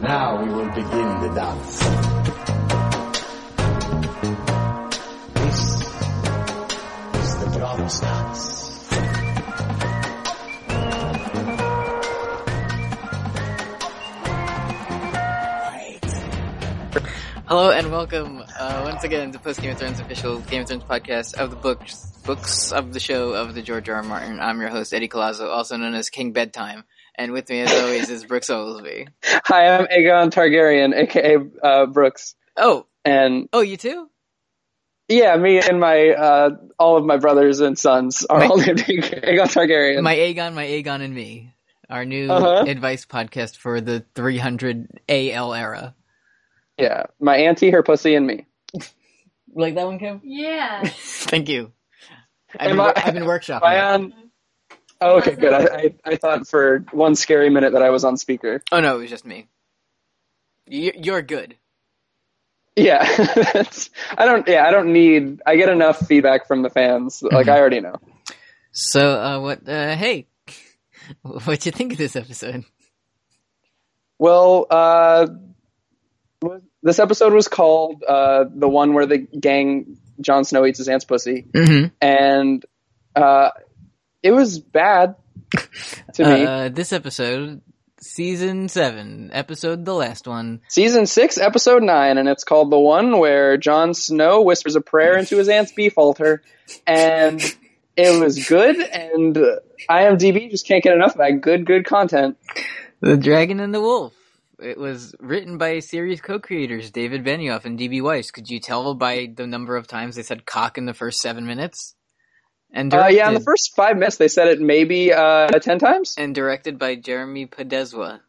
now we will begin the dance. This is the Bronx Dance. Hello and welcome uh, once again to Post Game of Thrones official Game of Thrones podcast of the books books of the show of the George R. R. Martin. I'm your host Eddie Colazzo, also known as King Bedtime, and with me as always is Brooks Oglesby. Hi, I'm Aegon Targaryen, aka uh, Brooks, Oh, and oh, you too? yeah, me and my uh, all of my brothers and sons are My- all named Aegon Targaryen. My Aegon, my Aegon, and me. Our new Uh-huh. advice podcast for the 300 AL era. yeah, my auntie, her pussy, and me. Like that one, Kim? Yeah. Thank you. I've been, Am I- have been workshopping. Am I it. on? Oh, okay, good. I, I I thought for one scary minute that I was on speaker. oh no, it was just me. Y- You're good. Yeah, that's, I don't. Yeah, I don't need. I get enough feedback from the fans. Mm-hmm. Like I already know. So, uh, what? Uh, hey, what you think of this episode? Well, uh, was- this episode was called uh, the one where the gang Jon Snow eats his aunt's pussy. Mm-hmm. and uh, it was bad to me. Uh, this episode, season seven, episode the last one. Season six, episode nine, and it's called the one where Jon Snow whispers a prayer into his aunt's beef altar, and it was good. And uh, IMDb just can't get enough of that good, good content. The Dragon and the Wolf. It was written by series co-creators David Benioff and D.B. Weiss. Could you tell by the number of times they said "cock" in the first seven minutes? And Uh, directed, yeah, in the first five minutes, they said it maybe uh, ten times. and directed by Jeremy Padeswa.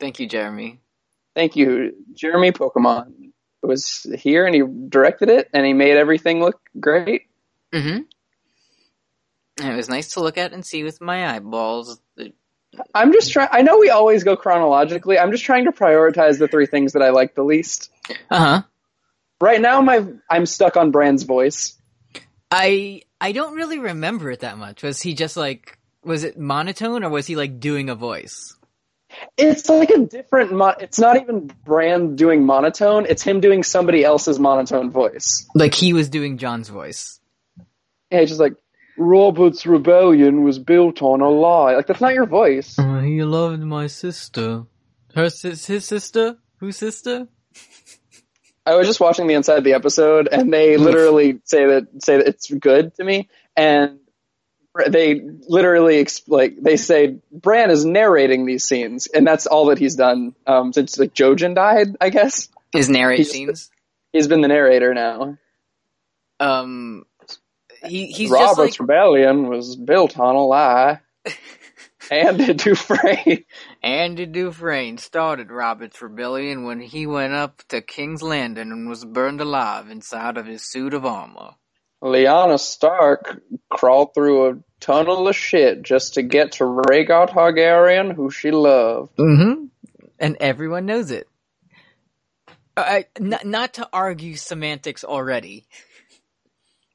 Thank you, Jeremy. Thank you, Jeremy Pokemon. Was here and he directed it, and he made everything look great. Mm-hmm. And it was nice to look at and see with my eyeballs. I'm just trying. I know we always go chronologically. I'm just trying to prioritize the three things that I like the least. Uh huh. Right now, my I'm stuck on Brand's voice. I I don't really remember it that much. Was he just like was it monotone or was he like doing a voice? It's like a different. Mo- it's not even Brand doing monotone. It's him doing somebody else's monotone voice. Like he was doing John's voice. Yeah, he's just like Robert's rebellion was built on a lie. Like that's not your voice. Uh, he loved my sister. Her sis, his sister. Whose sister? I was just watching the inside of the episode, and they literally say that say that it's good to me, and they literally ex- like they say Bran is narrating these scenes, and that's all that he's done um, since like Jojen died. I guess His narrate He's- scenes. he's been the narrator now. Um, he he's Robert's just like rebellion was built on a lie, and a Dufresne. Andy Dufresne started Robert's rebellion when he went up to King's Landing and was burned alive inside of his suit of armor. Lyanna Stark crawled through a tunnel of shit just to get to Rhaegar Targaryen, who she loved. Mm-hmm. And everyone knows it. Uh, I, not, not to argue semantics already.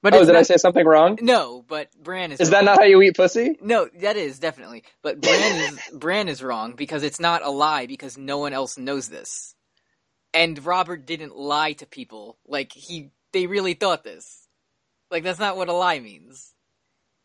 But oh, it's did I not- say something wrong? no? But Bran is Is that not how you eat pussy? No, that is definitely. But Bran is Bran is wrong because it's not a lie because no one else knows this. And Robert didn't lie to people. Like he they really thought this. Like that's not what a lie means.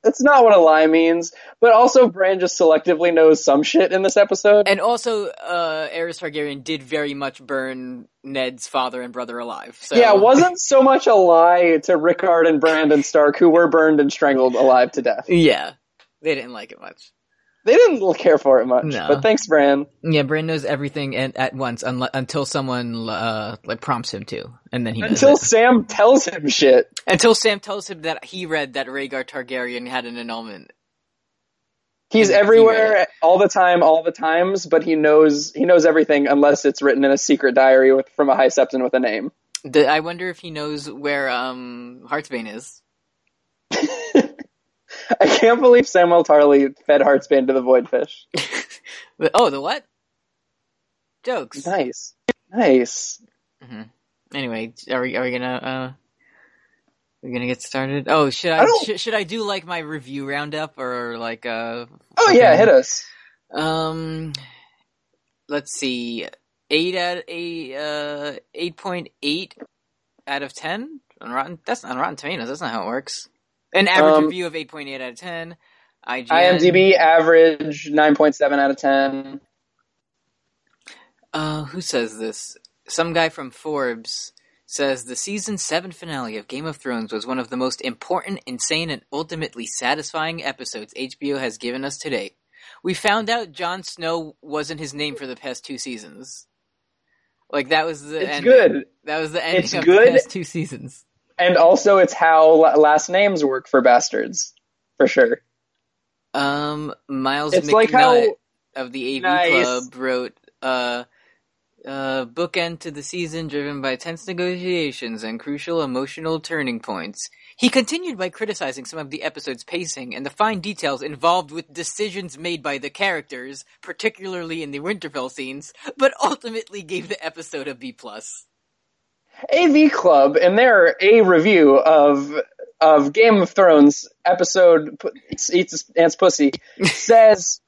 That's not what a lie means. But also, Bran just selectively knows some shit in this episode. And also uh Aerys Targaryen did very much burn Ned's father and brother alive. So Yeah, it wasn't so much a lie to Rickard and Brandon Stark, who were burned and strangled alive to death. Yeah. They didn't like it much. They didn't care for it much. No. But thanks, Bran. Yeah, Bran knows everything and at once unle- until someone uh like prompts him to and then he knows Until it. Sam tells him shit. Until Sam tells him that he read that Rhaegar Targaryen had an annulment. He's He- he read everywhere, all the time, all the times. But he knows he knows everything unless it's written in a secret diary with, from a high septon with a name. The, I wonder if he knows where um Heartsbane is. I can't believe Samuel Tarly fed Heartsbane to the Voidfish. The- oh, the what? Jokes. Nice, nice. Anyway, are we are we gonna uh we gonna get started? Oh, should I, I don't- should, should I do like my review roundup or like uh Oh yeah, hit us. um let's see, eight out a uh, eight point eight out of ten on Rotten. That's on Rotten Tomatoes. That's not how it works. An average Um, review of eight point eight out of ten. IGN, IMDb average nine point seven out of ten. Uh, who says this? Some guy from Forbes says the season 7 finale of Game of Thrones was one of the most important, insane, and ultimately satisfying episodes HBO has given us to date. We found out Jon Snow wasn't his name for the past two seasons. Like that was the It's ending. good, That was the ending It's of good. the past two seasons. and also it's how la- last names work for bastards, for sure. Um, Miles It's McNutt like how of the AV Nice. Club wrote uh, uh, bookend to the season driven by tense negotiations and crucial emotional turning points. He continued by criticizing some of the episode's pacing and the fine details involved with decisions made by the characters, particularly in the Winterfell scenes, but ultimately gave the episode a B plus. AV Club and their a review of of Game of Thrones episode P- Eats Eats Ants Pussy says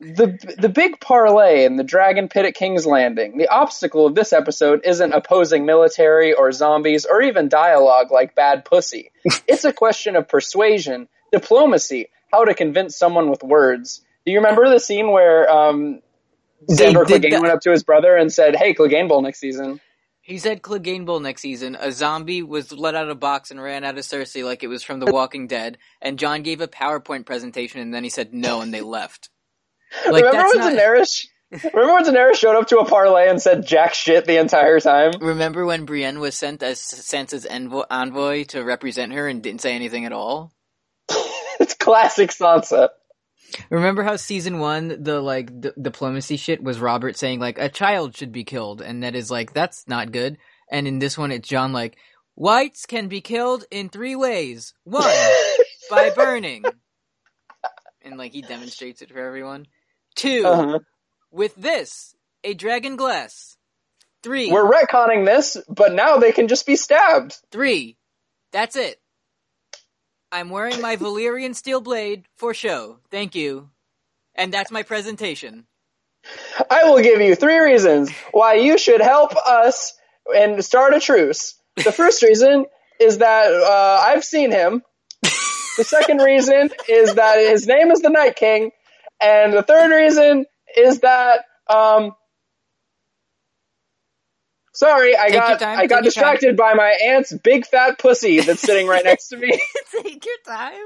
the the big parlay in the Dragon Pit at King's Landing. The obstacle of this episode isn't opposing military or zombies or even dialogue like bad pussy. It's a question of persuasion, diplomacy, how to convince someone with words. Do you remember the scene where um, Sandor did Clegane that- went up to his brother and said, "Hey, Clegane Bowl next season." He said Clegane Bowl next season, a zombie was let out of a box and ran out of Cersei like it was from The Walking Dead, and John gave a PowerPoint presentation and then he said no and they left. Like remember that's when not Daenerys? remember when Daenerys showed up to a parlay and said jack shit the entire time? Remember when Brienne was sent as Sansa's envo- envoy to represent her and didn't say anything at all? It's classic Sansa. Remember how season one, the like d- diplomacy shit was Robert saying like a child should be killed, and that is like that's not good. And in this one, it's John like whites can be killed in three ways: one by burning, and like he demonstrates it for everyone. 2 Uh-huh. with this a dragon glass. 3 We're retconning this, but now they can just be stabbed. Three. That's it. I'm wearing my Valyrian steel blade for show. Thank you. And that's my presentation. I will give you three reasons why you should help us and start a truce. The first reason is that uh, I've seen him. The second reason is that his name is the Night King, and the third reason is that um. Sorry, I Take your got time, I take your got time. distracted by my aunt's big fat pussy that's sitting right next to me. Take your time.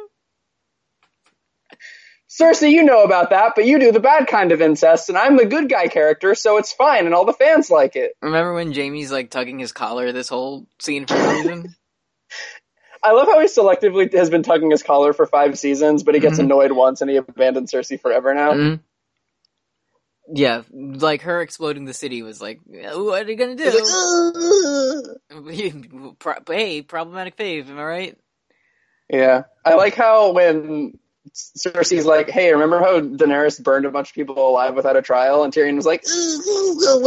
Cersei, you know about that, but you do the bad kind of incest, and I'm the good guy character, so it's fine, and all the fans like it. Remember when Jamie's like tugging his collar this whole scene for some reason? I love how he selectively has been tugging his collar for five seasons, but he gets Mhm. annoyed once and he abandons Cersei forever now. Mhm. Mm-hmm. Yeah, like her exploding the city was like, what are you gonna He's do? like, "Ugh." Pro- hey, problematic fave, am I right? yeah, I like how when Cersei's like, "Hey, remember how Daenerys burned a bunch of people alive without a trial?" and Tyrion was like, "Ugh, ugh,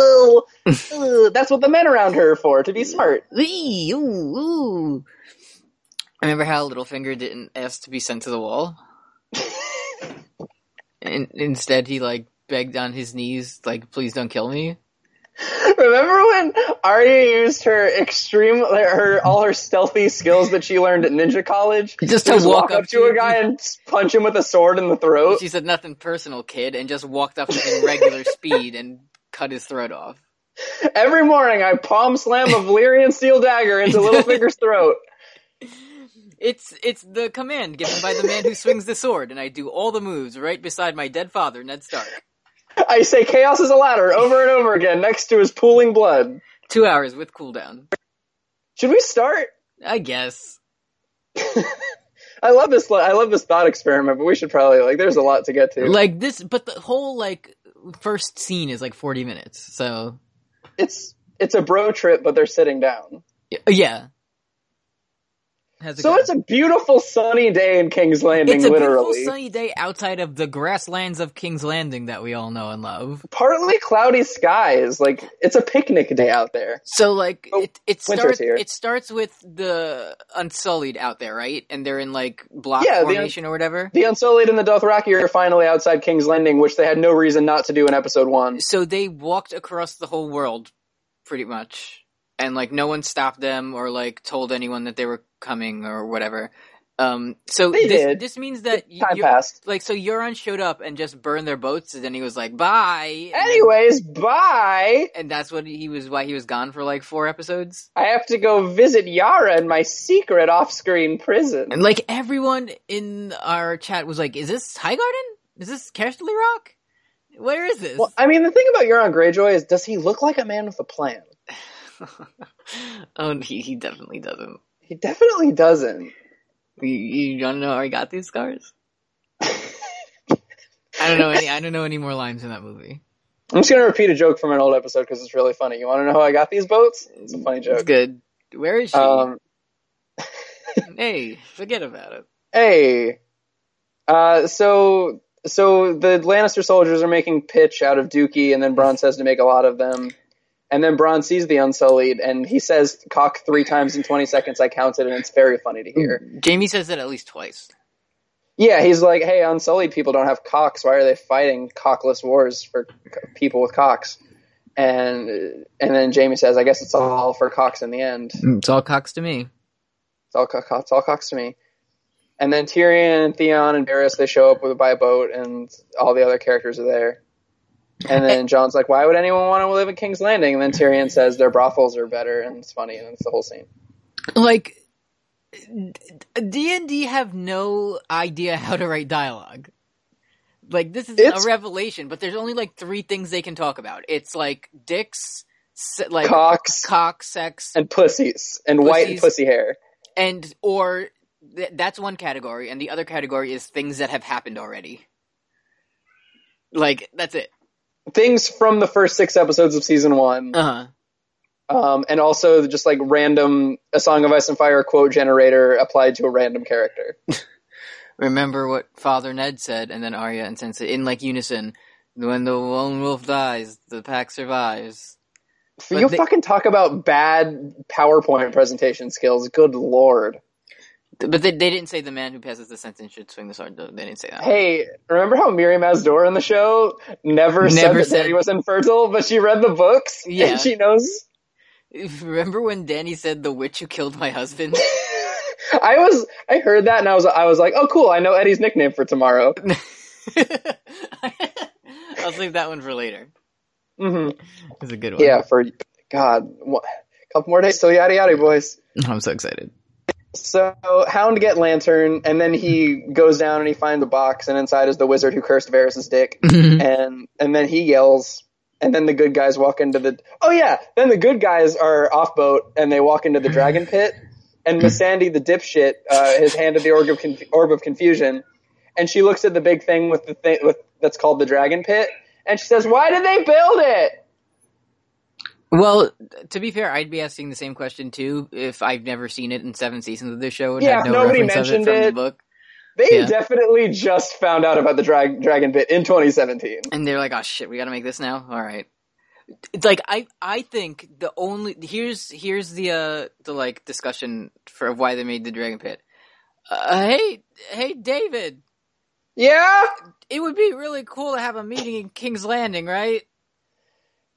ugh, ugh, ugh. "That's what the men around her are for, to be smart." Wee, ooh, ooh. Remember how Littlefinger didn't ask to be sent to the wall? and instead, he like begged on his knees, like, "Please don't kill me." Remember when Arya used her extreme, her all her stealthy skills that she learned at ninja college, Just to walk up to to a guy you. and punch him with a sword in the throat? She said nothing personal, kid, and just walked up to him regular speed and cut his throat off. Every morning, I palm slam a Valyrian steel dagger into Littlefinger's throat. It's it's the command given by the man who swings the sword, and I do all the moves right beside my dead father, Ned Stark. I say chaos is a ladder over and over again next to his pooling blood. Two hours with cooldown, Should we start? I guess. I love this. I love this thought experiment, but we should probably like. There's a lot to get to. Like this, but the whole like first scene is like forty minutes, so It's it's a bro trip, but they're sitting down. Y- Yeah. How's it So going? it's a beautiful sunny day in King's Landing, It's a literally. beautiful sunny day outside of the grasslands of King's Landing that we all know and love. Partly cloudy skies. Like it's a picnic day out there. So like Oh, it, it winter's starts here. it starts with the Unsullied out there, right? And they're in like block Yeah, the- formation or whatever. The Unsullied and the Dothraki are finally outside King's Landing, which they had no reason not to do in episode one. so they walked across the whole world pretty much and like no one stopped them or like told anyone that they were coming or whatever um so They this, did. this means that y- Time you're- passed. like so Euron showed up and just burned their boats and then he was like bye and- Anyways, bye. and that's what he was why he was gone for like four episodes I have to go visit Yara in my secret off-screen prison. and like everyone in our chat was like is this High Garden is this Casterly Rock where is this Well, I mean, the thing about Euron Greyjoy is, does he look like a man with a plan? oh he, he definitely doesn't He definitely doesn't. You, you don't know how he got these scars? I don't know any. I don't know any more lines in that movie. I'm just gonna repeat a joke from an old episode because it's really funny. You want to know how I got these boats? It's a funny It's joke. good. Where is she? Um, hey, forget about it. hey, uh, so so the Lannister soldiers are making pitch out of Dookie, and then Bronn says to make a lot of them. And then Bronn sees the Unsullied, and he says "cock" three times in 20 seconds. I counted, and it's very funny to hear. Jamie says that at least twice. Yeah, he's like, "Hey, Unsullied people don't have cocks. Why are they fighting cockless wars for c- people with cocks?" And and then Jamie says, "I guess it's all for cocks in the end. It's Mm, It's all cocks to me. all co- co- it's all cocks to me." And then Tyrion and Theon and Varys they show up with by boat, and all the other characters are there. And then John's like, "Why would anyone want to live in King's Landing?" And then Tyrion says, "Their brothels are better," and it's funny, and it's the whole scene. Like D and D have no idea how to write dialogue. Like this is It's- a revelation, but there's only like three things they can talk about. It's like dicks, se- like Cocks cock, sex, and pussies and white and Pussies. pussy hair. and or th- that's one category and the other category is things that have happened already like that's it Things from the first six episodes of season one. uh-huh um, and also just like random a song of ice and fire quote generator applied to a random character remember what father ned said and then arya and sansa in like unison when the lone wolf dies the pack survives But you they- fucking talk about bad powerpoint presentation skills good lord Th- but they, they didn't say the man who passes the sentence should swing the sword though they didn't say that hey remember how miriam azdor in the show never, said Never that said- Dany was infertile but she read the books Yeah. and she knows remember when danny said the witch who killed my husband i was i heard that and i was i was like oh cool i know eddie's nickname for tomorrow i'll leave that one for later hmm it's a good one yeah for god what, couple more days till yada yada boys i'm so excited So Hound get Lantern, and then he goes down and he finds a box, and inside is the wizard who cursed Varys' dick, and and then he yells, and then the good guys walk into the oh yeah, then the good guys are off boat and they walk into the dragon pit, and Miss Sandy the dipshit uh, has handed the orb of conf- orb of confusion, and she looks at the big thing with the thing with that's called the dragon pit, and she says, "Why did they build it?" Well, to be fair, I'd be asking the same question too if I've never seen it in seven seasons of this show and Yeah, had no nobody reference of it mentioned from the it. book. They Yeah. definitely just found out about the drag- dragon pit in 2017. And they're like, "Oh shit, we got to make this now." All right. It's like I I think the only here's here's the uh the like discussion for why they made the Dragon Pit. Uh, hey hey David, Yeah. it would be really cool to have a meeting in King's Landing, right?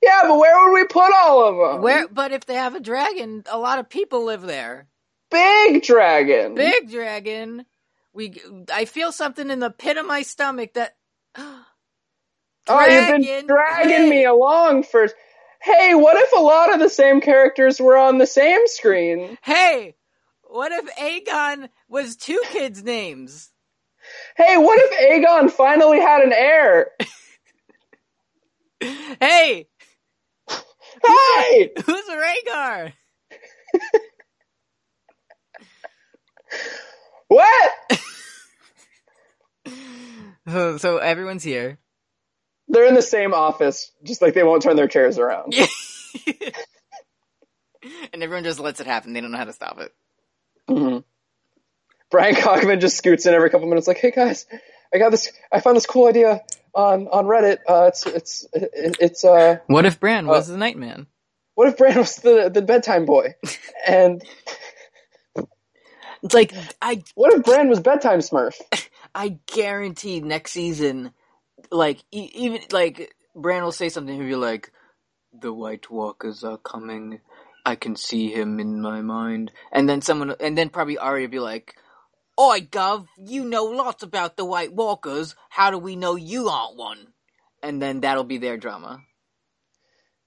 Yeah, but where would we put all of them? Where but if they have a dragon, a lot of people live there. Big dragon. big dragon. We, I feel something in the pit of my stomach that. oh, you've been dragon. dragging Hey. me along for. Hey, what if a lot of the same characters were on the same screen? Hey, what if Aegon was two kids' names? Hey, what if Aegon finally had an heir? Hey, Hey, who's Rhaegar? what? So, so everyone's here. They're in the same office, just like they won't turn their chairs around. and everyone just lets it happen. They don't know how to stop it. Mhm. Brian Cockman just scoots in every couple minutes, like, "Hey guys, I got this. I found this cool idea on on Reddit. Uh, it's it's it, it's uh, What if Bran was the Nightman? what if Bran was the the bedtime boy, and It's like I what if Bran was bedtime Smurf? I guarantee next season, like e- even like Bran will say something he'll be like, "The White Walkers are coming. I can see him in my mind." And then someone, and then probably Arya will be like, "Oi, Gov, you know lots about the White Walkers. How do we know you aren't one?" And then that'll be their drama.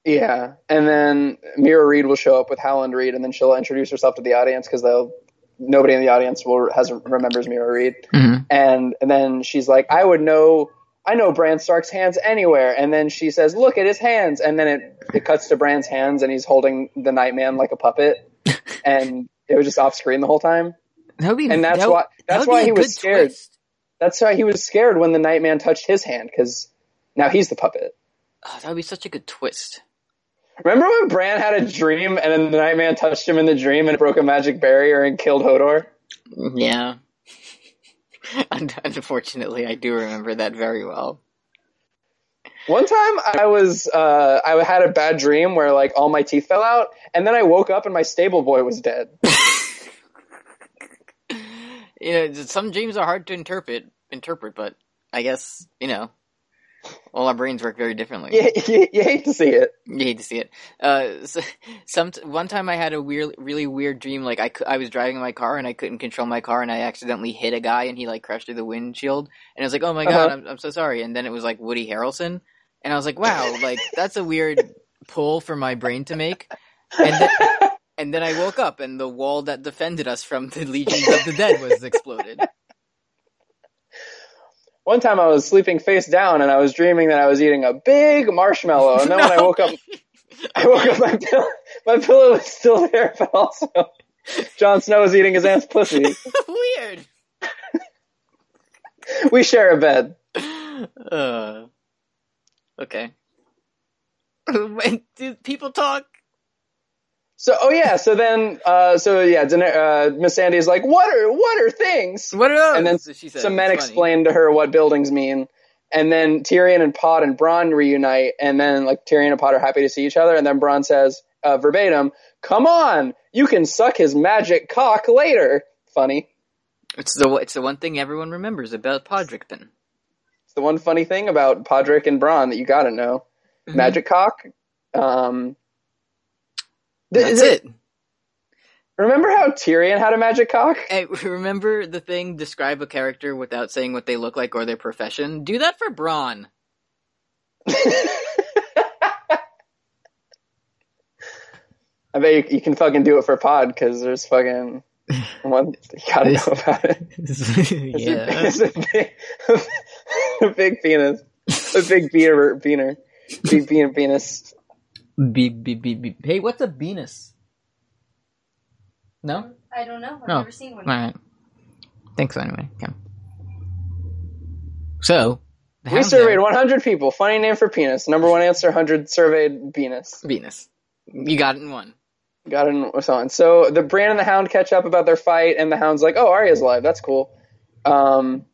Yeah, and then Mira Reed will show up with Howland Reed, and then she'll introduce herself to the audience because they'll nobody in the audience will has remembers Mira Reed, Mm-hmm. and and then she's like, I would know. I know Bran Stark's hands anywhere, and then she says, "Look at his hands," and then it, it cuts to Bran's hands, and he's holding the Nightman like a puppet, and it was just off screen the whole time. That would be, And that's that would- why- that that's would be why a he was good scared. twist. That's why he was scared when the Nightman touched his hand because now he's the puppet. Oh, that would be such a good twist. Remember when Bran had a dream and then the Nightman touched him in the dream and broke a magic barrier and killed Hodor? Mm-hmm. Yeah. Un- Unfortunately, I do remember that very well. One time I was, uh, I had a bad dream where like all my teeth fell out and then I woke up and my stable boy was dead. you know, some dreams are hard to interpret. Interpret, but I guess you know, all our brains work very differently. you, you, you hate to see it. You hate to see it. Uh, so, some one time I had a weird, really weird dream. Like I, cou- I was driving my car and I couldn't control my car, and I accidentally hit a guy, and he like crashed through the windshield. And I was like, "Oh my god, Uh-huh. I'm, I'm so sorry." And then it was like Woody Harrelson, and I was like, "Wow, like that's a weird pull for my brain to make." And then, and then I woke up, and the wall that defended us from the legions of the dead was exploded. One time I was sleeping face down and I was dreaming that I was eating a big marshmallow and then when I No. woke up, I woke up my pillow, my pillow was still there but also Jon Snow was eating his aunt's pussy. weird. We share a bed. Uh, okay. When do people talk? So, oh yeah, so then, uh, so yeah, Dana- uh, Miss Sandy's like, what are, what are things? What are those? And then she says, Some men it's funny. explain to her what buildings mean. And then Tyrion and Pod and Bronn reunite. And then like Tyrion and Pod are happy to see each other. And then Bronn says, uh, verbatim, come on, you can suck his magic cock later. Funny. It's the it's the one thing everyone remembers about Podrickman. It's the one funny thing about Podrick and Bronn that you gotta know. Mm-hmm. Magic cock. Um, th- That's th- it. Remember how Tyrion had a magic cock? Hey, remember the thing: describe a character without saying what they look like or their profession. Do that for Braun. I bet you, you can fucking do it for pod because there's fucking one you gotta know about it. It's, a, yeah. it's a big, a big penis, a big beater, beaner, big beaner penis. Be, be, be, be. Hey, what's a Venus? No. I don't know. I've No. never seen one. All right. Thanks anyway. Okay. So the We hound surveyed there- 100 people. Funny name for penis. Number one answer: 100 surveyed penis. Venus. You got it in one. Got it was on. So the Bran and the Hound catch up about their fight, and the Hound's like, "Oh, Arya's alive. That's cool." Um,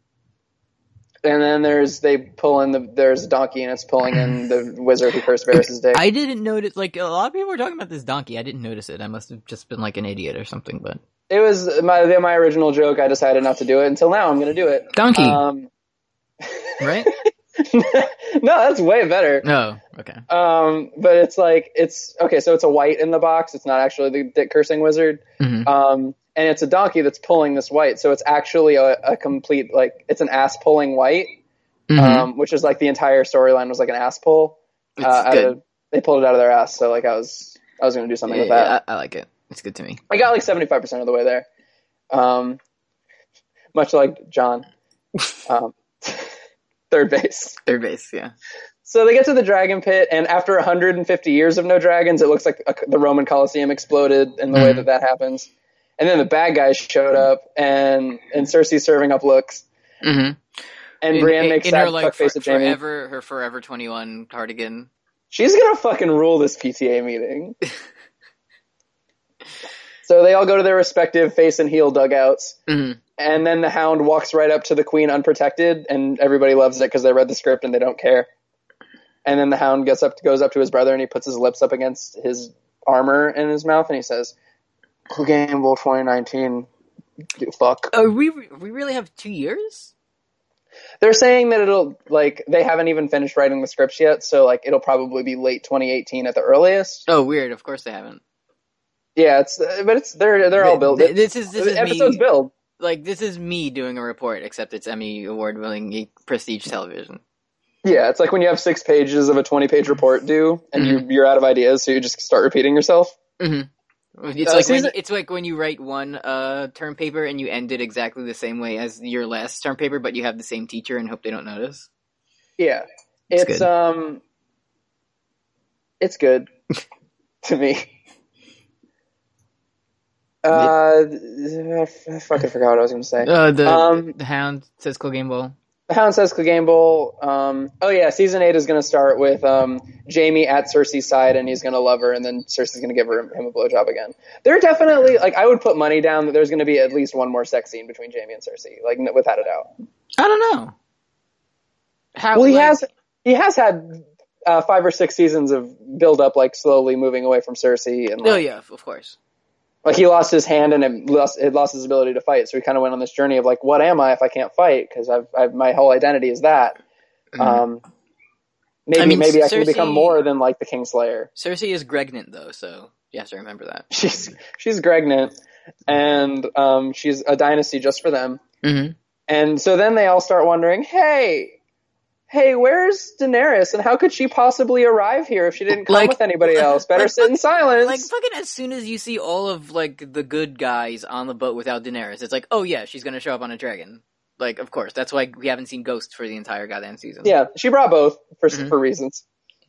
and then there's they pull in the there's a donkey, and it's pulling in the wizard who cursed Varys' dick. I didn't notice. Like a lot of people were talking about this donkey. I didn't notice it. I must have just been like an idiot or something. But It was my my original joke. I decided not to do it until now. I'm going to do it. donkey, Um, right? no, that's way better. No. Okay. Um, but it's like it's okay. So it's a white in the box. It's not actually the dick cursing wizard. Mhm. Um, and it's a donkey that's pulling this white. So it's actually a, a complete like it's an ass pulling white, Mhm. um, which is like the entire storyline was like an ass pull. It's out good. of- they pulled it out of their ass. So like I was I was going to do something with that. Yeah, I, I like it. It's good to me. I got like seventy five percent of the way there. Um, much like John, um, third base. Third base. Yeah. So they get to the dragon pit, and after 150 years of no dragons, it looks like a, the Roman Colosseum exploded and the way Mhm. that that happens. And then the bad guys showed up, and and Cersei's serving up looks, Mm-hmm. and Brienne makes in her that like fuck face for- at Jamie. forever her forever twenty one cardigan. She's gonna fucking rule this PTA meeting. So they all go to their respective face and heel dugouts, Mhm. and then the Hound walks right up to the Queen unprotected, and everybody loves it because they read the script and they don't care. And then the Hound gets up, goes up to his brother, and he puts his lips up against his armor in his mouth, and he says, "Cool game, Bull 2019." Do fuck. Oh, we we really have two years? They're saying that it'll like they haven't even finished writing the scripts yet, so like it'll probably be late 2018 at the earliest. Oh, weird. Of course they haven't. Yeah, it's uh, but it's they're they're all built. Th- This is this the is episode's me. build. Like this is me doing a report, except it's Emmy award winning prestige television. Yeah, it's like when you have six pages of a twenty-page report due, and Mm-hmm. you, you're out of ideas, so you just start repeating yourself. It's Uh, like when, season- it's like when you write one uh, term paper and you end it exactly the same way as your last term paper, but you have the same teacher and hope they don't notice. Yeah, It's it's, good. um, it's good to me. Uh, I fucking forgot what I was going to say. Uh, the Um, the hound says cool game ball. The Hound says Clegane Um, oh yeah, season eight is going to start with um, Jamie at Cersei's side, and he's going to love her, and then Cersei's going to give her, him a blowjob again. They're definitely like I would put money down that there's going to be at least one more sex scene between Jamie and Cersei, like n- without a doubt. I don't know. How Well, he like- has he has had uh, five or six seasons of build up, like slowly moving away from Cersei, and like, Oh yeah, of of course. like he lost his hand and it lost, it lost his ability to fight. So he kind of went on this journey of like, what am I if I can't fight? Because I've, I've my whole identity is that. Um, maybe I mean, maybe I can Cersei- become more than like the Kingslayer. Cersei is pregnant though, so you have to remember that. She's she's pregnant, and um, she's a dynasty just for them. Mm-hmm. And so then they all start wondering, hey. Hey, where's Daenerys, and how could she possibly arrive here if she didn't come Like- with anybody else? Better like- sit in silence. Like fucking as soon as you see all of like the good guys on the boat without Daenerys, it's like, oh yeah, she's gonna show up on a dragon. Like, of course. That's why we haven't seen Ghost for the entire goddamn season. yeah, she brought both for Mhm. for reasons.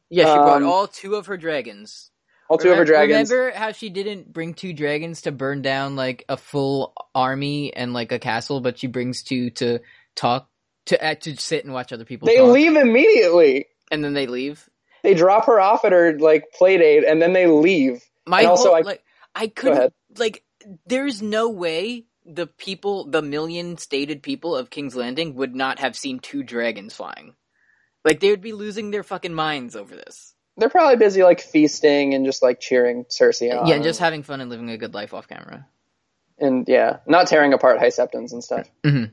Yeah, she brought Um, all two of her dragons. All two of her Remem- dragons. Remember how she didn't bring two dragons to burn down like a full army and like a castle, but she brings two to talk to uh, to sit and watch other people. They talk, leave immediately. and then they leave. They drop her off at her like play date and then they leave. My And also whole, I- like I couldn't ahead. like there's no way the people the million stated people of King's Landing would not have seen two dragons flying. Like they would be losing their fucking minds over this. They're probably busy like feasting and just like cheering Cersei on. yeah, and just having fun and living a good life off camera. and yeah, not tearing apart High Septons and stuff. Mhm.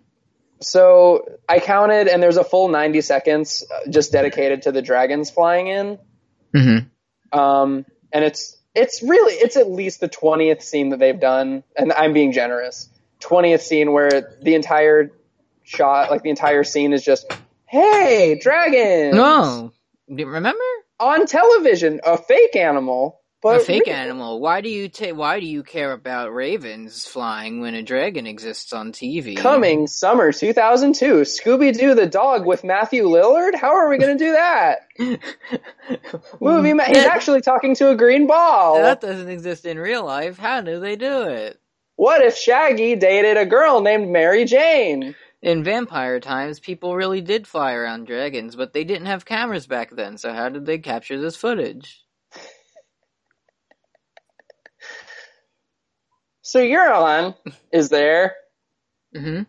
So I counted and there's a full 90 seconds uh, just dedicated to the dragons flying in. Mm-hmm. Um, and it's it's really it's at least the twentieth scene that they've done, and I'm being generous. Twentieth scene where the entire shot, like the entire scene, is just hey dragons No, D- remember on television, a fake animal, but a fake real. animal. Why do you ta- Why do you care about ravens flying when a dragon exists on TV? Coming summer 2002, Scooby Doo the dog with Matthew Lillard. How are we going to do that? Movie, ma- he's That- actually talking to a green ball. that doesn't exist in real life. How do they do it? what if Shaggy dated a girl named Mary Jane? in vampire times, people really did fly around dragons, but they didn't have cameras back then, so how did they capture this footage? So Euron is there. hmm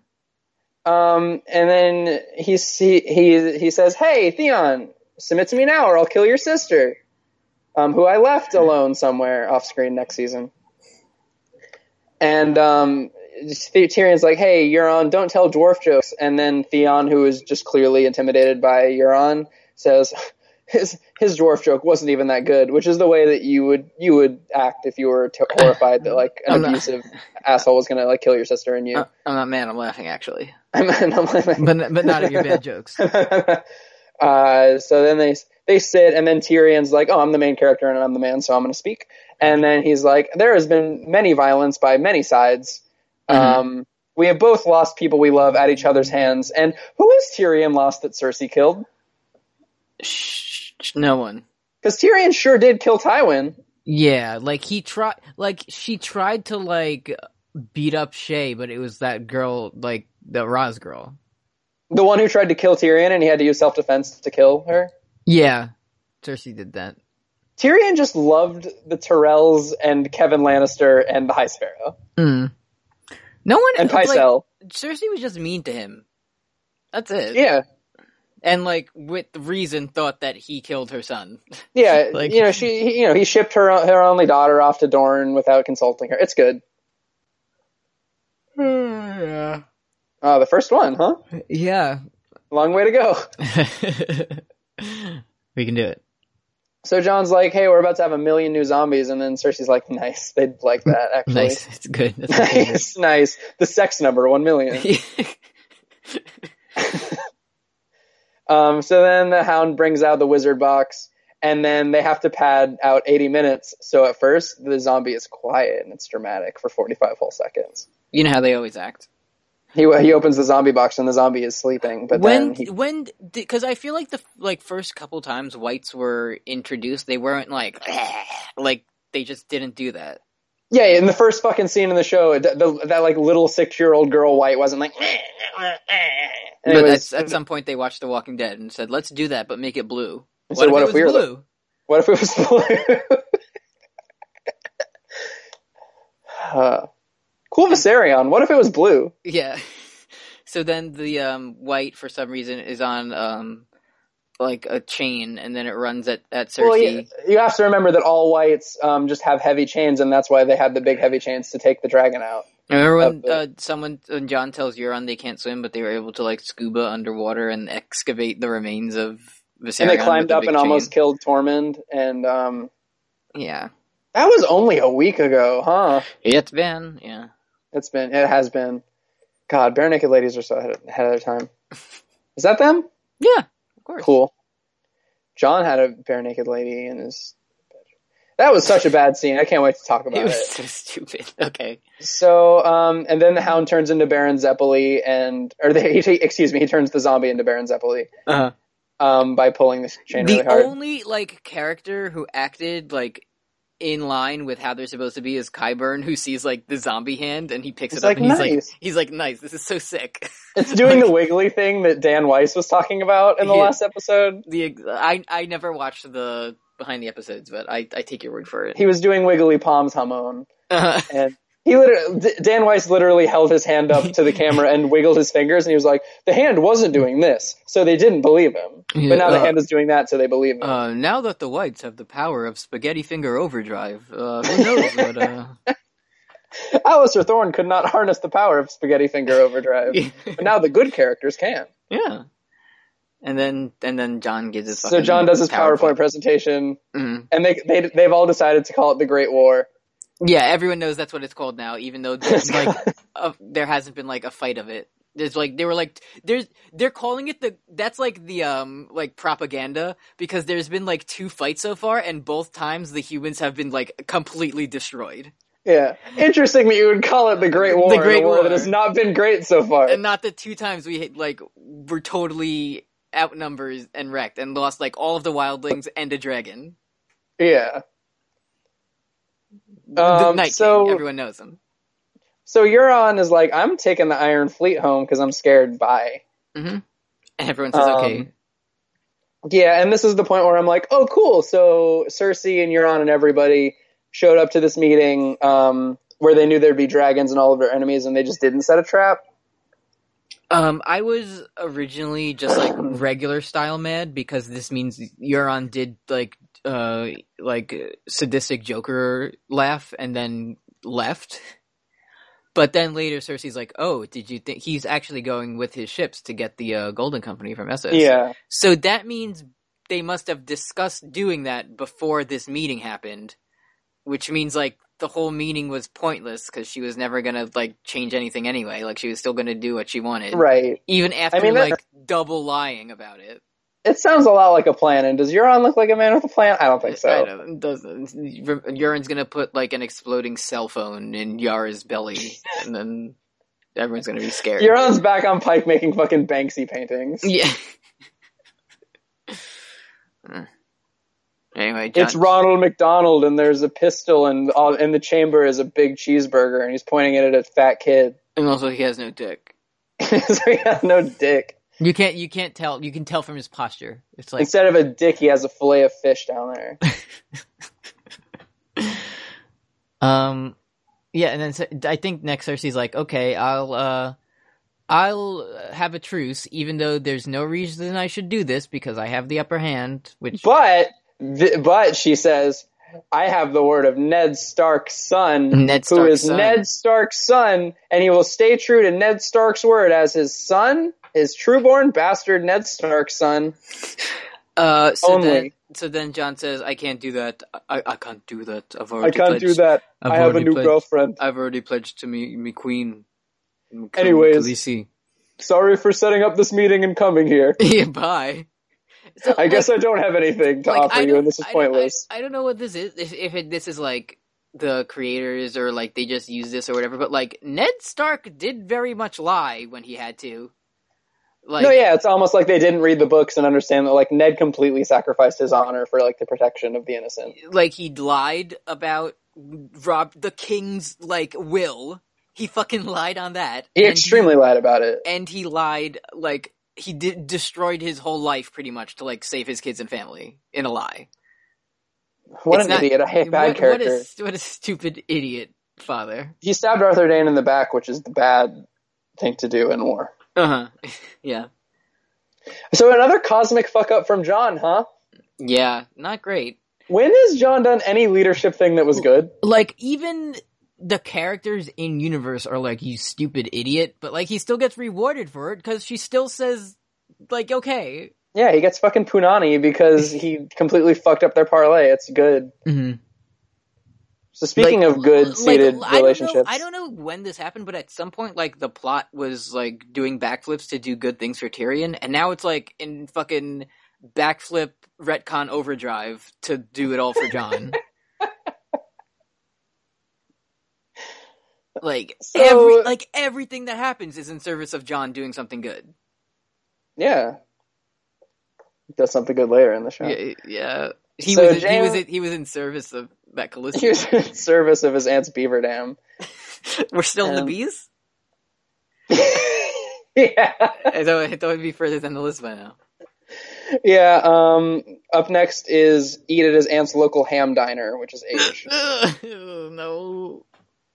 Um, and then he he he he says, "Hey, Theon, submit to me now, or I'll kill your sister, um, who I left alone somewhere off screen next season." And um, Th- Tyrion's like, "Hey, Euron, don't tell dwarf jokes." And then Theon, who is just clearly intimidated by Euron, says. His, his dwarf joke wasn't even that good, which is the way that you would you would act if you were t- horrified that like an I'm not- abusive asshole was gonna like kill your sister and you. Uh, I'm not mad. I'm laughing actually, I'm, I'm- but but not at your bad jokes. uh, so then they they sit, and then Tyrion's like, "Oh, I'm the main character, and I'm the man, so I'm going to speak." And then he's like, "There has been many violence by many sides. Um, we have both lost people we love at each other's hands. And who is Tyrion lost that Cersei killed? Shh, no one. Because Tyrion sure did kill Tywin. Yeah, like he tried. Like she tried to like beat up Shay, but it was that girl, like the Roz girl. The one who tried to kill Tyrion, and he had to use self defense to kill her. Yeah, Cersei did that. Tyrion just loved the Tyrells and Kevin Lannister and the High Sparrow Mm. No one and like, Pycelle. Cersei was just mean to him. That's it. yeah, And like with reason thought that he killed her son. yeah. Like- you know, she, he, you know, he shipped her her only daughter off to Dorne without consulting her. It's good. yeah. Uh, the first one, huh? Yeah. Long way to go. we can do it. So John's like, "Hey, we're about to have a million new zombies," and then Cersei's like, "Nice, they'd like that actually." Nice. It's good. That's my favorite. nice, nice. The sex number one million. Um, so then the Hound brings out the wizard box, and then they have to pad out 80 minutes. So at first, the zombie is quiet and it's dramatic for 45 whole seconds. you know how they always act. He he opens the zombie box and the zombie is sleeping, but when then he, when because I feel like the like first couple times whites were introduced, they weren't like like they just didn't do that. yeah, in the first fucking scene in the show, it- the, that like little six year old girl white wasn't like. And it but uh, was, at, at some point, they watched The Walking Dead and said, "Let's do that, but make it blue." They said, "What it if was we were the- blue? what if it was blue? uh, cool Viserion. What if it was blue? Yeah. So then the um, white, for some reason, is on um, like a chain, and then it runs at at Cersei. Well, you, you have to remember that all whites um, just have heavy chains, and that's why they had the big heavy chains to take the dragon out. Remember when Uh, uh, someone when John tells Euron they can't swim, but they were able to like scuba underwater and excavate the remains of Viserion. and they with climbed a up big and chain? almost killed Tormund, and um, Yeah, that was only a week ago, huh? it's been yeah. It's been, it has been. God, bare naked ladies are so ahead of, ahead of their time. Is that them? Yeah, of course. Cool. John had a bare naked lady in his. That was such a bad scene. I can't wait to talk about It it. was so stupid. Okay. So, um, and then the hound turns into Baron Zeppeli, and or the, he, excuse me, he turns the zombie into Baron Zeppeli. Uh-huh. um, by pulling this chain The really hard. only like character who acted like in line with how they're supposed to be is Kyburn, who sees like the zombie hand and he picks He's it up like, and he's "Nice." like, he's like, nice. This is so sick. it's doing the wiggly thing that Dan Weiss was talking about in the Yeah. last episode. the I I never watched the behind the episodes, but I I take your word for it. He was doing wiggly palms Hamon, Uh, and he literally D- Dan Weiss literally held his hand up to the camera and wiggled his fingers, and he was like, "The hand wasn't doing this," so they didn't believe him. Yeah, but now the uh, hand is doing that, so they believe him. Uh, now that the whites have the power of spaghetti finger overdrive, uh, who knows what? Uh... Alistair Thorne could not harness the power of Spaghetti Finger Overdrive, uh, but now the good characters can. yeah. And then and then John gives his. So fucking John does his PowerPoint PowerPoint. presentation, Mhm. and they, they they've all decided to call it the Great War. Yeah, everyone knows that's what it's called now, even though like uh, there hasn't been like a fight of it. There's like they were like there's they're calling it the that's like the um like propaganda because there's been like two fights so far and both times the humans have been like completely destroyed Yeah. Interesting that you would call it the Great War, The Great a war, War. that has not been great so far. and not the two times we hit like were totally outnumbered and wrecked and lost like all of the wildlings and a dragon. yeah. the Um, Night so- King, everyone knows him. So Euron is like, I'm taking the Iron Fleet home because I'm scared. Bye. And everyone says Um, okay. Yeah, and this is the point where I'm like, oh, cool. So Cersei and Euron and everybody showed up to this meeting um, where they knew there'd be dragons and all of their enemies, and they just didn't set a trap. Um, I was originally just like regular style mad because this means Euron did like uh like sadistic Joker laugh and then left. But then later, Cersei's like, "Oh, did you think he's actually going with his ships to get the uh, Golden Company from Essos?" Yeah. So that means they must have discussed doing that before this meeting happened, which means like the whole meeting was pointless because she was never gonna like change anything anyway. Like she was still gonna do what she wanted, Right. even after I mean, that- like double lying about it. It sounds a lot like a plan, and does Euron look like a man with a plan? I don't think I so. don't- doesn't. Euron's gonna put like an exploding cell phone in Yara's belly, and then everyone's gonna be scared. Euron's back on Pike making fucking Banksy paintings. yeah. anyway, John, It's Ronald McDonald, and there's a pistol, and all, in the chamber is a big cheeseburger, and he's pointing it at a fat kid. and also he has no dick. so he has no dick. You can't. You can't tell. You can tell from his posture. It's like Instead of a dick, he has a fillet of fish down there. Um, yeah, and then so- I think next Cersei's like, okay, I'll uh, I'll have a truce, even though there's no reason I should do this because I have the upper hand. Which But th- but she says, "I have the word of Ned Stark's son, Ned who Stark's is son. Ned Stark's son, and he will stay true to Ned Stark's word as his son, his trueborn bastard Ned Stark's son." uh, so only. Then, so then John says, I can't do that. I, I can't do that. I've I already can't pledged. do that. I've I have a already new pledged. girlfriend. I've already pledged to me, me queen. Me- Anyways. Khaleesi. Sorry for setting up this meeting and coming here. yeah, bye. So, I guess like- I don't have anything to like, offer I you, don't- and this is I don't- pointless. I, I don't know what this is. If, if it, this is like the creators or like they just use this or whatever, but like Ned Stark did very much lie when he had to. Like, no, yeah, it's almost like they didn't read the books and understand that like Ned completely sacrificed his honor for like the protection of the innocent. like he lied about Rob the King's like will. He fucking lied on that. He And extremely lied about it. and he lied like he did destroyed his whole life pretty much to like save his kids and family in a lie. What It's an not- idiot! I hate bad what, character. What a, what a stupid idiot father. He stabbed Arthur Dane in the back, which is the bad thing to do in war. Uh huh. yeah. So another cosmic fuck up from John, huh? Yeah, not great. When has John done any leadership thing that was good? Like even the characters in universe are like you stupid idiot, but like he still gets rewarded for it because she still says like okay. Yeah, he gets fucking Punani because he completely fucked up their parlay. It's good. Mm-hmm. So speaking of good seated relationships, I don't, know, I don't know when this happened, but at some point, like the plot was like doing backflips to do good things for Tyrion, and now it's like in fucking backflip retcon overdrive to do it all for John. like So- every like everything that happens is in service of John doing something good. Yeah. Does something good later in the show. Yeah, yeah. He So was he Jaime- was in, he was in service of that He Callisto. was in service of his aunt's beaver dam. We're still in the Um, bees. yeah. I thought, I thought it'd be further than the list by now. Yeah, um up next is eat at his aunt's local ham diner, which is H. no.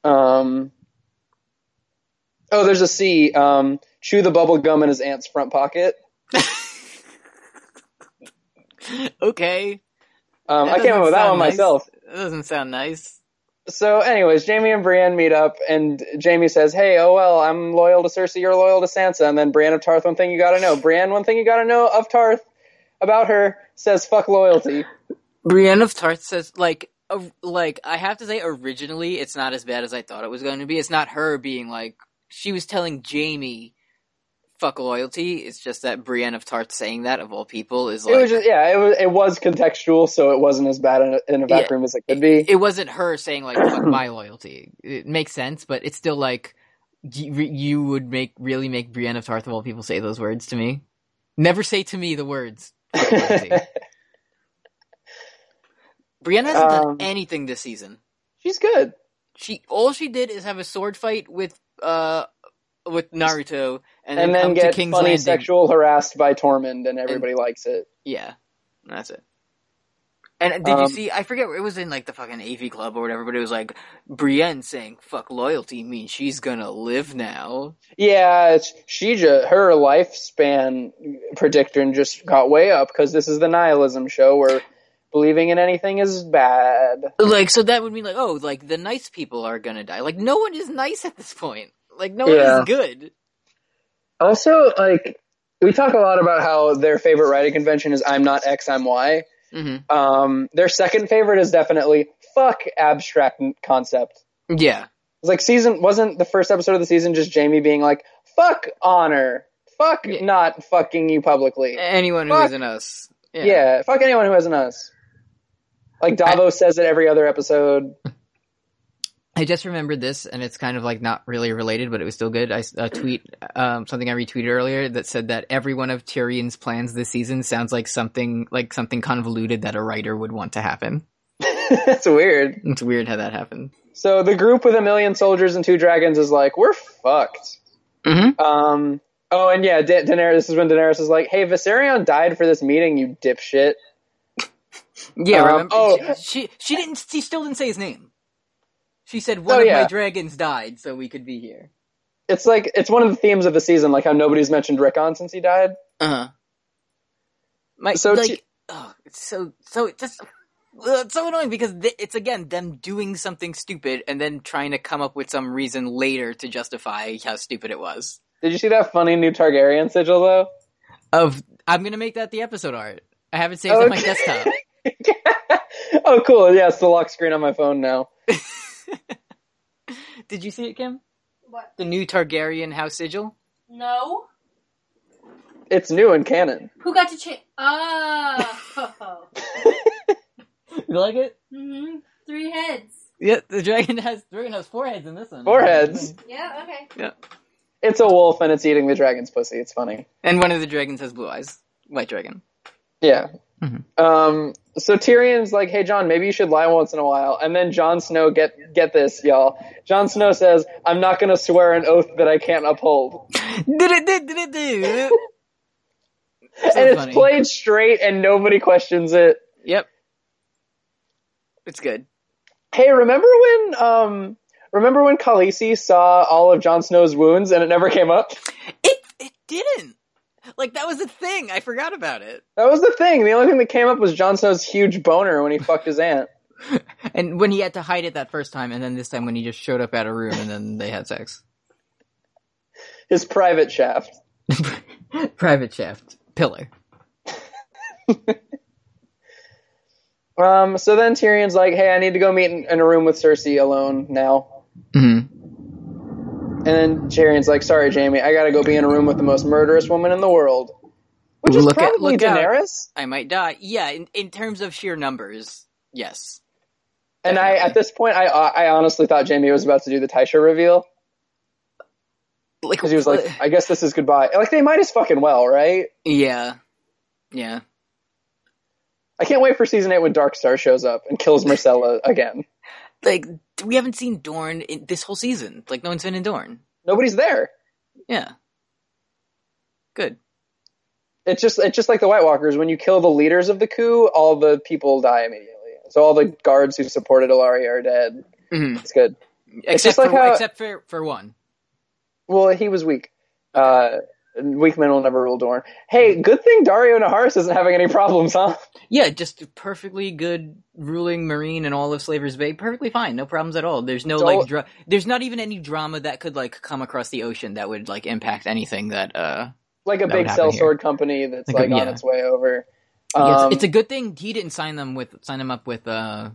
Um Oh, there's a C. Um chew the bubble gum in his aunt's front pocket. okay. Um That I came doesn't up with that sound one nice. myself. That doesn't sound nice. So, anyways, Jamie and Brienne meet up, and Jamie says, "Hey, oh well, I'm loyal to Cersei, you're loyal to Sansa." And then Brienne of Tarth, one thing you gotta know, Brienne, one thing you gotta know of Tarth about her says, "Fuck loyalty." Brienne of Tarth says, like, o- like I have to say, originally it's not as bad as I thought it was going to be. It's not her being like she was telling Jamie, "Fuck loyalty." It's just that Brienne of Tarth saying that of all people is like it was just, yeah, it was, it was contextual, so it wasn't as bad in a, in a Yeah. vacuum as it could be. it wasn't her saying like fuck my loyalty. It makes sense, but it's still like you, you would make really make Brienne of Tarth of all people say those words to me. Never say to me the words. fuck loyalty. Brienne hasn't done Um, anything this season. She's good. She all she did is have a sword fight with uh with Naruto and, And come to then get funny King's Landing. sexual harassed by Tormund, and everybody likes it. Yeah, that's it. And did you Um, see? I forget it was in like the fucking AV club or whatever, but it was like Brienne saying "fuck loyalty" means she's gonna live now. Yeah, it's, she just her lifespan predictor just got way up because this is the nihilism show where believing in anything is bad. Like, so that would mean like, oh, like the nice people are gonna die. Like, no one is nice at this point. Like, no one Yeah. is good. Also, like we talk a lot about how their favorite writing convention is "I'm not X, I'm Y." Mm-hmm. Um, their second favorite is definitely "fuck abstract n- concept." Yeah, It's like season wasn't the first episode of the season just Jamie being like "fuck honor, fuck Yeah. not fucking you publicly." anyone who Fuck. isn't us. Yeah. Yeah. fuck anyone who hasn't us. Like Davos says it every other episode. I just remembered this, and it's kind of like not really related, but it was still good. I s- a tweet, um, something I retweeted earlier that said that every one of Tyrion's plans this season sounds like something like something convoluted that a writer would want to happen. That's weird. It's weird how that happened. So the group with a million soldiers and two dragons is like, we're fucked. Mm-hmm. Um, Oh, and yeah, da- Daenerys. This is when Daenerys is like, "Hey, Viserion died for this meeting, you dipshit." Yeah, Um, remember? She, oh. she she didn't. She still didn't say his name. She said Oh, one of yeah. my dragons died, so we could be here. It's like it's one of the themes of the season, like how nobody's mentioned Rickon since he died. Uh huh. My Uh-huh. So like, she- oh, it's so so it just uh, it's so annoying because th- it's again them doing something stupid and then trying to come up with some reason later to justify how stupid it was. Did you see that funny new Targaryen sigil though? Of I'm gonna make that the episode art. I have it saved on my Okay. desktop. oh, cool. Yeah, it's the lock screen on my phone now. Did you see it, Kim? What? The new Targaryen house sigil. No. It's new and canon. Who got to change? Ah. Oh. You like it? hmm Three heads. Yeah, the dragon has dragon has four heads in this one. Four heads. Yeah. Okay. It's a wolf and it's eating the dragon's pussy. It's funny. And one of the dragons has blue eyes. White dragon. Yeah. Mhm. Um. So Tyrion's like, "Hey, John, maybe you should lie once in a while." And then Jon Snow get get this, y'all. Jon Snow says, "I'm not going to swear an oath that I can't uphold," yep. and it's funny. played straight, and nobody questions it. It's good. Hey, remember when um remember when Khaleesi saw all of Jon Snow's wounds and it never came up? It it didn't. Like that was a thing. I forgot about it. That was the thing. The only thing that came up was Jon Snow's huge boner when he fucked his aunt. And when he had to hide it that first time, and then this time when he just showed up at a room and then they had sex. His private shaft. Private shaft. Pillar. Um so then Tyrion's like, "Hey, I need to go meet in, in a room with Cersei alone now." Mm-hmm. And then Tyrion's like, "Sorry, Jamie, I got to go be in a room with the most murderous woman in the world." Which is Look at- probably look out. Daenerys. I might die. Yeah, in, in terms of sheer numbers, yes. And I Definitely. at this point I uh, I honestly thought Jamie was about to do the Taisha reveal Like cuz he was like, "I guess this is goodbye." Like they might as fucking well, right? yeah, yeah. I can't wait for season eight when Dark Star shows up and kills Marcella again. Like we haven't seen Dorn in this whole season. Like no one's been in Dorn. Nobody's there. Yeah. Good. It's just it's just like the White Walkers. When you kill the leaders of the coup, all the people die immediately. So all the guards who supported Ilari are dead. Mhm. It's good. Except just for like how- except for for one. Well, he was weak. Uh, weak men will never rule Dorne. Hey, good thing Dario Naharis isn't having any problems, huh? Yeah, just perfectly good ruling marine and all of Slaver's Bay. Perfectly fine, no problems at all. There's no So- like dra- there's not even any drama that could like come across the ocean that would like impact anything that uh Like a That big would happen cell here. sword company that's Like like, a- on yeah. its way over. yeah, it's- Um, it's, a good thing he didn't sign them with sign them up with uh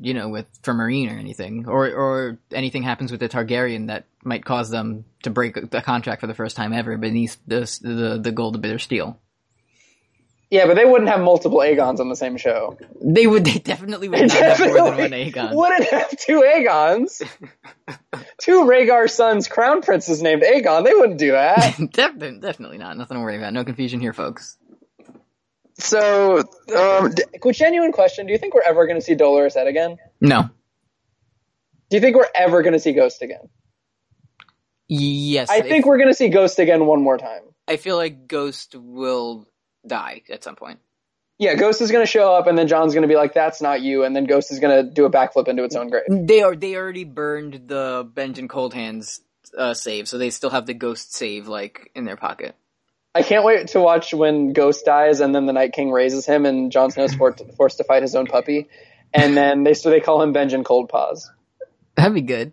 you know with for marine or anything or or anything happens with the Targaryen that might cause them to break a a contract for the first time ever beneath the the, the gold of bitter steel. yeah, but they wouldn't have multiple Aegons on the same show. They would. They definitely would not have more than one Definitely Aegon. Wouldn't have two Aegons. two Rhaegar sons, crown princes named Aegon. They wouldn't do that. definitely, definitely not. Nothing to worry about. No confusion here, folks. So, um, d- genuine question: Do you think we're ever going to see Dolores Ed again? No. Do you think we're ever going to see Ghost again? Yes. I think I, we're going to see Ghost again one more time. I feel like Ghost will die at some point. Yeah, Ghost is going to show up, and then John's going to be like, "That's not you," and then Ghost is going to do a backflip into its own grave. They are. They already burned the Benj and Cold Hands uh, save, so they still have the Ghost save like in their pocket. I can't wait to watch when Ghost dies, and then the Night King raises him, and Jon Snow's for- forced to fight his own puppy, and then they so they call him Benjen Cold Paws. That'd be good.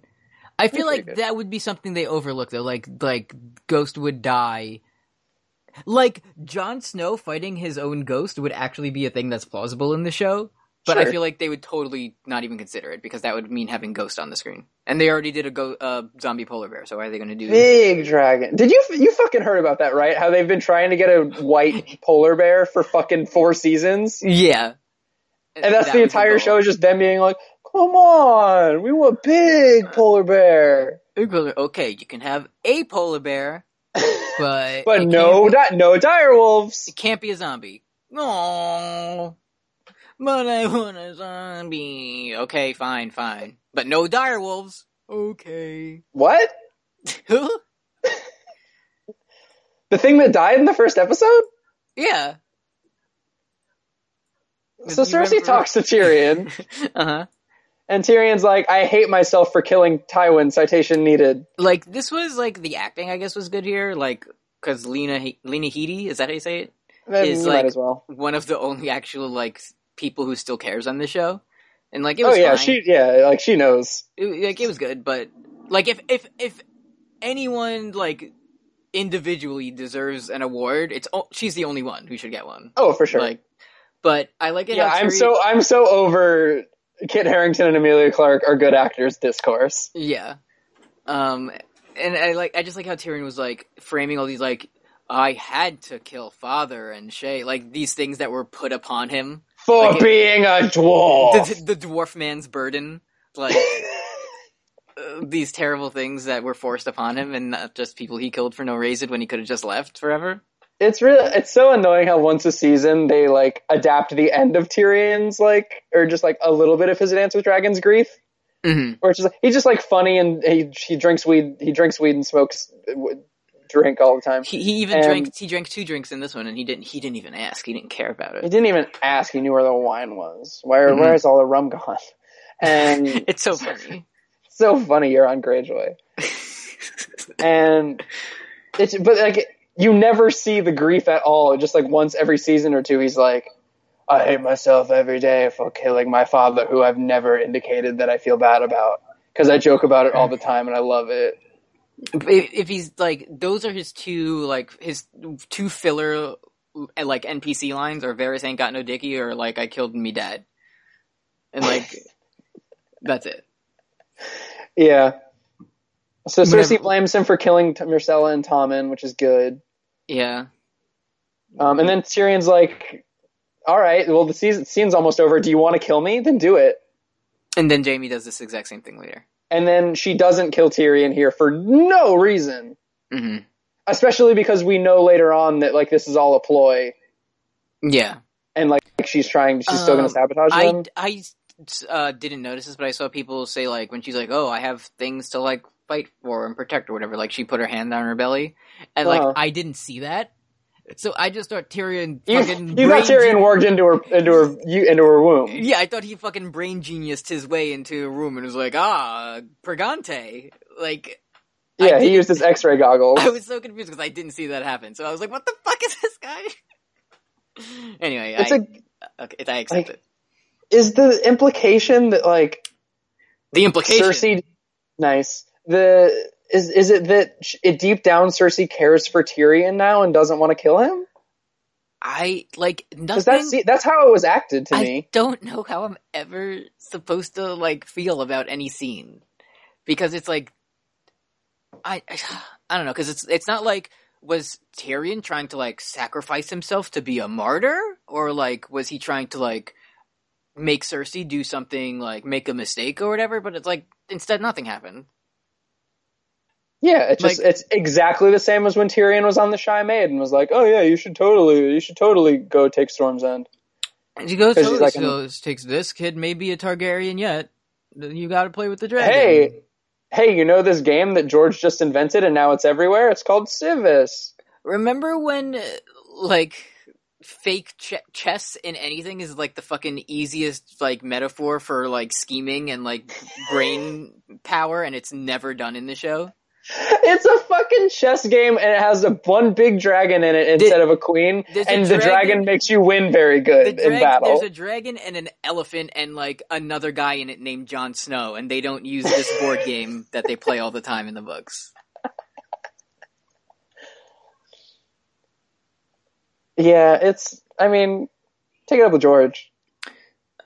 I feel pretty like good. that would be something they overlook though. Like like Ghost would die. Like Jon Snow fighting his own ghost would actually be a thing that's plausible in the show. But I Sure. feel like they would totally not even consider it because that would mean having Ghost on the screen, and they already did a go- uh, zombie polar bear. So why are they going to do? Big dragon. Did you you fucking heard about that, right? How they've been trying to get a white polar bear for fucking four seasons, Yeah, and that's That the was entire goal. show is just them being like, "Come on, we want big polar bear." Okay, you can have a polar bear, but But it no, can't be, di- no dire wolves. it can't be a zombie. No, but I want a zombie. Okay, fine, fine, but no direwolves. Okay, What? Huh? The thing that died in the first episode? Yeah. So You Cersei remember- talks to Tyrion, Uh huh. and Tyrion's like, I hate myself for killing Tywin, citation needed. Like this was like the acting I guess was good here. Like because Lena He- Lena Headey is that how you say it? Then Is you like- might as well. One of the only actual like people who still cares on this show. And like it Oh was yeah, fine. she yeah, like she knows. it, like it was good, but like if if if anyone like individually deserves an award, it's o- she's the only one who should get one. Oh, for sure. Like, but I like it. yeah, how I'm Tyrion- so I'm so over Kit Harrington and Amelia Clark are good actors discourse. yeah. Um, and I like I just like how Tyrion was like framing all these like I had to kill father and Shay like these things that were put upon him. For Like it- being a dwarf. The, the dwarf man's burden, like uh, these terrible things that were forced upon him, and not just people he killed for no reason when he could have just left forever. it's really it's so annoying how once a season they like adapt the end of Tyrion's like or just like a little bit of his Dance with Dragons grief, Mm-hmm. where it's just he's just like funny and he he drinks weed he drinks weed and smokes uh, w- drink all the time. He, he even And- drank. He drank two drinks in this one, and he didn't. He didn't even ask. He didn't care about He it. didn't even ask. He knew where the wine was. Where Mhm. where is all the rum gone? And It's so funny. so funny you're on Greyjoy. And it's but like you never see the grief at all. Just like once every season or two, he's like, I hate myself every day for killing my father, who I've never indicated that I feel bad about. Because I joke about it all the time and I love it. if, if he's like, those are his two like his two filler uh, like NPC lines, or Varys ain't got no dicky, or like I killed me dad, and like that's it. Yeah. So Whenever- Cersei blames him for killing T- Myrcella and Tommen, which is good. Yeah, Um, and then Tyrion's like, "All right, well the season, scene's almost over. Do you want to kill me? Then do it." and then Jamie does this exact same thing later. And then she doesn't kill Tyrion here for no reason, hmm especially because we know later on that like this is all a ploy, Yeah, and like she's trying, she's still going Um, to sabotage I them. I uh, didn't notice this, but I saw people say like when she's like, "Oh, I have things to like fight for and protect or whatever." Like she put her hand on her belly, and like Uh-huh. I didn't see that, so I just thought Tyrion You, fucking you brain got Tyrion gen- warged into her into her you, into her womb. Yeah, I thought he fucking brain geniused his way into a room and was like, "Ah, Pregante." Like I Yeah, he didn't- used his X-ray goggles. I was so confused because I didn't see that happen. So I was like, "What the fuck is this guy?" anyway, It's I a okay, I accept like, it. is the implication that like The implication. Cersei, nice. The is is it that sh- it deep down Cersei cares for Tyrion now and doesn't want to kill him? I like Because nothing. that's that's how it was acted to I me. don't know how I'm ever supposed to like feel about any scene because it's like I I, I don't know because it's it's not like was Tyrion trying to like sacrifice himself to be a martyr or like was he trying to like make Cersei do something like make a mistake or whatever but it's like instead nothing happened. Yeah, it's just Like- it's exactly the same as when Tyrion was on the Shy Maid and was like, "Oh yeah, you should totally, you should totally go take Storm's End." And she goes 'Cause he's totally like, goes takes this kid may be a Targaryen yet you got to play with the dragon. Hey, hey, you know this game that George just invented and now it's everywhere? It's called Civis. Remember when, uh, like, fake ch- chess in anything is like the fucking easiest like metaphor for like scheming and like brain power, and it's never done in the show. It's a fucking chess game and it has a one big dragon in it instead of a queen, there's a and the dragon- dragon makes you win very good The drag- in battle. There's a dragon and an elephant and like another guy in it named Jon Snow, and they don't use this board game that they play all the time in the books. Yeah, it's. I mean, take it up with George.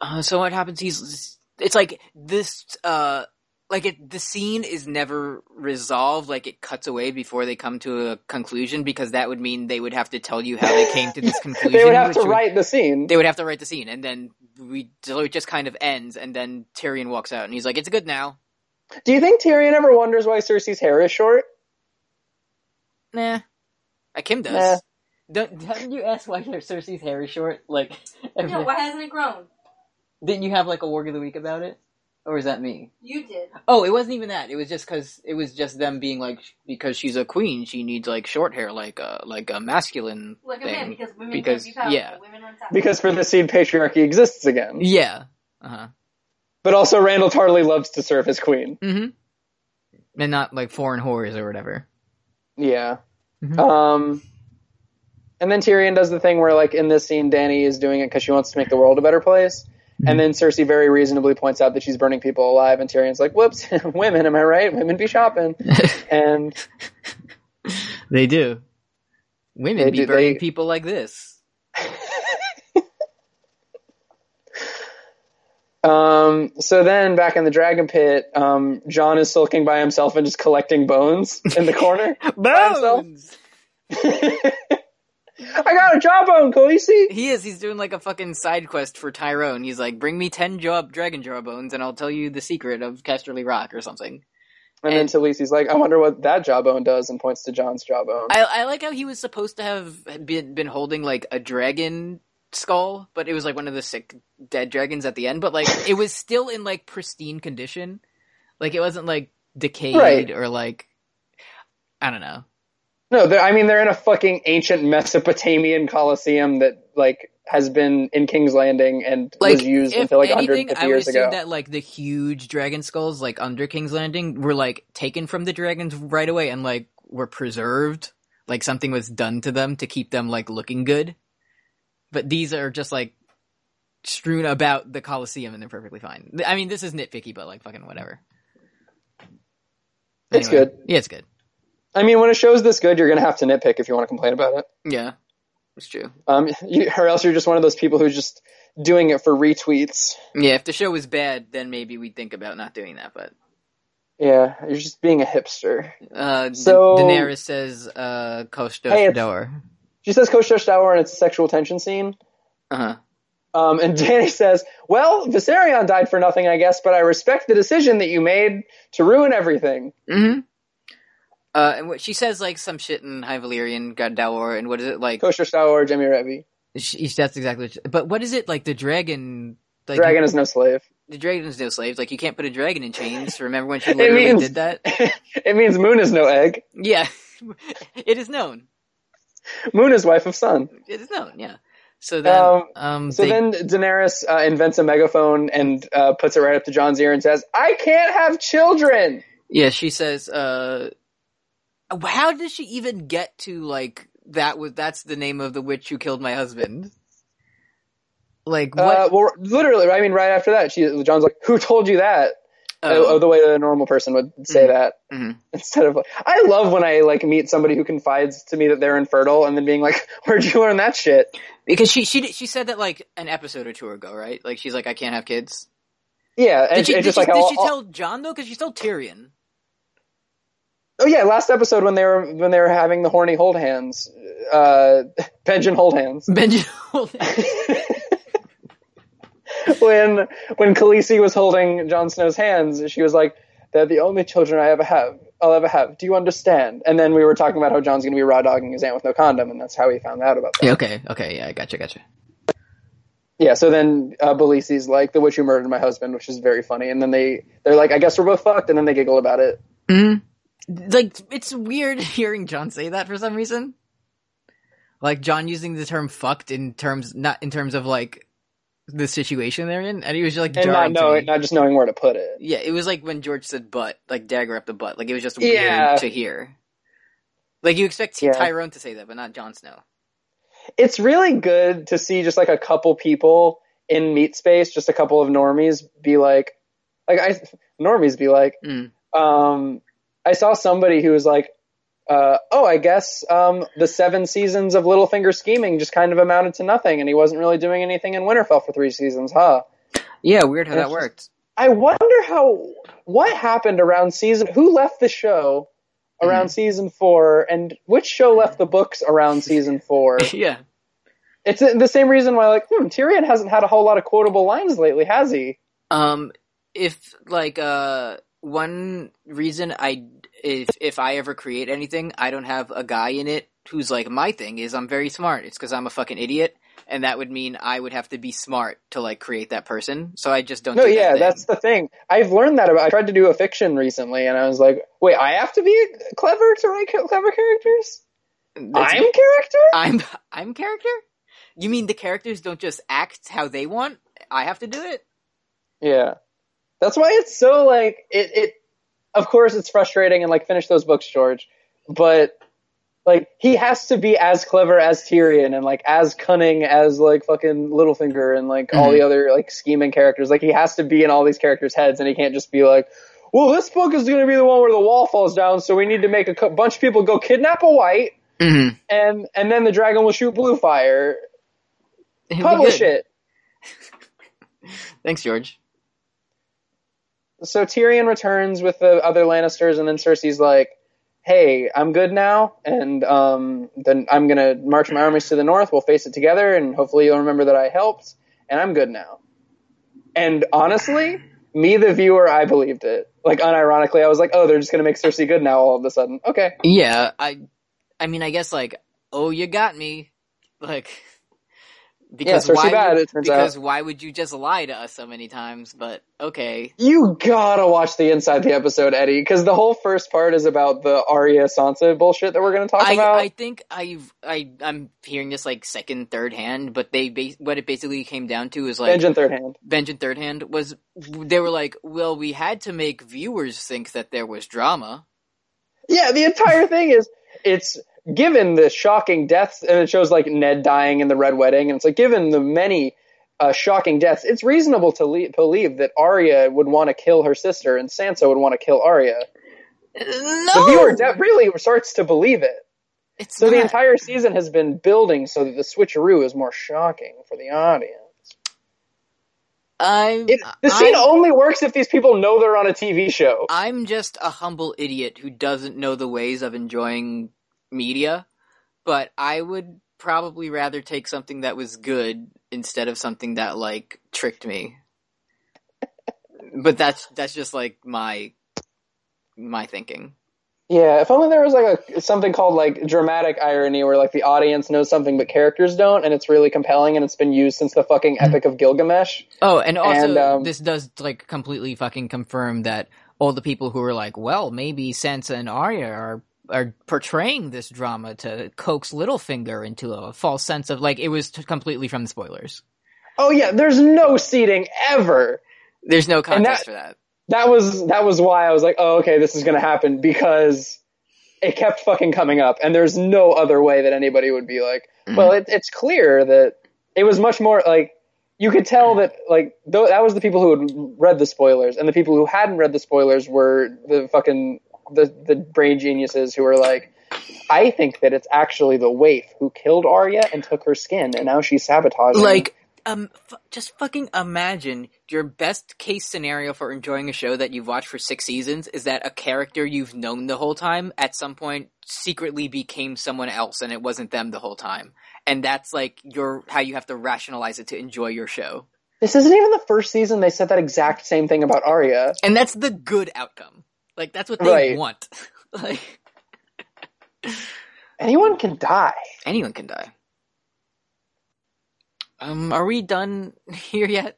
Uh, so what happens? He's it's like this. uh Like it, the scene is never resolved. Like it cuts away before they come to a conclusion because that would mean they would have to tell you how they came to this conclusion. They would have which to write the scene. They would have to write the scene, and then we so it just kind of ends, and then Tyrion walks out, and he's like, "It's good now." Do you think Tyrion ever wonders why Cersei's hair is short? Nah, Uh, Kim does. Nah. Don't, haven't you asked why Cersei's hair is short? Like, Yeah, why hasn't it grown? didn't you have like a work of the week about it? Or is that me? You did. Oh, it wasn't even that. It was just because it was just them being like because she's a queen, she needs like short hair, like a like a masculine Look at thing. men because women Because- can be powerful. yeah. Women on top. Because for the seed, patriarchy exists again. Yeah. Uh huh. But also, Randall Tarley loves to serve as queen. Mm-hmm. And not like foreign whores or whatever. Yeah. Mhm. Um, and then Tyrion does the thing where, like, in this scene, Danny is doing it because she wants to make the world a better place. And then Cersei very reasonably points out that she's burning people alive, and Tyrion's like, "Whoops, women, am I right? Women be shopping." and They do. Women They be do- burning they- people like this. um, so then, back in the dragon pit, um, John is sulking by himself and just collecting bones in the corner. himself? Bones. I got a jawbone, Khaleesi. He is. He's doing like a fucking side quest for Tyrone. He's like, bring me ten jaw dragon jaw bones, and I'll tell you the secret of Casterly Rock or something. And, then Talisi's like, I wonder what that jawbone does, and points to John's jawbone. I, I like how he was supposed to have been been holding like a dragon skull, but it was like one of the sick dead dragons at the end. But like, it was still in like pristine condition. Like it wasn't like decayed Right. or like I don't know. no, they're- I mean they're in a fucking ancient Mesopotamian coliseum that like has been in King's Landing and Like was used if until like anything, 150 I would years assume ago. that like the huge dragon skulls like under King's Landing were like taken from the dragons right away and like were preserved. Like something was done to them to keep them like looking good. But these are just like strewn about the Colosseum and they're perfectly fine. Th- I mean, this is nitpicky, but like fucking whatever. It's good. Yeah, it's good. I mean, when a show's this good, you're gonna have to nitpick if you want to complain about it. Yeah, it's true. Um, you, or else you're just one of those people who's just doing it for retweets. Yeah, if the show was bad, then maybe we'd think about not doing that. But Yeah, you're just being a hipster. uh, Da- So- Daenerys says, uh, Kosh Hey, it's- Door. She says Coach Josh Tower and it's a sexual tension scene. Uh huh. Um, and Danny says, "Well, Viserion died for nothing, I guess, but I respect the decision that you made to ruin everything." Mm-hmm. Uh, and what she says like some shit in High Valyrian, God Dawar, and what is it like? Kosher Star Wars, Jimmy Revy. She, that's exactly. What she, but what is it like? The dragon, like Dragon is no slave. the dragon is no slaves. Like you can't put a dragon in chains. Remember when she literally means- did that? it means Moon is no egg. Yeah, it is known. Moon is wife of Sun. It is known. Yeah. So then, um, Um, So they- then Daenerys uh, invents a megaphone and uh, puts it right up to John's ear and says, "I can't have children." yeah, she says, uh, how did she even get to like that? Was that's the name of the witch who killed my husband? Like what? Uh, well, literally, I mean, right after that, she John's like, "Who told you that?" oh, Oh, the way that a normal person would say Mhm. that Mhm. instead of like, I love when I like meet somebody who confides to me that they're infertile and then being like, "Where'd you learn that shit?" Because she she did- she said that like an episode or two ago, right? Like she's like, I can't have kids. Yeah, and, Did she, and did just she, like did all- she all- tell John though? Because she told Tyrion. Oh yeah, last episode when they were when they were having the horny hold hands, uh, Benjamin hold hands. Benji. when when Khaleesi was holding Jon Snow's hands, she was like, "They're the only children I ever have. I'll ever have. Do you understand?" And then we were talking about how John's going to be raw dogging his aunt with no condom, and that's how he found out about that. yeah, okay. Okay. Yeah. Gotcha. Gotcha. Yeah. So then uh, Khaleesi's like, "The witch who murdered my husband," which is very funny. And then they they're like, "I guess we're both fucked," and then they giggle about it. hmm Like it's weird hearing John say that for some reason. Like John using the term "fucked" in terms not in terms of like the situation they're in, and he was just like And not jarring to knowing, me. not just knowing where to put it. Yeah, it was like when George said butt, like dagger up the butt. Like it was just Yeah. weird to hear. Like you expect Yeah. Tyrone to say that, but not Jon Snow. it's really good to see just like a couple people in meat space, just a couple of normies be like, like I normies be like, Mm. um, I saw somebody who was like, uh, oh, I guess um, the seven seasons of Littlefinger scheming just kind of amounted to nothing, and he wasn't really doing anything in Winterfell for three seasons, huh? Yeah, weird how And that it's just- worked. I wonder how what happened around season. Who left the show around season four, and which show left the books around season four? yeah. It's the same reason why, like, hmm, Tyrion hasn't had a whole lot of quotable lines lately, has he? Um, if like uh, one reason I if if I ever create anything, I don't have a guy in it who's like my thing is I'm very smart. It's because I'm a fucking idiot, and that would mean I would have to be smart to like create that person. So I just don't. No, do that yeah, thing. that's the thing. I've learned that about. I tried to do a fiction recently, and I was like, "Wait, I have to be clever to write ca- clever characters. That's- I'm character. I'm I'm character. You mean the characters don't just act how they want? I have to do it. Yeah, that's why it's so like it. It of course it's frustrating, and like finish those books, George. But like he has to be as clever as Tyrion, and like as cunning as like fucking Littlefinger, and like all the other like scheming characters. Like he has to be in all these characters' heads, and he can't just be like. Well, this book is going to be the one where the wall falls down, so we need to make a cou- bunch of people go kidnap a white, Mm-hmm. and and then the dragon will shoot blue fire. Publish it. Thanks, George. So Tyrion returns with the other Lannisters, and then Cersei's like, "Hey, I'm good now, and um, then I'm gonna march my armies to the north. We'll face it together, and hopefully you'll remember that I helped, and I'm good now." And honestly, me the viewer, I believed it. Like unironically, I was like, "Oh, they're just gonna make Cersei good now all of a sudden." Okay, Yeah, I, I mean, I guess like, oh, you got me, like, because Cersei why? bad, would- it turns because why would you just lie to us so many times? But okay, you gotta watch the inside the episode, Eddie, because the whole first part is about the Arya Sansa bullshit that we're gonna talk I, about. I think I've I I'm hearing this like second, third hand, but they ba- what it basically came down to is like Benjen third hand. Vengeance Third Hand was they were like, well, we had to make viewers think that there was drama. Yeah, the entire thing is it's given the shocking deaths, and it shows like Ned dying in the Red Wedding, and it's like given the many uh, shocking deaths, it's reasonable to le- believe that Arya would want to kill her sister, and Sansa would want to kill Arya. The No, viewer de- really starts to believe it. it's So the not- entire season has been building so that the switcheroo is more shocking for the audience. I'm It, the scene I'm, only works if these people know they're on a TV show. I'm just a humble idiot who doesn't know the ways of enjoying media, but I would probably rather take something that was good instead of something that like tricked me. but that's that's just like my my thinking. Yeah, if only there was like a something called like dramatic irony where like the audience knows something but characters don't and it's really compelling and it's been used since the fucking Epic of Gilgamesh. Oh, and also And, um, this does like completely fucking confirm that all the people who are like, well, maybe Sansa and Arya are are portraying this drama to coax Littlefinger into a false sense of like it was t- completely from the spoilers. Oh yeah, there's no seating ever. There's no contest that- for that. That was that was why I was like, "Oh, okay, this is going to happen because it kept fucking coming up and there's no other way that anybody would be like, well, it, it's clear that it was much more like you could tell that like th- that was the people who had read the spoilers and the people who hadn't read the spoilers were the fucking the the brain geniuses who were like I think that it's actually the waif who killed Arya and took her skin and now she's sabotaging Like, um, f- just fucking imagine your best case scenario for enjoying a show that you've watched for six seasons is that a character you've known the whole time at some point secretly became someone else and it wasn't them the whole time. And that's like your how you have to rationalize it to enjoy your show. this isn't even the first season they said that exact same thing about Arya. And that's the good outcome. Like that's what they Right. want. like Anyone can die. anyone can die. Um, are we done here yet?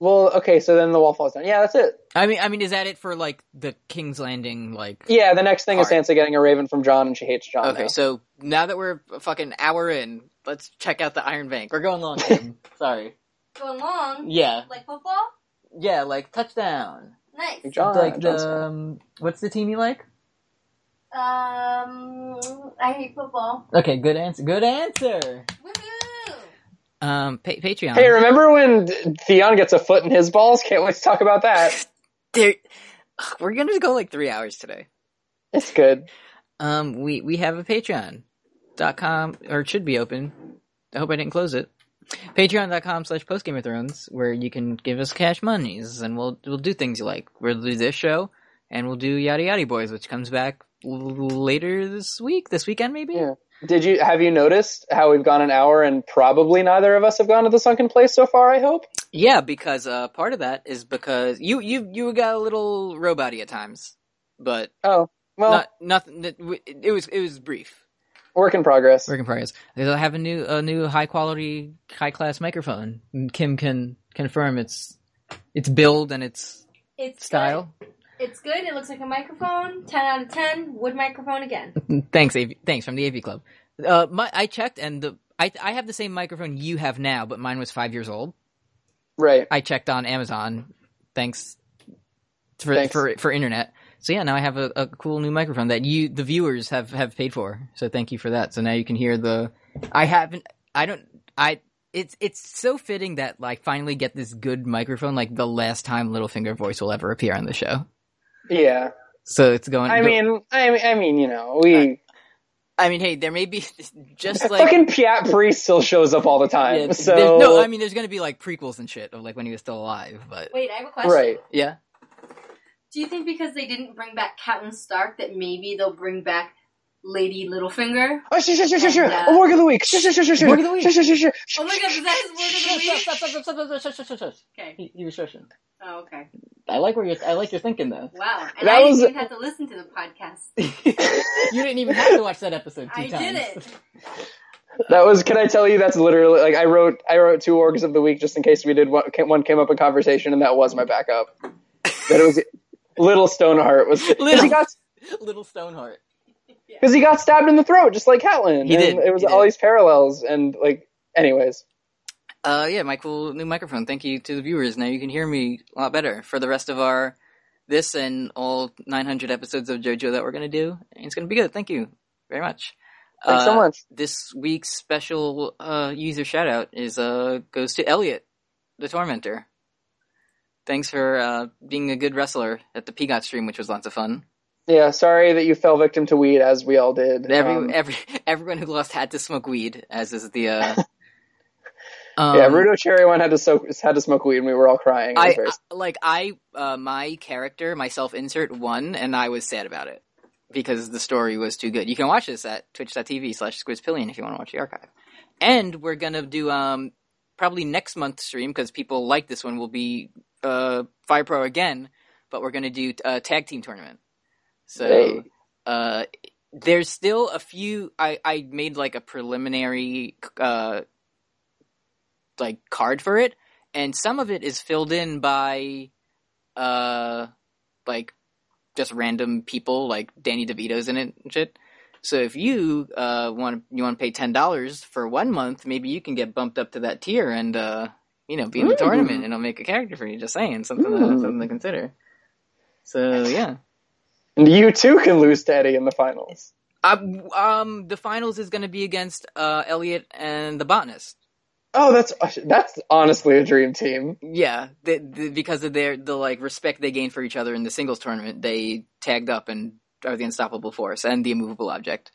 Well, okay, so then the wall falls down. Yeah, that's it. I mean, I mean, is that it for like the King's Landing? Like, Yeah, the next thing is Alright. Sansa getting a raven from John and she hates John. Okay, now. so now that we're a fucking hour in, let's check out the Iron Bank. We're going long. Tim. Sorry. Going long. Yeah, Like football? yeah, like touchdown. Nice. John, like John's the fine. um, what's the team you like? Um, I hate football. Okay, good answer. Good answer. Woohoo! Um, pa- Patreon. Hey, remember when Theon gets a foot in his balls? Can't wait to talk about that. There- Ugh, we're gonna go like three hours today. It's good. Um, we we have a Patreon. dot com or it should be open. I hope I didn't close it. Patreon.com slash post Game of Thrones, where you can give us cash monies and we'll we'll do things you like. We'll do this show and we'll do Yada Yada Boys, which comes back l- later this week, this weekend maybe. Yeah. Did you have you noticed how we've gone an hour and probably neither of us have gone to the sunken place so far? I hope. Yeah, because uh, part of that is because you you you got a little robot at times, but Oh well, not nothing. That, it was it was brief. Work in progress. Work in progress. Because I have a new, a new high quality, high class microphone. And Kim can confirm its, its build and its It's style. Good. It's good. It looks like a microphone. Ten out of ten. Wood microphone again. Thanks, AV, thanks from the AV Club. Uh, my, I checked, and the I I have the same microphone you have now, but mine was five years old. Right. I checked on Amazon. Thanks for Thanks. for for internet. So yeah, now I have a, a cool new microphone that you the viewers have have paid for. So thank you for that. So now you can hear the I haven't I don't I it's it's so fitting that like finally get this good microphone like the last time Littlefinger voice will ever appear on the show. Yeah. So it's going I mean, I mean, I mean, you know, we I mean hey, there may be just like fucking Piat Priest still shows up all the time. Yeah, so there's- no, I mean, there's going to be like prequels and shit of like when he was still alive, but Wait, I have a question. right. yeah, Do you think because they didn't bring back Captain Stark that maybe they'll bring back Lady Littlefinger? Oh, sure, sure, sure, sure, sure. Yeah. Oh, work of the week. Sure, sure, sure, sure, sure. Work of the week. Sure, sure, sure, sure. Oh my god, is that his word of the week? Okay. He was shushing. Oh, okay. I like where you. I like your thinking though. Wow. And That I was- didn't even have to listen to the podcast. You didn't even have to watch that episode two I times. did it. That was. Can I tell you? That's literally like I wrote. I wrote two orgs of the week just in case we did one. ca- One came up in conversation, and that was my backup. That it was. Little Stoneheart was because he Little. got Little Stoneheart. because he got stabbed in the throat just like Hatlin. He did, And it was he all did. these parallels and like. Anyways, Uh, yeah, my cool new microphone. Thank you to the viewers. Now you can hear me a lot better for the rest of our this and all 900 episodes of JoJo that we're gonna do. And it's gonna be good. Thank you very much. thanks Uh, so much. this week's special uh, user shout out is uh, goes to Elliot, the tormentor. Thanks for uh, being a good wrestler at the Peacock stream, which was lots of fun. Yeah, sorry that you fell victim to weed, as we all did. Every, Um, every everyone who lost had to smoke weed, as is the. Uh, um, yeah, Rudo Cherry one had to soak, had to smoke weed, and we were all crying. It was I, very- I- like I uh, my character myself insert won, and I was sad about it because the story was too good. You can watch this at twitch.tv slash squidspillion if you want to watch the archive. And we're gonna do um probably next month's stream because people like this one will be uh Fire Pro again, but we're gonna do a tag team tournament. So Hey. uh there's still a few I, I made like a preliminary uh like card for it and some of it is filled in by uh like just random people like Danny DeVito's in it and shit. So if you uh want you want to pay ten dollars for one month, maybe you can get bumped up to that tier and uh you know be in the Ooh. tournament and I'll make a character for you. Just saying something to, Ooh. something to consider. So yeah, and you too can lose to Eddie in the finals. um, um the finals is going to be against uh Elliot and the botanist. Oh, that's that's honestly a dream team. Yeah, the, the, because of their the like respect they gained for each other in the singles tournament, they tagged up and are the unstoppable force and the immovable object.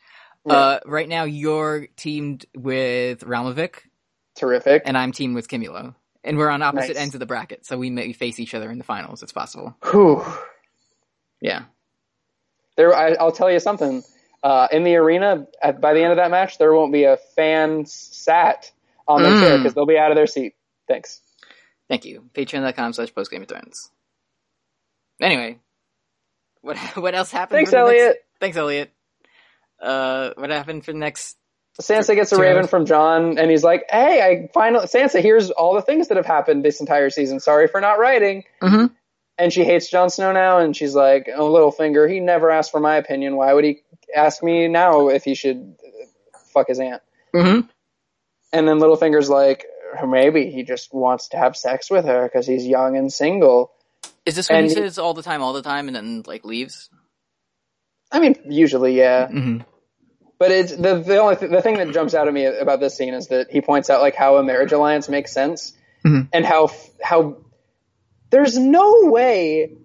Uh, right now, you're teamed with Ramovic, Terrific. and I'm teamed with Kimulo, and we're on opposite Nice. ends of the bracket, so we may face each other in the finals. It's possible. Whew. Yeah. There, I, I'll tell you something. Uh, in the arena, at, by the end of that match, there won't be a fan sat on their Mm. chair because they'll be out of their seat. Thanks. Thank you. Patreon.com slash postgameofthrones. Anyway, what what else happened? Thanks, for the next- Elliot. thanks, Elliot. Uh, what happened for the next Sansa gets a Two raven hours. from John, and he's like, "Hey, I finally Sansa, here's all the things that have happened this entire season. Sorry for not writing." Mhm. And she hates Jon Snow now, and she's like, "Oh, Littlefinger, he never asked for my opinion. Why would he ask me now if he should uh, fuck his aunt?" Mhm. And then Littlefinger's like, "Maybe he just wants to have sex with her because he's young and single." Is this when he And- says all the time, all the time, and then like leaves? I mean, usually, yeah. Mm-hmm. But it's the the only th- the thing that jumps out at me about this scene is that he points out like how a marriage alliance makes sense Mhm. and how f- how there's no way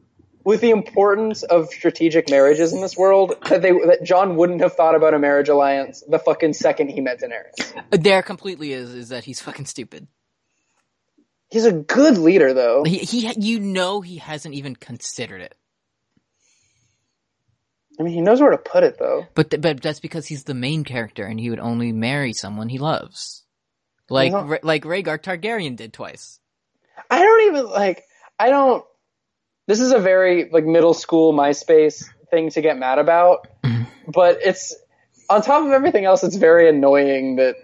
with the importance of strategic marriages in this world that they that John wouldn't have thought about a marriage alliance the fucking second he met Daenerys. There completely is is that he's fucking stupid. He's a good leader though. He, he you know he hasn't even considered it, I mean, he knows where to put it though. but th- but that's because he's the main character and he would only marry someone he loves, like No. Ra- like Rhaegar Targaryen did twice. I don't even like. I don't. This is a Mm-hmm. very like middle school MySpace thing to get mad about, but it's on top of everything else, it's very annoying that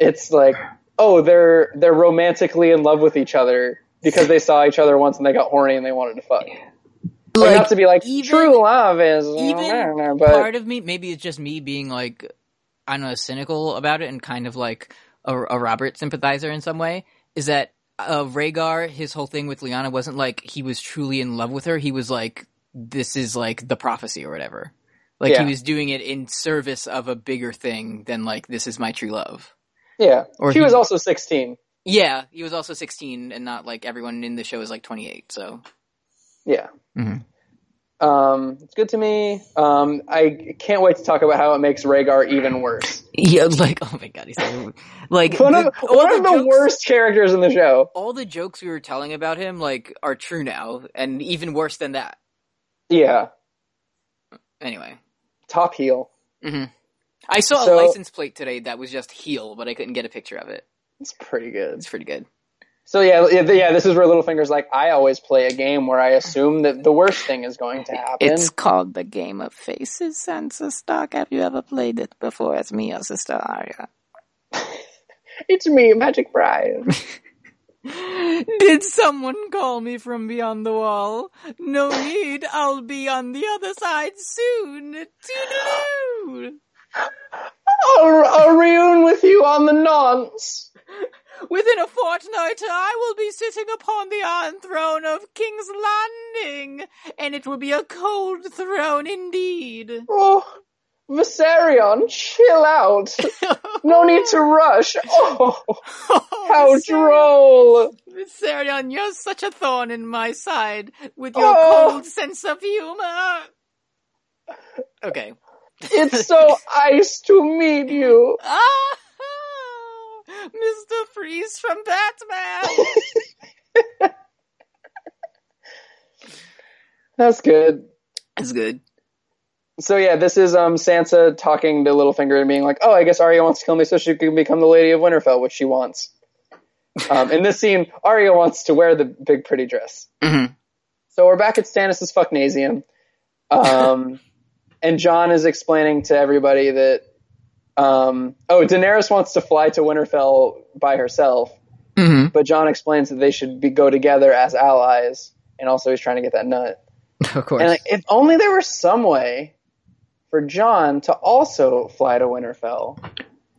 it's like, oh, they're they're romantically in love with each other because they saw each other once and they got horny and they wanted to fuck. Like, not to be like even- true love is, even but part of me maybe it's just me being like i don't know cynical about it and kind of like a, a robert sympathizer in some way is that uh Rhaegar, his whole thing with liana wasn't like he was truly in love with her he was like this is like the prophecy or whatever like Yeah. he was doing it in service of a bigger thing than like this is my true love yeah, or she he- was also sixteen. yeah he was also 16 and not like everyone in the show is like 28 so Yeah. Mhm. Um, it's good to me. Um, I can't wait to talk about how it makes Rhaegar even worse. yeah like oh my god he's so- like One of the- all one of the jokes- worst characters in the show. all the jokes we were telling about him like are true now and even worse than that Yeah, anyway top heel. i saw So- a license plate today that was just heel but i couldn't get a picture of it It's pretty good. it's pretty good So yeah, yeah, th- yeah. This is where Littlefinger's like, I always play a game where I assume that the worst thing is going to happen. called the game of faces sansa stark have you ever played it before as me or sister arya It's me, Magic Brian. did someone call me from beyond the wall no need i'll be on the other side soon Toodaloo. I'll, I'll reun with you on the nonce. Within a fortnight, I will be sitting upon the iron throne of King's Landing, and it will be a cold throne indeed. Oh, Viserion, chill out. No need to rush. Oh, how droll. Viserion, you're such a thorn in my side with your Oh. cold sense of humor. Okay. It's so nice to meet you. Ah! Mr. Freeze from Batman! That's good. That's good. So yeah, this is um Sansa talking to Littlefinger and being like, "Oh, I guess Arya wants to kill me so she can become the Lady of Winterfell, which she wants." Um, in this scene, Arya wants to wear the big pretty dress. Mhm. So we're back at Stannis' fucknasium, um, and John is explaining to everybody that um, oh, Daenerys wants to fly to Winterfell by herself, Mm-hmm. but John explains that they should be go together as allies, and also he's trying to get that nut. Of course. And like, if only there were some way for John to also fly to Winterfell.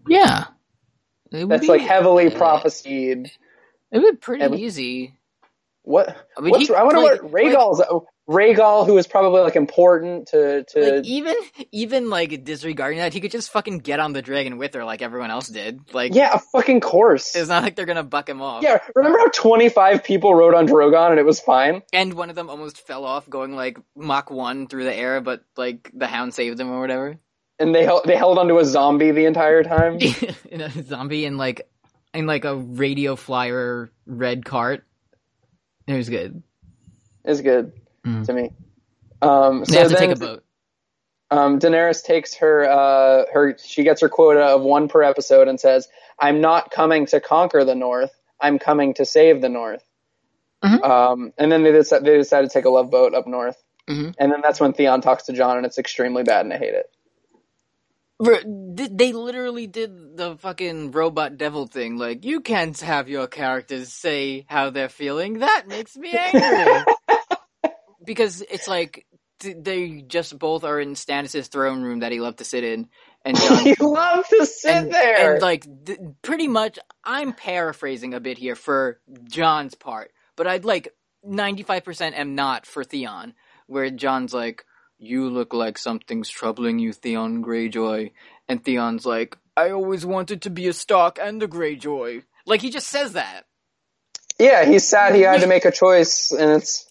yeah. It would That's be- like heavily uh, prophesied. It would be pretty And- easy. What? I mean, what's, he- I wonder like- what Rhaegal's. Rhaegal, who is probably like important to to. Like even even like disregarding that, he could just fucking get on the dragon with her like everyone else did. Like yeah, a fucking course. it's not like they're gonna buck him off. Yeah, remember how 25 people rode on Drogon and it was fine? And one of them almost fell off going like Mach one through the air, but like the hound saved him or whatever. And they held, they held onto a zombie the entire time? in a zombie in like in like a radio flyer red cart. It was good. It's good Mm. to me. Um, so they have to then, take a boat. um, Daenerys takes her uh, her she gets her quota of one per episode and says, "I'm not coming to conquer the North. I'm coming to save the North." Mhm. Um, and then they decide, they decide to take a love boat up north. Mhm. And then that's when Theon talks to John, and it's extremely bad, and I hate it. Bro, th- They literally did the fucking robot devil thing. Like, you can't have your characters say how they're feeling. That makes me angry. because it's like th- they just both are in Stannis' throne room that he loved to sit in, and John you love to sit and, there. and, like th- pretty much, I'm paraphrasing a bit here for John's part, but I'd like 95% am not for Theon, where John's like, "You look like something's troubling you, Theon Greyjoy," and Theon's like, "I always wanted to be a Stark and a Greyjoy." Like he just says that, yeah, he's sad he had to make a choice, and it's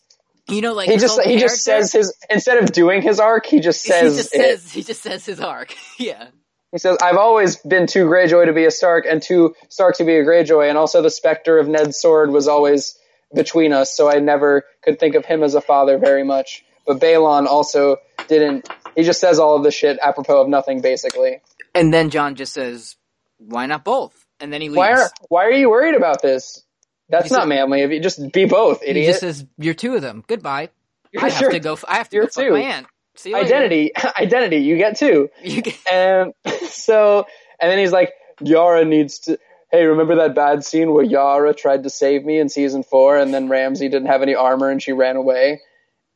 you know, like he his just whole he just character- says his instead of doing his arc, he just says he just it. says he just says his arc, yeah. He says, I've always been too Greyjoy to be a Stark and too Stark to be a Greyjoy, and also the specter of Ned's sword was always between us, so I never could think of him as a father very much. But Balon also didn't. He just says all of this shit apropos of nothing, basically. And then John just says, "Why not both?" And then he leaves. Why are Why are you worried about this? That's He said- not manly. If you just be both, he idiot. just says, "You're two of them. Goodbye. I have You're- to go. I have to you're go fuck two. my aunt. See you later. identity, identity, you get two. You get- And so, and then he's like, Yara needs to. Hey, remember that bad scene where Yara tried to save me in season four, and then Ramsey didn't have any armor and she ran away.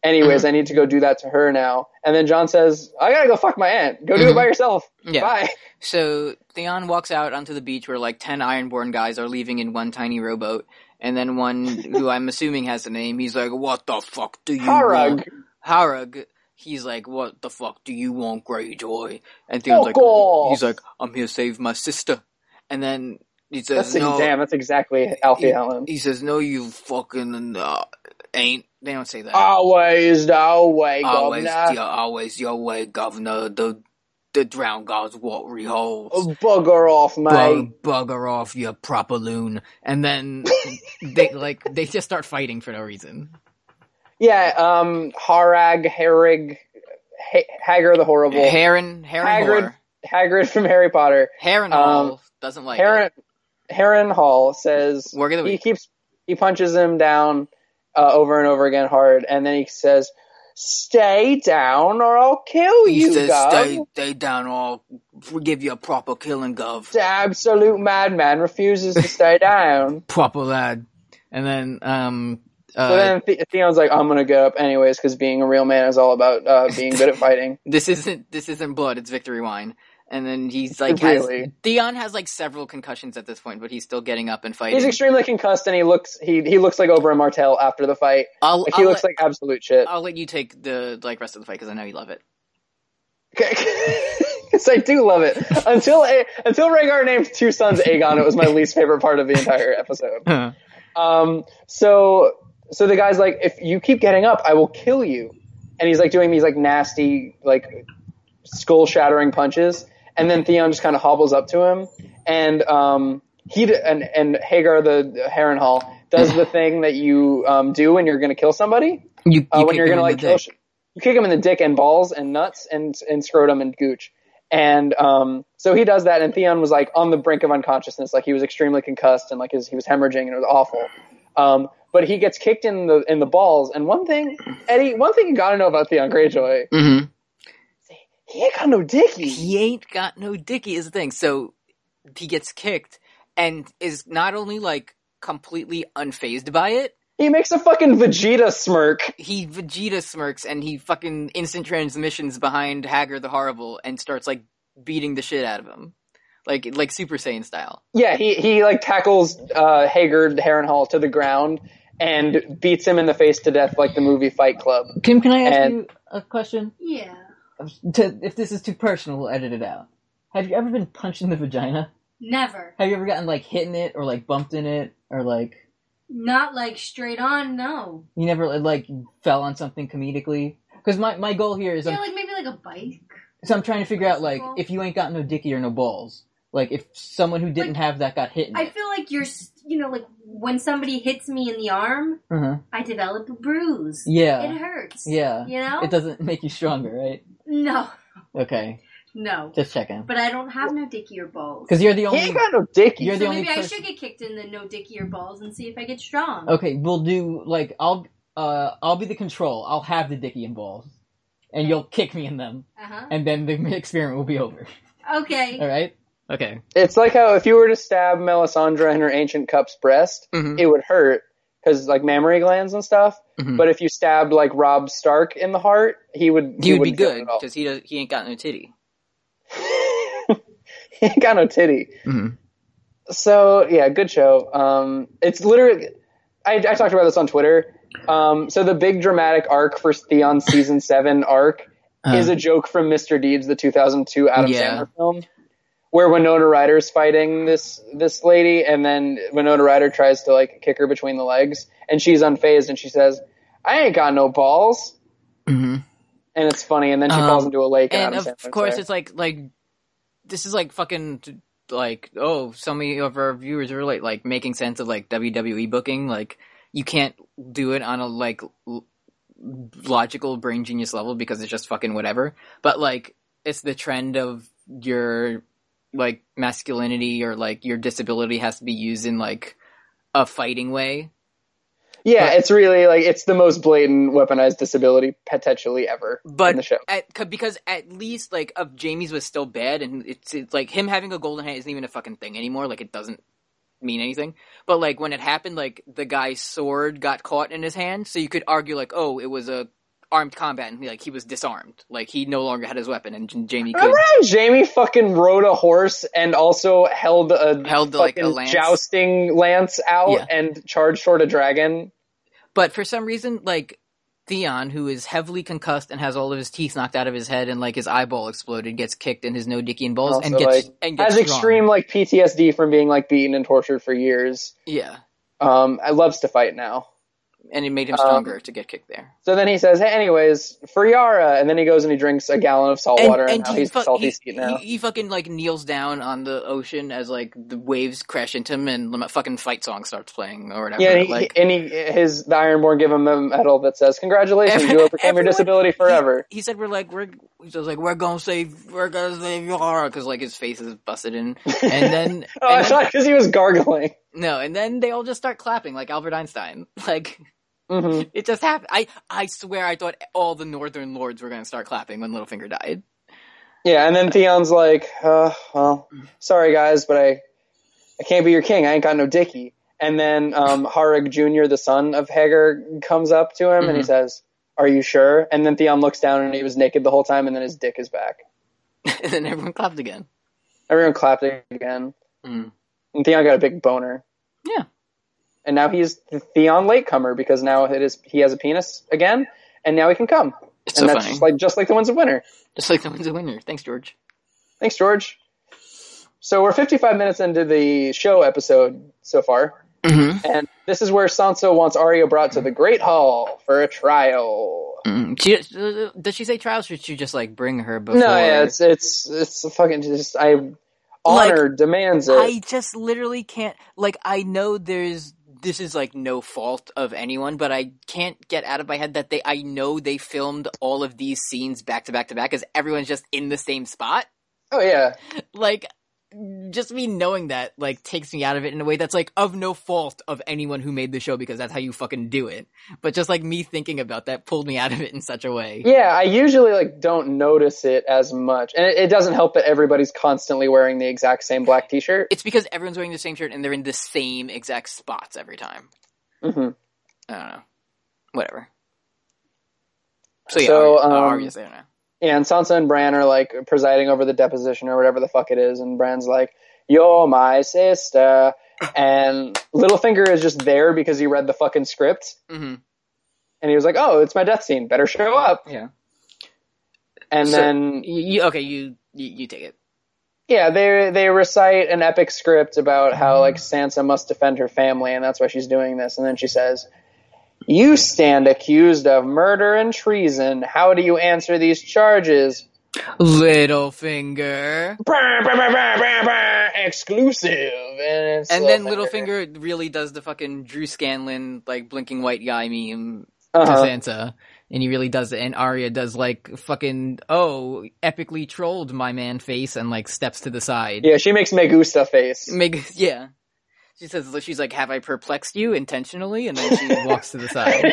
Anyways, I need to go do that to her now. And then John says, "I gotta go fuck my aunt. Go do it by yourself. yeah. Bye." So Theon walks out onto the beach where like ten Ironborn guys are leaving in one tiny rowboat, and then one who I'm assuming has a name. He's like, "What the fuck do you want?" Harug, Harug. He's like, "What the fuck do you want, Greyjoy?" And Theon's Fuck like, off. "He's like, I'm here to save my sister." And then he says, that's "No, damn. That's exactly Alfie Allen. He says, "No, you fucking uh, ain't." They don't say that. Always, no way, always, governor. your, always your way, governor. The the drown god's watery Oh holes. Bugger off, mate. Bug, bugger off, you propaloon. And then they like they just start fighting for no reason. Yeah, um, Harag, Harrig, ha- Hagar the Horrible, Heron, Heron, Hagrid- Hor. Hagrid from Harry Potter. Heron um, Hall doesn't like Heron, it. Heron Hall says Work of the he week. keeps he punches him down uh, over and over again hard, and then he says, "Stay down, or I'll kill He you, says, Gov." "Stay, stay down, or we'll give you a proper killing, gov." The absolute madman refuses to stay down. Proper lad. And then um. Uh, So then Th- Theon's like, "I'm gonna get up anyways, because being a real man is all about uh, being good at fighting." this isn't this isn't blood it's victory wine and then he's like has Really? Theon has like several concussions at this point but he's still getting up and fighting He's extremely concussed, and he looks he he looks like Oberyn Martell after the fight. I'll, Like, I'll, he looks let, like absolute shit. I'll let you take the like rest of the fight because I know you love it Because I do love it. Until A- until Rhaegar named two sons Aegon, it was my least favorite part of the entire episode. Um, so so the guy's like, if you keep getting up, I will kill you. And he's like doing these like nasty like skull shattering punches, and then Theon just kind of hobbles up to him, and um, he d- and and Hagar the the Harrenhal does the thing that you um, do when you're going to kill somebody you, you uh, when kick you're him in gonna like the kill, dick. sh- you kick him in the dick and balls and nuts and and scrotum and gooch. And um, so he does that, and Theon was like on the brink of unconsciousness, like he was extremely concussed and like his, he was hemorrhaging and it was awful. Um, but he gets kicked in the in the balls, and one thing, Eddie, one thing you gotta know about Theon Greyjoy, Mhm. he ain't got no dicky. he ain't got no dicky is the thing so he gets kicked and is not only like completely unfazed by it He makes a fucking Vegeta smirk. he Vegeta smirks and he fucking instant transmissions behind Hagar the Horrible and starts like beating the shit out of him, like like Super Saiyan style. Yeah, he he like tackles uh, Hager Harrenhal to the ground and beats him in the face to death, like the movie Fight Club. Kim, can I ask And- you a question? Yeah. To, if this is too personal, we'll edit it out. Have you ever been punched in the vagina? Never. Have you ever gotten like hit in it or like bumped in it or like Not like straight on, no. you never like fell on something comedically? Because my, my goal here is Yeah, I'm like maybe like a bike. so I'm trying to figure out like Bicycle. if you ain't got no dicky or no balls, like if someone who didn't Like, have that got hit in I it. feel like you're, s- you know, like when somebody hits me in the arm, uh-huh. I develop a bruise. Yeah. It hurts. Yeah. You know? It doesn't make you stronger, right? No. Okay, No. just checking. But I don't have no dicky or balls. Because you're the He only. ain't got no dicky. You're the so only maybe I person- should get kicked in the no dicky or balls and see if I get strong. Okay, we'll do like I'll uh I'll be the control. I'll have the dicky and balls, and you'll kick me in them, Uh-huh. and then the experiment will be over. Okay. All right. Okay. It's like how if you were to stab Melisandre in her ancient cup's breast, Mhm. it would hurt because like mammary glands and stuff. Mhm. But if you stabbed like Rob Stark in the heart, he would He would be wouldn't feel it good at all. because he does, he ain't got no titty. he ain't got no titty. Mhm. So yeah, good show. Um, it's literally. I, I talked about this on Twitter. Um, so the big dramatic arc for Theon's season seven arc is a joke from Mr. Deeds, the 2002 Adam Uh-huh. Yeah. Sandler film, where Winona Ryder's fighting this this lady, and then Winona Ryder tries to like kick her between the legs, and she's unfazed, and she says, "I ain't got no balls," mm-hmm. and it's funny, and then she Um, falls into a lake, and, and Adam of Sandler's course there. it's like like this is like fucking like oh so many of our viewers are like like making sense of like WWE booking like you can't do it on a like l- logical brain genius level because it's just fucking whatever but like it's the trend of your like masculinity or like your disability has to be used in like a fighting way Yeah, But- it's really like it's the most blatant weaponized disability potentially ever in the But show. at, c- because at least like of Jamie's was still bad, and it's, it's like him having a golden hand isn't even a fucking thing anymore. Like it doesn't mean anything. But like when it happened, like the guy's sword got caught in his hand, so you could argue like, oh, it was a armed combat, and like he was disarmed, like he no longer had his weapon, and J- Jamie could Remember how Jamie fucking rode a horse and also held a held like fucking a lance. jousting lance out Yeah. and charged toward a dragon? But for some reason, like Theon, who is heavily concussed and has all of his teeth knocked out of his head and like his eyeball exploded, gets kicked in his no dicky and balls and Also, gets like, and gets Has strong. extreme like PTSD from being like beaten and tortured for years. Yeah, Um, I loves to fight now. and it made him Um, stronger to get kicked there. So then he says, "Hey, anyways, for Yara," and then he goes and he drinks a gallon of salt Oh, water, and, now he he's fu- the salty he- seat now. He, he fucking like kneels down on the ocean as like the waves crash into him and the fucking fight song starts playing or whatever. Yeah, and, he, like and he, his the Ironborn give him a medal that says, "Congratulations, Ev- you overcame your everyone- disability forever." He, he said, "We're like we're." He was like, "We're gonna save, we're gonna save Yara," because like his face is busted in, and then Oh, I and then- thought because he was gargling. no, and then they all just start clapping like Albert Einstein. Like hmm it just happened. I I swear, I thought all the Northern lords were gonna start clapping when Littlefinger died. Yeah, and then Theon's like, uh, "Well, sorry guys, but I, I can't be your king. I ain't got no dicky." And then um, Harag Jr., the son of Hager, comes up to him and he Mhm. says, "Are you sure?" And then Theon looks down and he was naked the whole time, and then his dick is back. and then everyone clapped again. Everyone clapped again. Mm. And Theon got a big boner. Yeah. And now he's the Theon latecomer because now it is he has a penis again, and now he can come. It's and so that's funny. just like just like the ones of winter. Just like the one's a winner. Thanks, George. Thanks, George. So we're 55 minutes into the show episode so far, Mm-hmm. and this is where Sansa wants Arya brought to the Great Hall for a trial. Mm-hmm. She, uh, does she say trials? Or should she just like bring her before? No, yeah, it's it's it's fucking just I honor demands it. I just literally can't. Like, I know there's this is like no fault of anyone, but I can't get out of my head that they. I know they filmed all of these scenes back to back to back because everyone's just in the same spot. oh yeah, Like, just me knowing that like takes me out of it in a way that's like of no fault of anyone who made the show because that's how you fucking do it. But just like me thinking about that pulled me out of it in such a way. yeah. I usually like don't notice it as much, and it, it doesn't help that everybody's constantly wearing the exact same black T-shirt. It's because everyone's wearing the same shirt and they're in the same exact spots every time. hmm I don't know. Whatever. So yeah, Arya, So, uh, um, Arya's there now. Yeah, and Sansa and Bran are like presiding over the deposition or whatever the fuck it is, and Bran's like, "You're my sister," and Littlefinger is just there because he read the fucking script, hmm and he was like, "Oh, it's my death scene. Better show up." Yeah. And So- then You, you- okay, you, you you take it. yeah, they they recite an epic script about Mm-hmm. how like Sansa must defend her family, and that's why she's doing this. And then she says. You stand accused of murder and treason. How do you answer these charges? Littlefinger. Brr, brr, brr, brr, brr, brr, exclusive. And, it's And then Littlefinger. Littlefinger really does the fucking Drew Scanlon like blinking white guy meme to Uh-huh. Sansa, and he really does it. And Arya does like fucking oh, epically trolled my man face, and like steps to the side. Yeah, she makes Megusta face. Meg, yeah. She says she's like, "Have I perplexed you intentionally?" And then she walks to the side.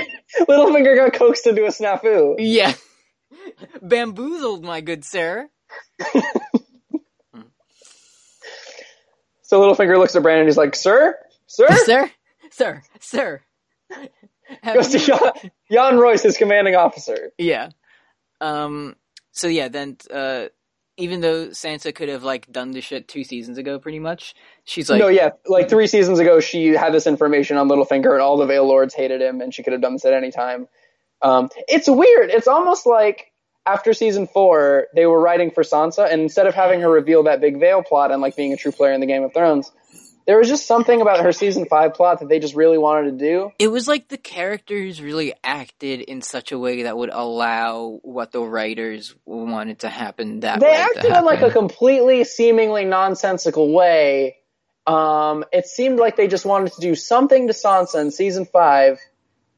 Littlefinger got coaxed into a snafu. Yeah, bamboozled, my good sir. So Littlefinger looks at Brandon and he's like, Sir? Sir? sir, sir, sir. Have Goes to you- Jan, Jan Royce, his commanding officer. yeah. Um. So yeah, then uh, even though Sansa could have like done this shit two seasons ago, pretty much, she's like, no, yeah, like three seasons ago, she had this information on Littlefinger, and all the Vale Lords hated him, and she could have done this at any time. Um, it's weird. It's almost like after season four, they were writing for Sansa, and instead of having her reveal that big Vale plot and like being a true player in the Game of Thrones, there was just something about her season five plot that they just really wanted to do. it was like the characters really acted in such a way that would allow what the writers wanted to happen. That they way to acted in like a happen. completely seemingly nonsensical way um, it seemed like they just wanted to do something to sansa in season five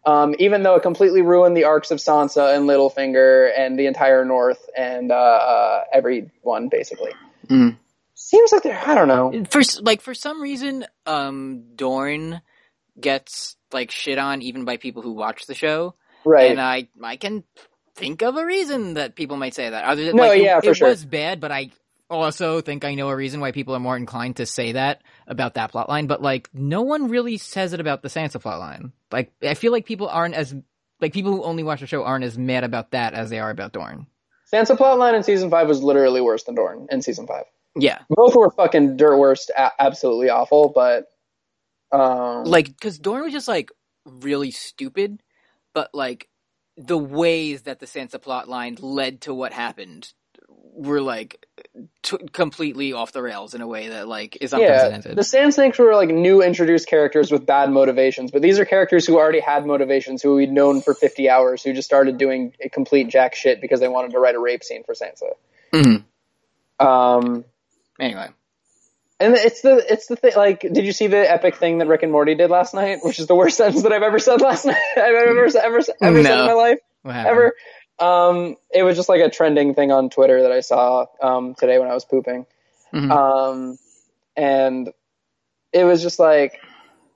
um, even though it completely ruined the arcs of sansa and littlefinger and the entire north and uh, uh, everyone basically Mm. seems uh, like they're i don't know for s- like for some reason, um, Dorn gets like shit on even by people who watch the show. Right. And I I can think of a reason that people might say that. Other than No, like, yeah, it, for it sure. was bad, but I also think I know a reason why people are more inclined to say that about that plot line. But like no one really says it about the Sansa plot line. Like I feel like people aren't as like people who only watch the show aren't as mad about that as they are about Dorne. Sansa plotline in season five was literally worse than Dorn in season five. Yeah. Both were fucking dirt worst, a- absolutely awful. But um, like because Dorn was just like really stupid, but like the ways that the Sansa plot line led to what happened were like t- completely off the rails in a way that like is yeah, unprecedented. the Sand Snakes were like new introduced characters with bad motivations, but these are characters who already had motivations, who we'd known for fifty hours, who just started doing a complete jack shit because they wanted to write a rape scene for Sansa. Mhm. Um, Anyway, and it's the it's the thing. Like, did you see the epic thing that Rick and Morty did last night? Which is the worst sentence that I've ever said last night. I've ever ever ever said in No. my life. what happened? ever. Um, it was just like a trending thing on Twitter that I saw um, today when I was pooping, Mhm. um, and it was just like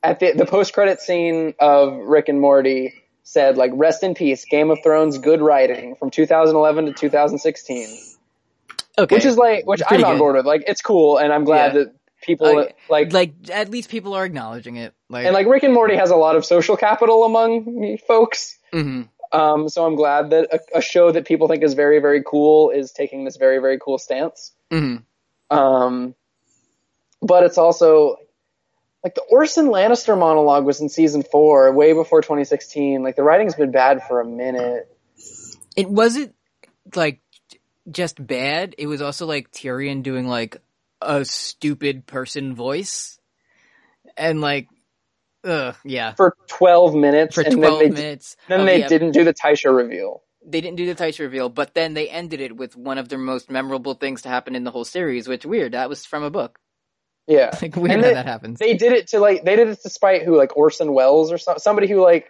at the the post credit scene of Rick and Morty said like "Rest in peace, Game of Thrones, good writing from 2011 to 2016," okay, which is like which It's I'm pretty on good. board with. Like it's cool, and I'm glad Yeah. that people Like- like. like at least people are acknowledging it. Like, and like Rick and Morty has a lot of social capital among folks, mhm. Um, so I'm glad that a, a show that people think is very, very cool is taking this very, very cool stance. Mhm. Um, but it's also like the Orson Lannister monologue was in season four, way before 2016. Like the writing's been bad for a minute. it wasn't like j- just bad. It was also like Tyrion doing like a stupid person voice, and like, ugh, yeah. For 12 minutes, for oh, and 12 then they, minutes. Then of they the ep- didn't do the Taisha reveal. They didn't do the Taisha reveal, but then they ended it with one of their most memorable things to happen in the whole series, which weird. That was from a book. Yeah. Like weird And how they- that happens. They did it to like, they did it to spite who, like Orson Welles or some, somebody who like,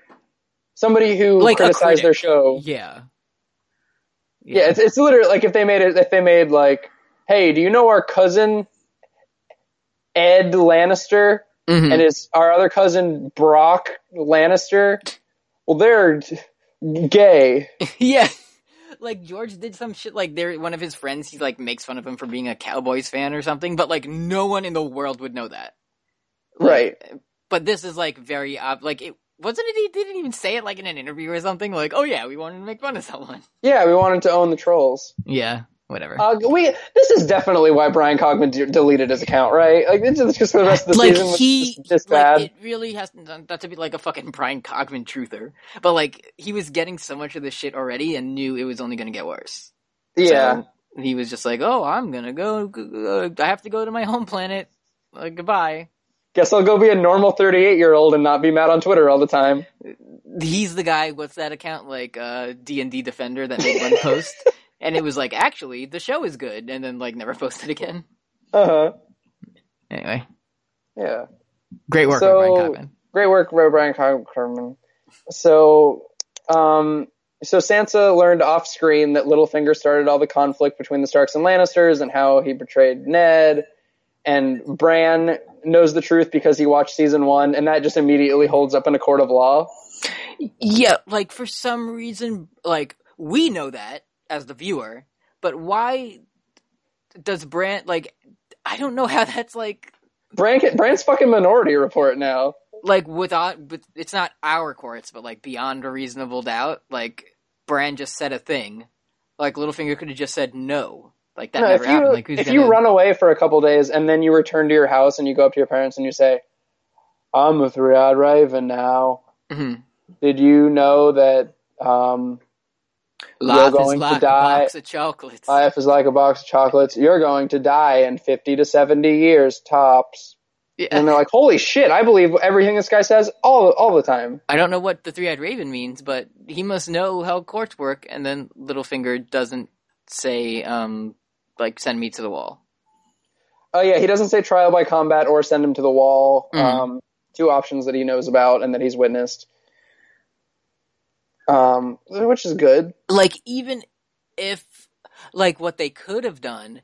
somebody who Like a criticized their critic. show. yeah. Yeah, it's, it's literally like if they made it, if they made like, hey, do you know our cousin Ed Lannister Mhm. and his our other cousin Brock Lannister? Well, they're d- gay. yeah. Like George did some shit like there one of his friends he like makes fun of him for being a Cowboys fan or something, but like no one in the world would know that. Right. But this is like very ob- like it wasn't it he didn't even say it like in an interview or something like, "Oh yeah, we wanted to make fun of someone." Yeah, we wanted to own the trolls. Yeah, whatever. Uh, we this is definitely why Brian Cogman de- deleted his account, right? Like it's just because the rest of the like season was he just this like bad. it really has not to be like a fucking Brian Cogman truther, but like he was getting so much of this shit already and knew it was only going to get worse. yeah. so he was just like, "Oh, I'm gonna go. Uh, I have to go to my home planet. Uh, goodbye." Guess I'll go be a normal 38 year old and not be mad on Twitter all the time. He's the guy. What's that account like? uh, D and D Defender that made one post, and it was like, actually, the show is good, and then like never posted again. Uh huh. Anyway, Yeah. great work, So- on Brian Cogman. great work, Ro- Brian Car- Carmen. So, um, so Sansa learned off screen that Littlefinger started all the conflict between the Starks and Lannisters, and how he betrayed Ned. And Bran knows the truth because he watched season one, and that just immediately holds up in a court of law. Yeah, like for some reason, like we know that as the viewer, but why does Brand like? I don't know how that's like. Bran, can- Bran's fucking Minority Report now. Like without, but it's not our courts, but like beyond a reasonable doubt, like Brand just said a thing. Like Littlefinger could have just said no. Like that No, never if you happened. Like who's if gonna? you run away for a couple days and then you return to your house and you go up to your parents and you say, "I'm a three-eyed raven now. Mhm. Did you know that?" Um, Life is going to like die. a box of chocolates. Life is like a box of chocolates. You're going to die in 50 to 70 years tops. Yeah. And they're like, holy shit, I believe everything this guy says all, all the time. I don't know what the three eyed raven means, but he must know how courts work. And then Littlefinger doesn't say, um, like, send me to the wall. Oh yeah, he doesn't say trial by combat or send him to the wall. Mhm. Um, two options that he knows about and that he's witnessed. Um, which is good. Like, even if, like, what they could have done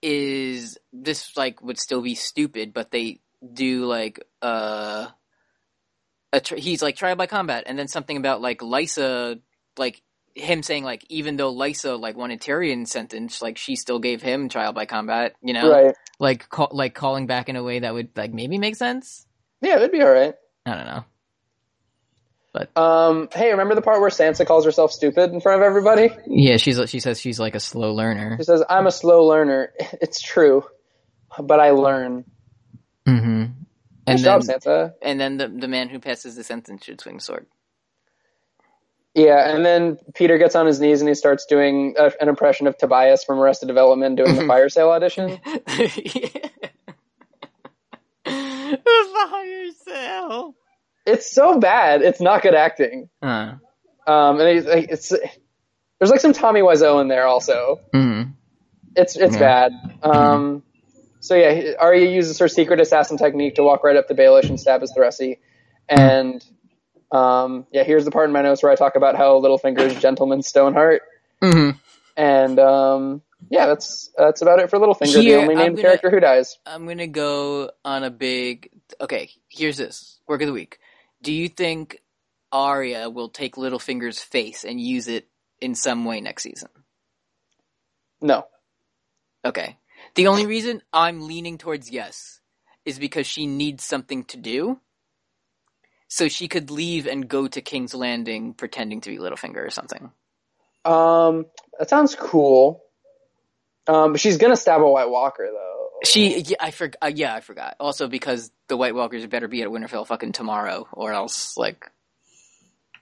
is this, like, would still be stupid, but they do, like, uh, a tri- he's like trial by combat, and then something about like Lysa, like him saying like even though Lysa like wanted Tyrion sentence, like she still gave him trial by combat. You know, Right. like ca- like calling back in a way that would like maybe make sense. Yeah, it'd be all right. I don't know. Um, hey, remember the part where Sansa calls herself stupid in front of everybody? Yeah, she's she says she's like a slow learner. She says, "I'm a slow learner." It's true, but I learn. Mm-hmm. Nice And job, then, Sansa. and then the the man who passes the sentence should swing sword. Yeah, and then Peter gets on his knees and he starts doing a, an impression of Tobias from Arrested Development doing the Mm-hmm. fire sale audition. Fire sale. It's so bad. It's not good acting. Uh, Um, and he's like, it's there's like some Tommy Wiseau in there also. mm. It's it's Yeah. Mm-hmm. bad. Um, so yeah, he- Arya uses her secret assassin technique to walk right up to Baelish and stab his Thresi. And um, yeah, here's the part in my notes where I talk about how Littlefinger is gentleman Stoneheart. hmm And um, yeah, that's that's about it for Littlefinger, Here, the only I'm named gonna- character who dies. I'm gonna go on a big. Okay, here's this work of the week. Do you think Arya will take Littlefinger's face and use it in some way next season? No. Okay. The only reason I'm leaning towards yes is because she needs something to do. So she could leave and go to King's Landing pretending to be Littlefinger or something. Um, that sounds cool. Um, but she's gonna stab a White Walker though. She, yeah, I forgot. Uh, yeah, I forgot. Also, because the White Walkers better be at Winterfell fucking tomorrow, or else, like,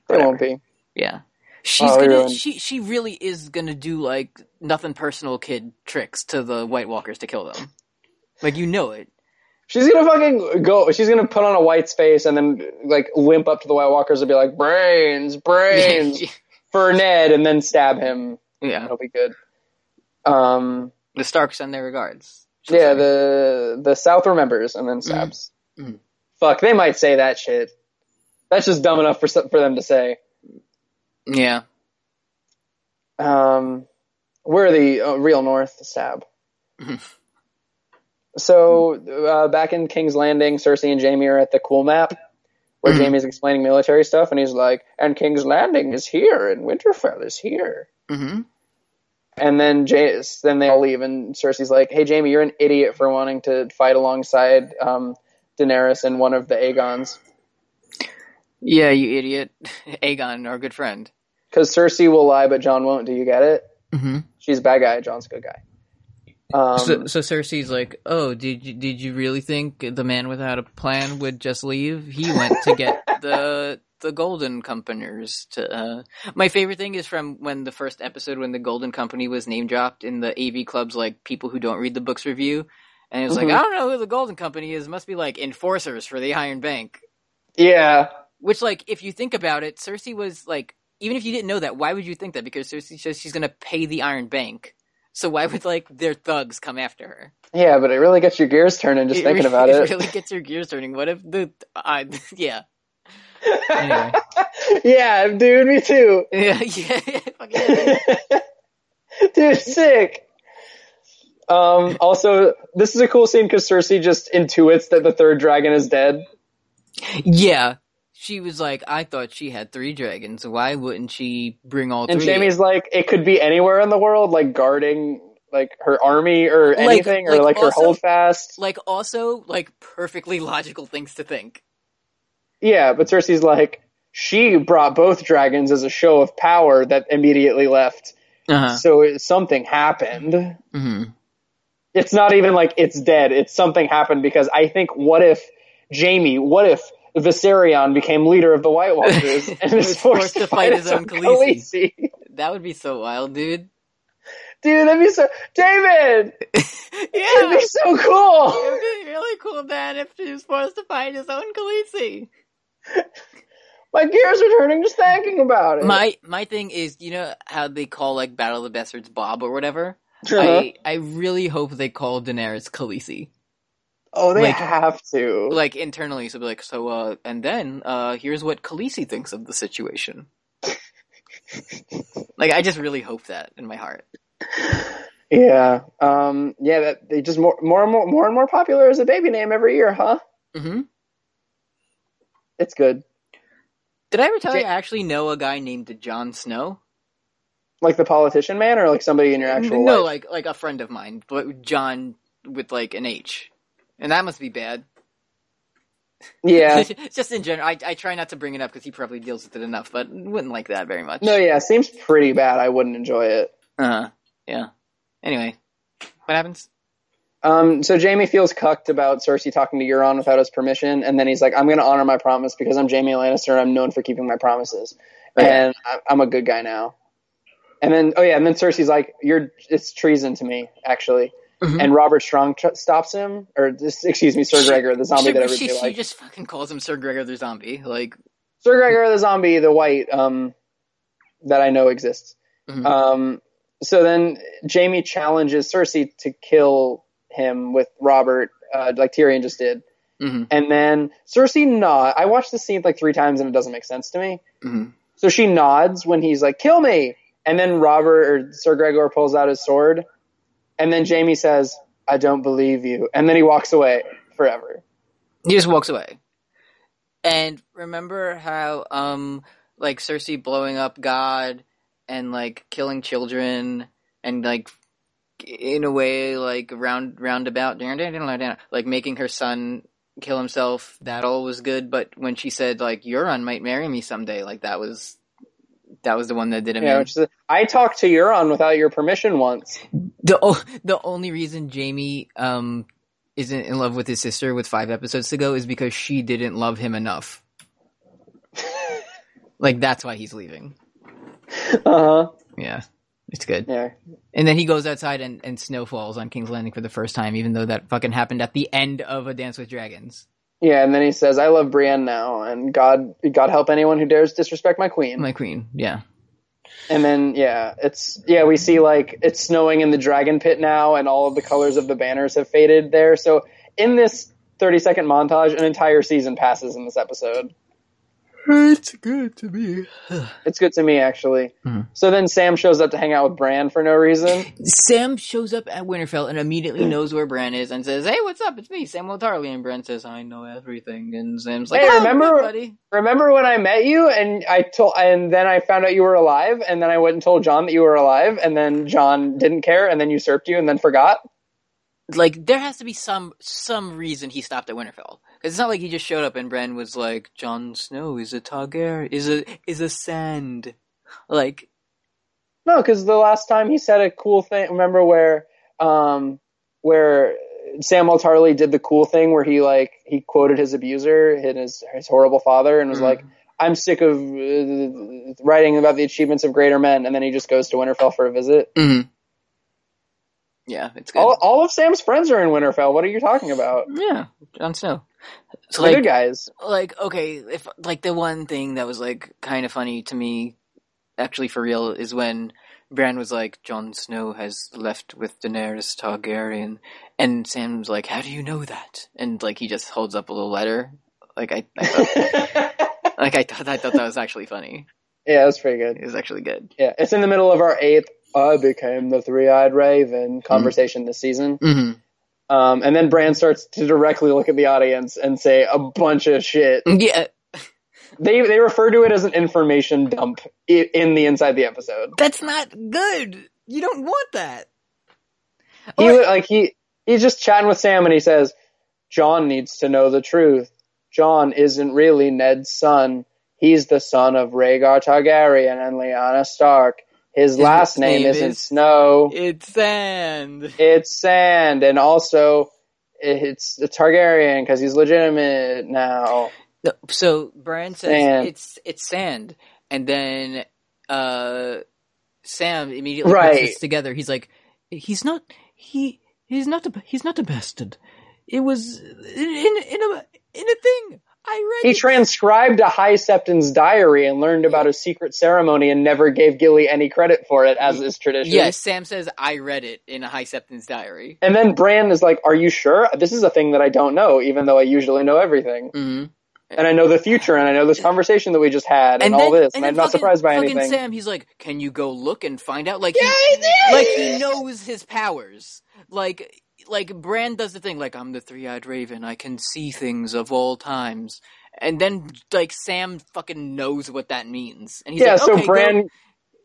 They won't be. yeah, she's Oh, gonna. ruined. She she really is gonna do like nothing personal kid tricks to the White Walkers to kill them. Like you know it. She's gonna fucking go. She's gonna put on a white face and then like limp up to the White Walkers and be like, "Brains, brains for Ned," and then stab him. yeah, That'll be good. Um, the Starks send their regards. She'll yeah, say. the the South remembers and then stabs. Mhm. Fuck, they might say that shit. That's just dumb enough for some- for them to say. yeah. Um, we're the uh, real North stab. Mhm. so uh, back in King's Landing, Cersei and Jamie are at the cool map where Mhm. Jamie's explaining military stuff, and he's like, "And King's Landing is here, and Winterfell is here." hmm And then Jay, then they all leave, and Cersei's like, "Hey, Jamie, you're an idiot for wanting to fight alongside um, Daenerys and one of the Aegons." Yeah, you idiot. Aegon, our good friend. Because Cersei will lie, but John won't. Do you get it? Mm-hmm. She's a bad guy. John's a good guy. Um, so, so Cersei's like, "Oh, did you did you really think the man without a plan would just leave? He went to get the the Golden Companers." To uh... my favorite thing is from when the first episode when the Golden Company was name dropped in the AV Club's like people who don't read the books review, and it was Mhm. like, "I don't know who the Golden Company is. Must be like enforcers for the Iron Bank." yeah. Which, like, if you think about it, Cersei was like, even if you didn't know that, why would you think that? Because Cersei says she's going to pay the Iron Bank. So why would like their thugs come after her? Yeah, but it really gets your gears turning just thinking re- about it. really gets your gears turning. What if the I yeah anyway yeah, dude, me too. yeah yeah, fuck yeah. dude, sick. Um, also, this is a cool scene because Cersei just intuits that the third dragon is dead. yeah she was like I thought she had three dragons why wouldn't she bring all And three Jamie's like, it could be anywhere in the world, like guarding like her army or Like- anything, or like like her also- holdfast. like also like perfectly logical things to think Yeah, but Cersei's like, she brought both dragons as a show of power that immediately left. uh So something happened. hmm it's not even like it's dead. It's something happened because I think what if Jamie, what if Viserion became leader of the White Walkers and is forced, to fight his own Khaleesi? that would be so wild dude Dude, that'd be so David. It'd yeah be so cool. be really cool man if she was forced to fight his own Khaleesi My gears are turning just thinking about it. my my thing is you know how they call like Battle of the Bastards Bob or whatever Uh-huh. I I really hope they call Daenerys Khaleesi. oh, they like- have to. Like internally, so be like, so uh, and then uh, here's what Khaleesi thinks of the situation. like, I just really hope that in my heart. yeah. Um. Yeah. That they just more, more and more, more and more popular as a baby name every year, huh? hmm It's good. Did I ever tell you Ja- I actually know a guy named Jon Snow? Like the politician man, or like somebody in your actual no, life? like like a friend of mine, but John with like an H, and that must be bad. yeah, just in general, I, I try not to bring it up because he probably deals with it enough, but wouldn't like that very much. no, yeah, seems pretty bad. I wouldn't enjoy it. Uh, yeah. Anyway, what happens? Um, so Jamie feels cucked about Cersei talking to Euron without his permission, and then he's like, "I'm going to honor my promise because I'm Jamie Lannister and I'm known for keeping my promises, Right. and I- I'm a good guy now." And then, oh yeah, and then Cersei's like, "You're it's treason to me, actually." Mhm. And Robert Strong tr- stops him, or this, excuse me, Sir She- Gregor, the zombie she, that she, everybody she likes. just fucking calls him Sir Gregor the Zombie. Like, Sir Gregor the zombie, the white, um, that I know exists. Mhm. Um, so then Jamie challenges Cersei to kill him with Robert, uh, like Tyrion just did. mhm, And then Cersei nod. I watched the scene like three times and it doesn't make sense to me. mhm. So she nods when he's like, "Kill me," and then Robert or Sir Gregor pulls out his sword, and then Jamie says, "I don't believe you," and then he walks away forever. he just walks away. And remember how, um, like Cersei blowing up God and like killing children and like in a way like round roundabout like making her son kill himself that all was good but when she said like Euron might marry me someday like that was that was the one that did You him know, in. which is, I talked to Euron without your permission once. The o- the only reason Jamie um isn't in love with his sister with five episodes to go is because she didn't love him enough. like that's why he's leaving. Uh huh. Yeah, it's good. Yeah. And then he goes outside and and snow falls on King's Landing for the first time, even though that fucking happened at the end of A Dance with Dragons. Yeah, and then he says, "I love Brienne now, and God, God help anyone who dares disrespect my queen." My queen, yeah. And then yeah, it's yeah, we see like it's snowing in the dragon pit now and all of the colors of the banners have faded there. So in this 30 second montage, an entire season passes in this episode. It's good to me. It's good to me actually. Mhm. So then Sam shows up to hang out with Bran for no reason. Sam shows up at Winterfell and immediately knows where Bran is and says, "Hey, what's up? It's me, Sam Tarly." And Bran says, "I know everything." And Sam's like, Hey, "Oh, remember- good, buddy?" Remember when I met you and I told and then I found out you were alive and then I went and told John that you were alive and then John didn't care and then usurped you and then forgot? like there has to be some some reason he stopped at Winterfell. 'Cause It's not like he just showed up and Bran was like, "Jon Snow is a Targaryen, is a is a sand." Like, No, because the last time he said a cool thing. Remember where um, where Sam Tarly did the cool thing where he like he quoted his abuser and his his horrible father and was Mhm. like, "I'm sick of uh, writing about the achievements of greater men," and then he just goes to Winterfell for a visit. mm yeah, it's good. All, all of Sam's friends are in Winterfell. What are you talking about? yeah, Jon Snow. It's They're like good guys. like okay, if like the one thing that was like kind of funny to me, actually for real, is when Bran was like, "Jon Snow has left with Daenerys Targaryen," and Sam's like, "How do you know that?" And like he just holds up a little letter. Like I, I thought Like I thought, I thought that was actually funny. yeah, that's pretty good. It was actually good. Yeah, it's in the middle of our eighth. I became the three-eyed raven Mm. conversation this season. Mm-hmm. Um, and then Bran starts to directly look at the audience and say a bunch of shit. Yeah, They they refer to it as an information dump i- in the inside the episode. that's not good. You don't want that. He Or- li- like he he's just chatting with Sam and he says, "John needs to know the truth. John isn't really Ned's son. He's the son of Rhaegar Targaryen and Lyanna Stark. His last name, name isn't is- Snow. it's sand. It's Sand, and also." It's a Targaryen because he's legitimate now. No, so Bran says Sand. it's it's sand, and then uh, Sam immediately Right. puts this together. He's like, he's not he he's not a he's not a bastard. It was in in, in a in a thing. I read He it. transcribed a High Septon's diary and learned about a secret ceremony and never gave Gilly any credit for it, as is tradition. Yes, Sam says I read it in a High Septon's diary. And then Bran is like, Are you sure? This is a thing that I don't know, even though I usually know everything. Mm-hmm. And I know the future, and I know this conversation that we just had, then- and, all this, and, then I'm not fucking- surprised by fucking anything. Sam, he's like, "Can you go look and find out?" Like, Yeah, he did! like he knows his powers. Like, like Bran does the thing. Like, I'm the three-eyed raven. I can see things of all times. and then like Sam fucking knows what that means, and he's yeah, like, so okay, go- Bran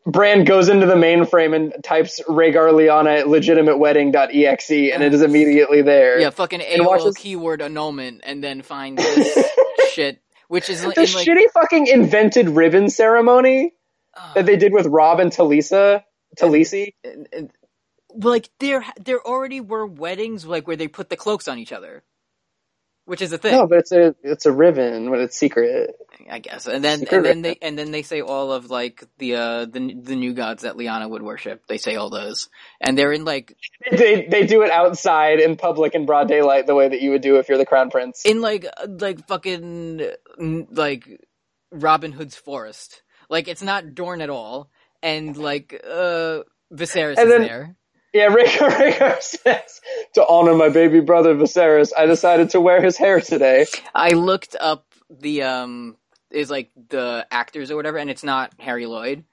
Bran gohagoes into the mainframe and types Rhaegar Liana at legitimatewedding.exe, and it is immediately there. yeah, fucking and watch AOL this- keyword annulment, and then find this shit, which is like, The in, like shitty fucking invented ribbon ceremony ah. that they did with Rob and Talisa, Talisi. and- and- well, uh, like there there already were weddings like where they put the cloaks on each other, which is a thing, No, but it's a it's a ribbon, but it's secret. I guess. And then Secret and then they and then they say all of like the uh the the new gods that Liana would worship. They say all those, and they're in like They they do it outside in public in broad daylight the way that you would do if you're the crown prince. in like uh, like fucking mm, like Robin Hood's forest. Like it's not Dorne at all, and like uh Viserys is And then- there. Yeah, Rhaegar, Rhaegar says to honor my baby brother Viserys, I decided to wear his hair today. I looked up the um is like the actors or whatever, and it's not Harry Lloyd.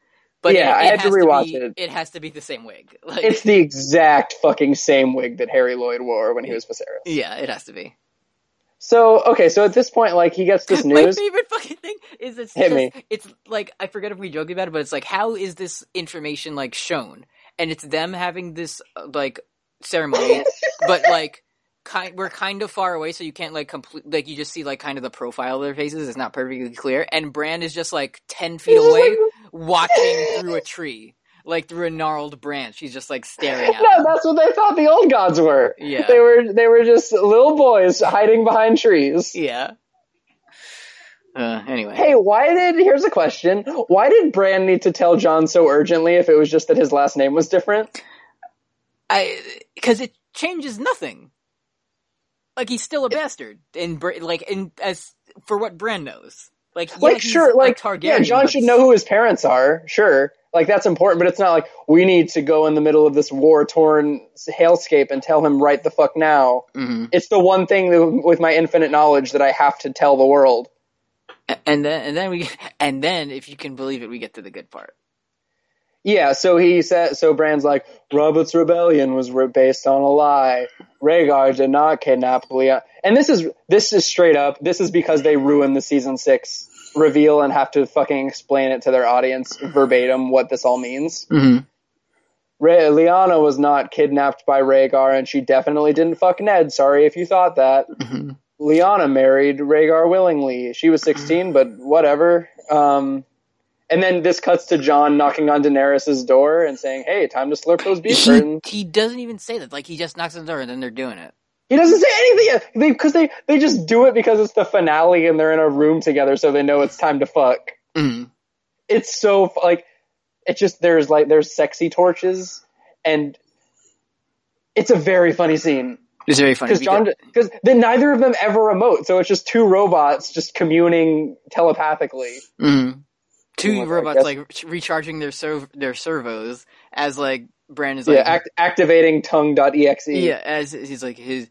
But Yeah, it, I it had to has rewatch be, it. It has to be the same wig. Like, It's the exact fucking same wig that Harry Lloyd wore when he was Viserys. yeah, it has to be. So okay, so at this point, like he gets this My news. favorite fucking thing is it's Hit just me. it's like I forget if we joked about it, but it's like how is this information like shown? And it's them having this uh, like ceremony, but like kind we're kind of far away, so you can't like complete like you just see like kind of the profile of their faces. It's not perfectly clear, and Bran is just like ten feet He's just away, like- watching through a tree, like through a gnarled branch. He's just like staring at. No, them. that's what they thought the old gods were. Yeah. They were they were just little boys hiding behind trees. Yeah. Uh, anyway. Hey, why did here's a question. Why did Bran need to tell John so urgently if it was just that his last name was different? I because it changes nothing. Like he's still a bastard, and Br- like in as for what Bran knows, like yeah, like he's sure, a like Targaryen, yeah, John but- should know who his parents are, sure. Like that's important, but it's not like we need to go in the middle of this war torn hailscape and tell him right the fuck now. Mhm. It's the one thing that, with my infinite knowledge that I have to tell the world. A- And then and then we and then if you can believe it, we get to the good part. Yeah, so he said. So Bran's like, Robert's rebellion was re- based on a lie. Rhaegar did not kidnap Leon. And this is this is straight up. This is because they ruined the season six reveal and have to fucking explain it to their audience verbatim what this all means. Mm-hmm. Rha- Lyanna was not kidnapped by Rhaegar, and she definitely didn't fuck Ned. Sorry if you thought that. Mm-hmm. Liana married Rhaegar willingly. She was 16, but whatever. Um, and then this cuts to John knocking on Daenerys' door and saying, "Hey, time to slurp those beef He, curtains." he doesn't even say that. Like he just knocks on the door, and then they're doing it. He doesn't say anything because they, they just do it because it's the finale and they're in a room together, so they know it's time to fuck. Mhm. It's so f- like it's just there's like there's sexy torches and it's a very funny scene It's very funny because John because then neither of them ever remote, so it's just two robots just communing telepathically. Mhm. two Well, Oh I robots guess- like recharging their serv- their servos as like Bran is Yeah, like act- activating tongue.exe. Yeah, as he's like his,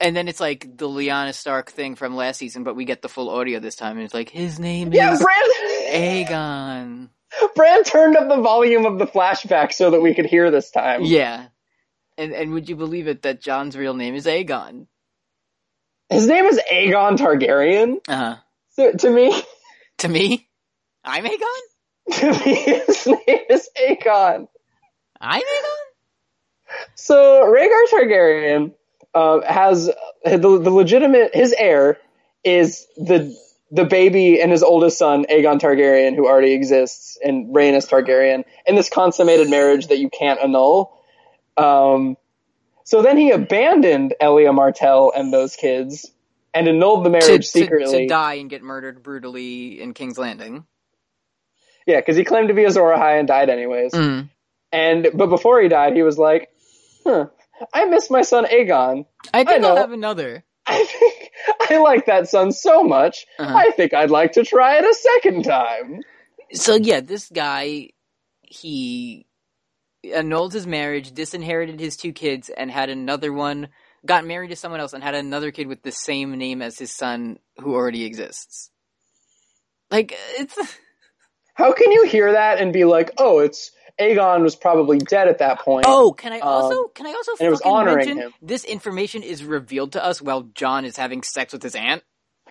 and then it's like the Lyanna Stark thing from last season, but we get the full audio this time, and it's like his name Yeah, is Bran. Aegon. Bran turned up the volume of the flashback so that we could hear this time. Yeah, and and would you believe it that John's real name is Aegon? His name is Aegon Targaryen. Uh huh. So to me, To me, I'm Aegon. to me, his name is Aegon. I'm Aegon. So Rhaegar Targaryen uh, has the, the legitimate his heir is the the baby and his oldest son Aegon Targaryen, who already exists, and Rhaenys Targaryen, in this consummated marriage that you can't annul. Um, so then he abandoned Elia Martell and those kids and annulled the To, to, marriage secretly. to die and get murdered brutally in King's Landing. Yeah, because he claimed to be Azor Ahai and died anyways. Mm. And but before he died, he was like, "Huh, I miss my son Aegon." I think I know. will have another. I think I like that son so much. Uh-huh. I think I'd like to try it a second time. so yeah, this guy he annulled his marriage, disinherited his two kids, and had another one. Got married to someone else and had another kid with the same name as his son, who already exists. Like it's How can you hear that and be like, "Oh, it's Aegon was probably dead at that point"? oh, can I also Um, can I also and it was fucking honoring mention him. this information is revealed to us while John is having sex with his aunt?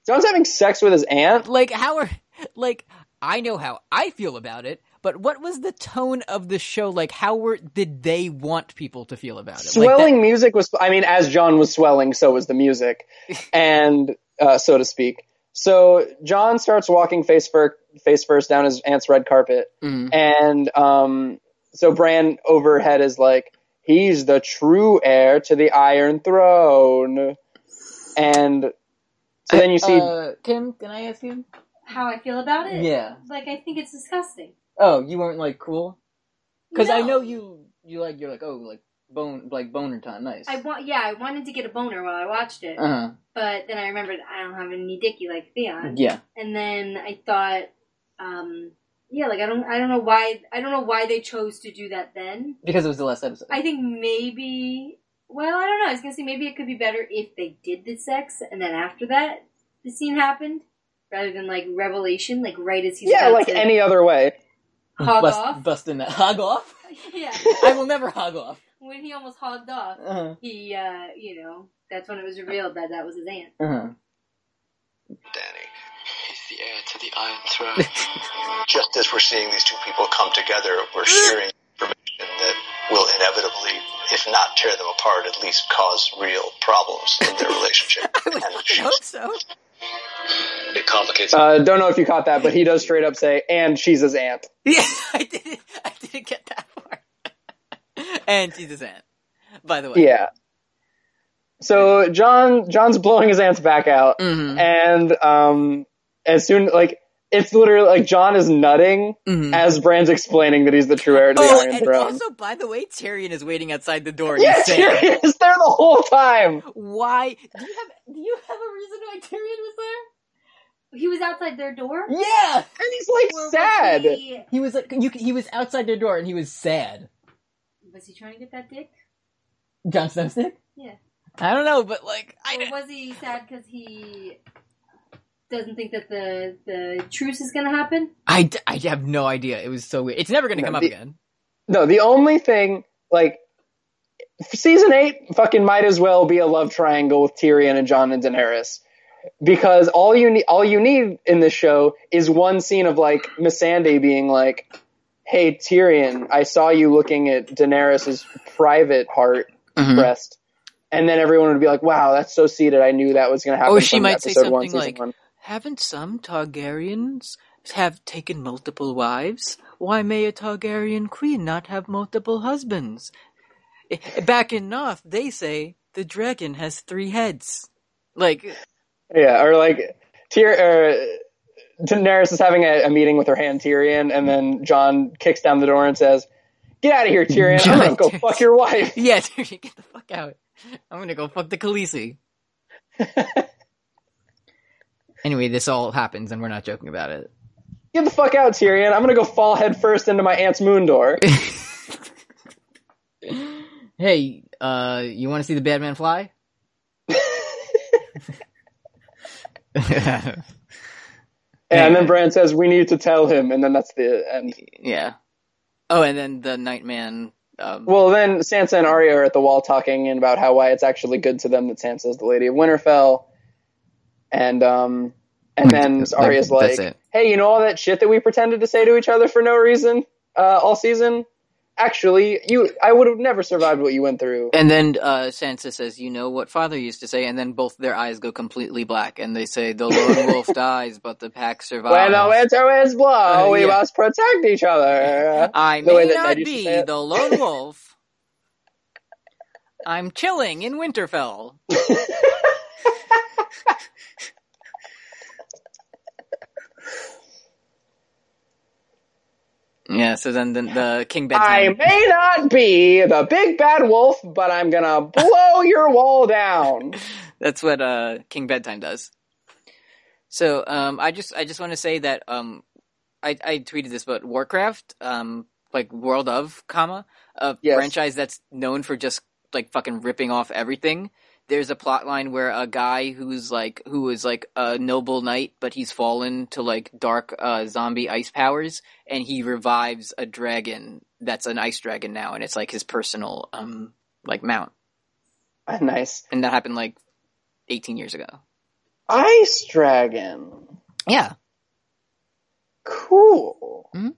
John's having sex with his aunt. Like how are like I know how I feel about it, but what was the tone of the show like? How were did they want people to feel about it? Swelling Like music was. I mean, as John was swelling, so was the music, and uh, so to speak. So John starts walking face first, face first down his aunt's red carpet, that, Mm. and um, so Bran overhead is like, "He's the true heir to the Iron Throne," and so then you see uh, Kim, can I ask you? How I feel about it? Yeah. Like, I think it's disgusting. Oh, you weren't like cool because I No. know you. You like you're like oh like bone like boner time nice. I want, yeah, I wanted to get a boner while I watched it, uh but then I remembered I don't have any dicky like huh. Theon, Yeah. and then I thought, um, yeah, like I don't, I don't know why, I don't know why they chose to do that then. Because it was the last episode. I think maybe, well, I don't know. I was gonna say maybe it could be better if they did the sex and then after that the scene happened, rather than like revelation, like right as he's yeah, about like to any other way. hog Bust- off. Busting that hog off. yeah, I will never hog off. when he almost hogged off, Uh-huh. he, uh, you know, that's when it was revealed that that was his aunt. Uh-huh. Danny. He's the heir to the Iron Throne. Just as we're seeing these two people come together, we're sharing information that will inevitably, if not tear them apart, at least cause real problems in their relationship. I would fucking hope so. it complicates Uh, don't know if you caught that, but he does straight up say, "And she's his aunt." Yeah, I didn't. I didn't get that far. and she's his aunt, by the way. Yeah. So John John's blowing his aunt's back out, Mhm. and um, as soon like it's literally like John is nutting Mhm. as Bran's explaining that he's the true heir to the Oh, Iron and Throne. also, by the way, Tyrion is waiting outside the door. yeah, he's saying, Tyrion is there the whole time. "Why? Do you have? Do you have a reason why Tyrion He was outside their door. was there?" Yeah, And he's like Or was sad. he- he was like, you, he was outside their door, and he was sad. Was he trying to get that dick? John Snowstick. Yeah. I don't know, but like, I Or don't- was he sad because he doesn't think that the the truce is going to happen? I, d- I have no idea. It was so weird. It's never going to No, come up the- again. No, the only thing like season eight fucking might as well be a love triangle with Tyrion and John and Daenerys. Because all you need all you need in this show is one scene of like Missandei being like, Hey Tyrion, I saw you looking at Daenerys's private heart Hmm. breast. And then everyone would be like, Wow, that's so seated. I knew that was gonna happen. Or she from might say episode one, something season like, one. Haven't some Targaryens have taken multiple wives? Why may a Targaryen queen not have multiple husbands? I- Back in North, they say the dragon has three heads. Like, Yeah, or like Tyr- uh, Daenerys is having a, a meeting with her hand Tyrion, and then John kicks down the door and says, "Get out of here, Tyrion! I'm gonna John go Tyrion. fuck your wife." yeah, Tyrion, get the fuck out. I'm gonna go fuck the Khaleesi. anyway, this all happens, and we're not joking about it. Get the fuck out, Tyrion! I'm gonna go fall headfirst into my aunt's moon door. Hey, uh, you want to see the bad man fly? and then Bran says, "We need to tell him," and then that's the end. yeah. Oh, and then the Nightman. Um, Well, then Sansa and Arya are at the wall talking and about how why it's actually good to them that Sansa is the Lady of Winterfell, and um, and then That's- Arya's that's like, it. "Hey, you know all that shit that we pretended to say to each other for no reason uh, all season? Actually, you, I would have never survived what you went through." and then uh, Sansa says, "You know what father used to say." And then both their eyes go completely black, and they say, "The lone wolf dies, but the pack When survives." the winter winds blow, Uh, we yeah. must protect each other. I The way may that Ned not used to be say it. the lone wolf. I'm chilling in Winterfell. yeah. So then the, the King I bedtime. may not be the big bad wolf, but I'm gonna blow your wall down. That's what uh, King Bedtime does. So um, I just I just want to say that um, I, I tweeted this, but Warcraft, um, like World of, comma a Yes. franchise that's known for just like fucking ripping off everything. There's a plot line where a guy who's like who is like a noble knight, but he's fallen to like dark uh, zombie ice powers, and he revives a dragon that's an ice dragon now, and it's like his personal um like mount, Ah, Nice. and that happened like 18 years ago. Ice Dragon. Yeah. Cool. Mhm.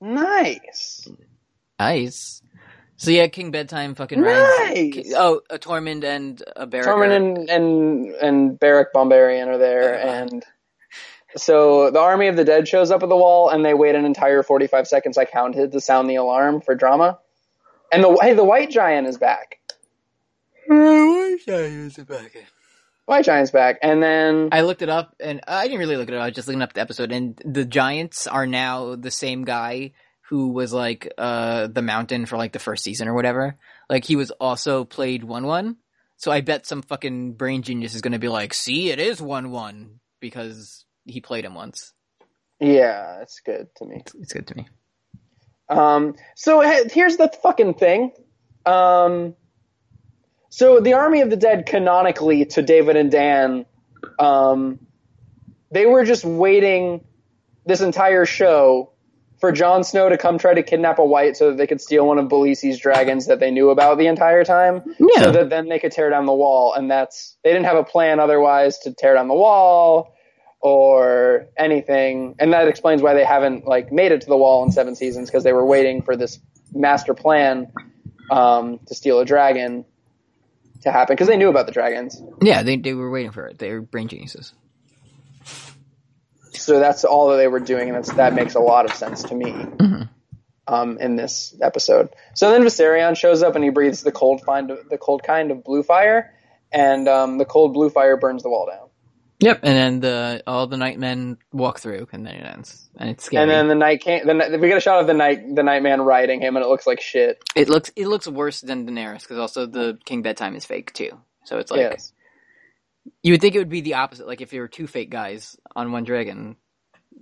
Nice. Nice. So yeah, King Bedtime fucking Nice! rides. Ki- Oh, a Tormund and a Barrack. Tormund are- and and and Barrack Bombarian are there, Uh. and so the army of the dead shows up at the wall, and they wait an entire forty-five seconds. I counted to sound the alarm for drama, and the hey, the white giant is back. White giant's back, and then I looked it up, and I didn't really look it up. I was just looking up the episode, and the Giants are now the same guy who was like uh the Mountain for like the first season or whatever. Like he was also played one one. So I bet some fucking brain genius is going to be like, "See, it is one one because he played him once." yeah, it's good to me. It's- It's good to me. Um, so he- here's the fucking thing. Um, so the Army of the Dead, canonically to David and Dan, um, they were just waiting this entire show for Jon Snow to come try to kidnap a white so that they could steal one of Belisi's dragons that they knew about the entire time, so that then they could tear down the wall. And that's they didn't have a plan otherwise to tear down the wall or anything. And that explains why they haven't like made it to the wall in seven seasons because they were waiting for this master plan um, to steal a dragon to happen because they knew about the dragons. Yeah, they they were waiting for it. They were brain geniuses. So that's all that they were doing, and that's, that makes a lot of sense to me um, in this episode. So then Viserion shows up and he breathes the cold find the cold kind of blue fire, and um, the cold blue fire burns the wall down. Yep, and then the all the nightmen walk through, and then it ends, and it's scary. And then the night came. The, night- we get a shot of the night the night man riding him, and it looks like shit. It looks it looks worse than Daenerys because also the King Bedtime is fake too. So it's like yes. you would think it would be the opposite. Like if there were two fake guys on one dragon,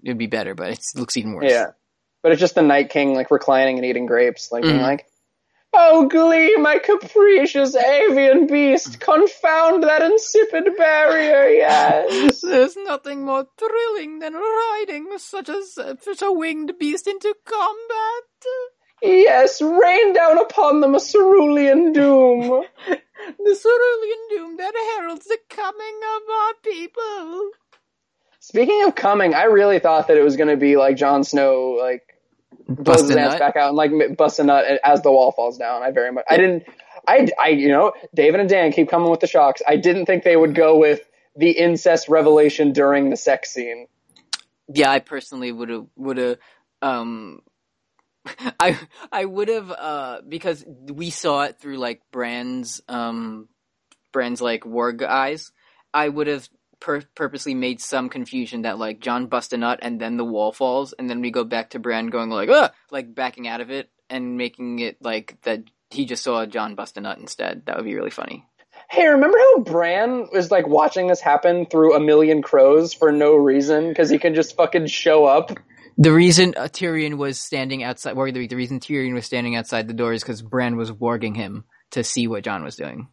it'd be better. But it's- it looks even worse. Yeah. But it's just the Night King like reclining and eating grapes, like being Mhm. like, "Oh, Glee, my capricious avian beast, confound that insipid barrier, yes." There's nothing more thrilling than riding such a such a winged beast into combat. Yes, rain down upon them a cerulean doom. The cerulean doom that heralds the coming of our people. Speaking of coming, I really thought that it was going to be like Jon Snow, like blows Bust his a ass nut. back out and like m- busts a nut as the wall falls down. I very much, I didn't, I, I, you know, David and Dan keep coming with the shocks. I didn't think they would go with the incest revelation during the sex scene. Yeah, I personally would have would have um I I would have uh because we saw it through like Brand's um Brand's like warg eyes. I would have pur- purposely made some confusion that like John busts a nut and then the wall falls and then we go back to Brand going like ah like backing out of it and making it like that he just saw John bust a nut instead. That would be really funny. Hey, remember how Bran was like watching this happen through a million crows for no reason because he can just fucking show up? The reason uh, Tyrion was standing outside, or the, the reason Tyrion was standing outside the door is because Bran was warging him to see what John was doing,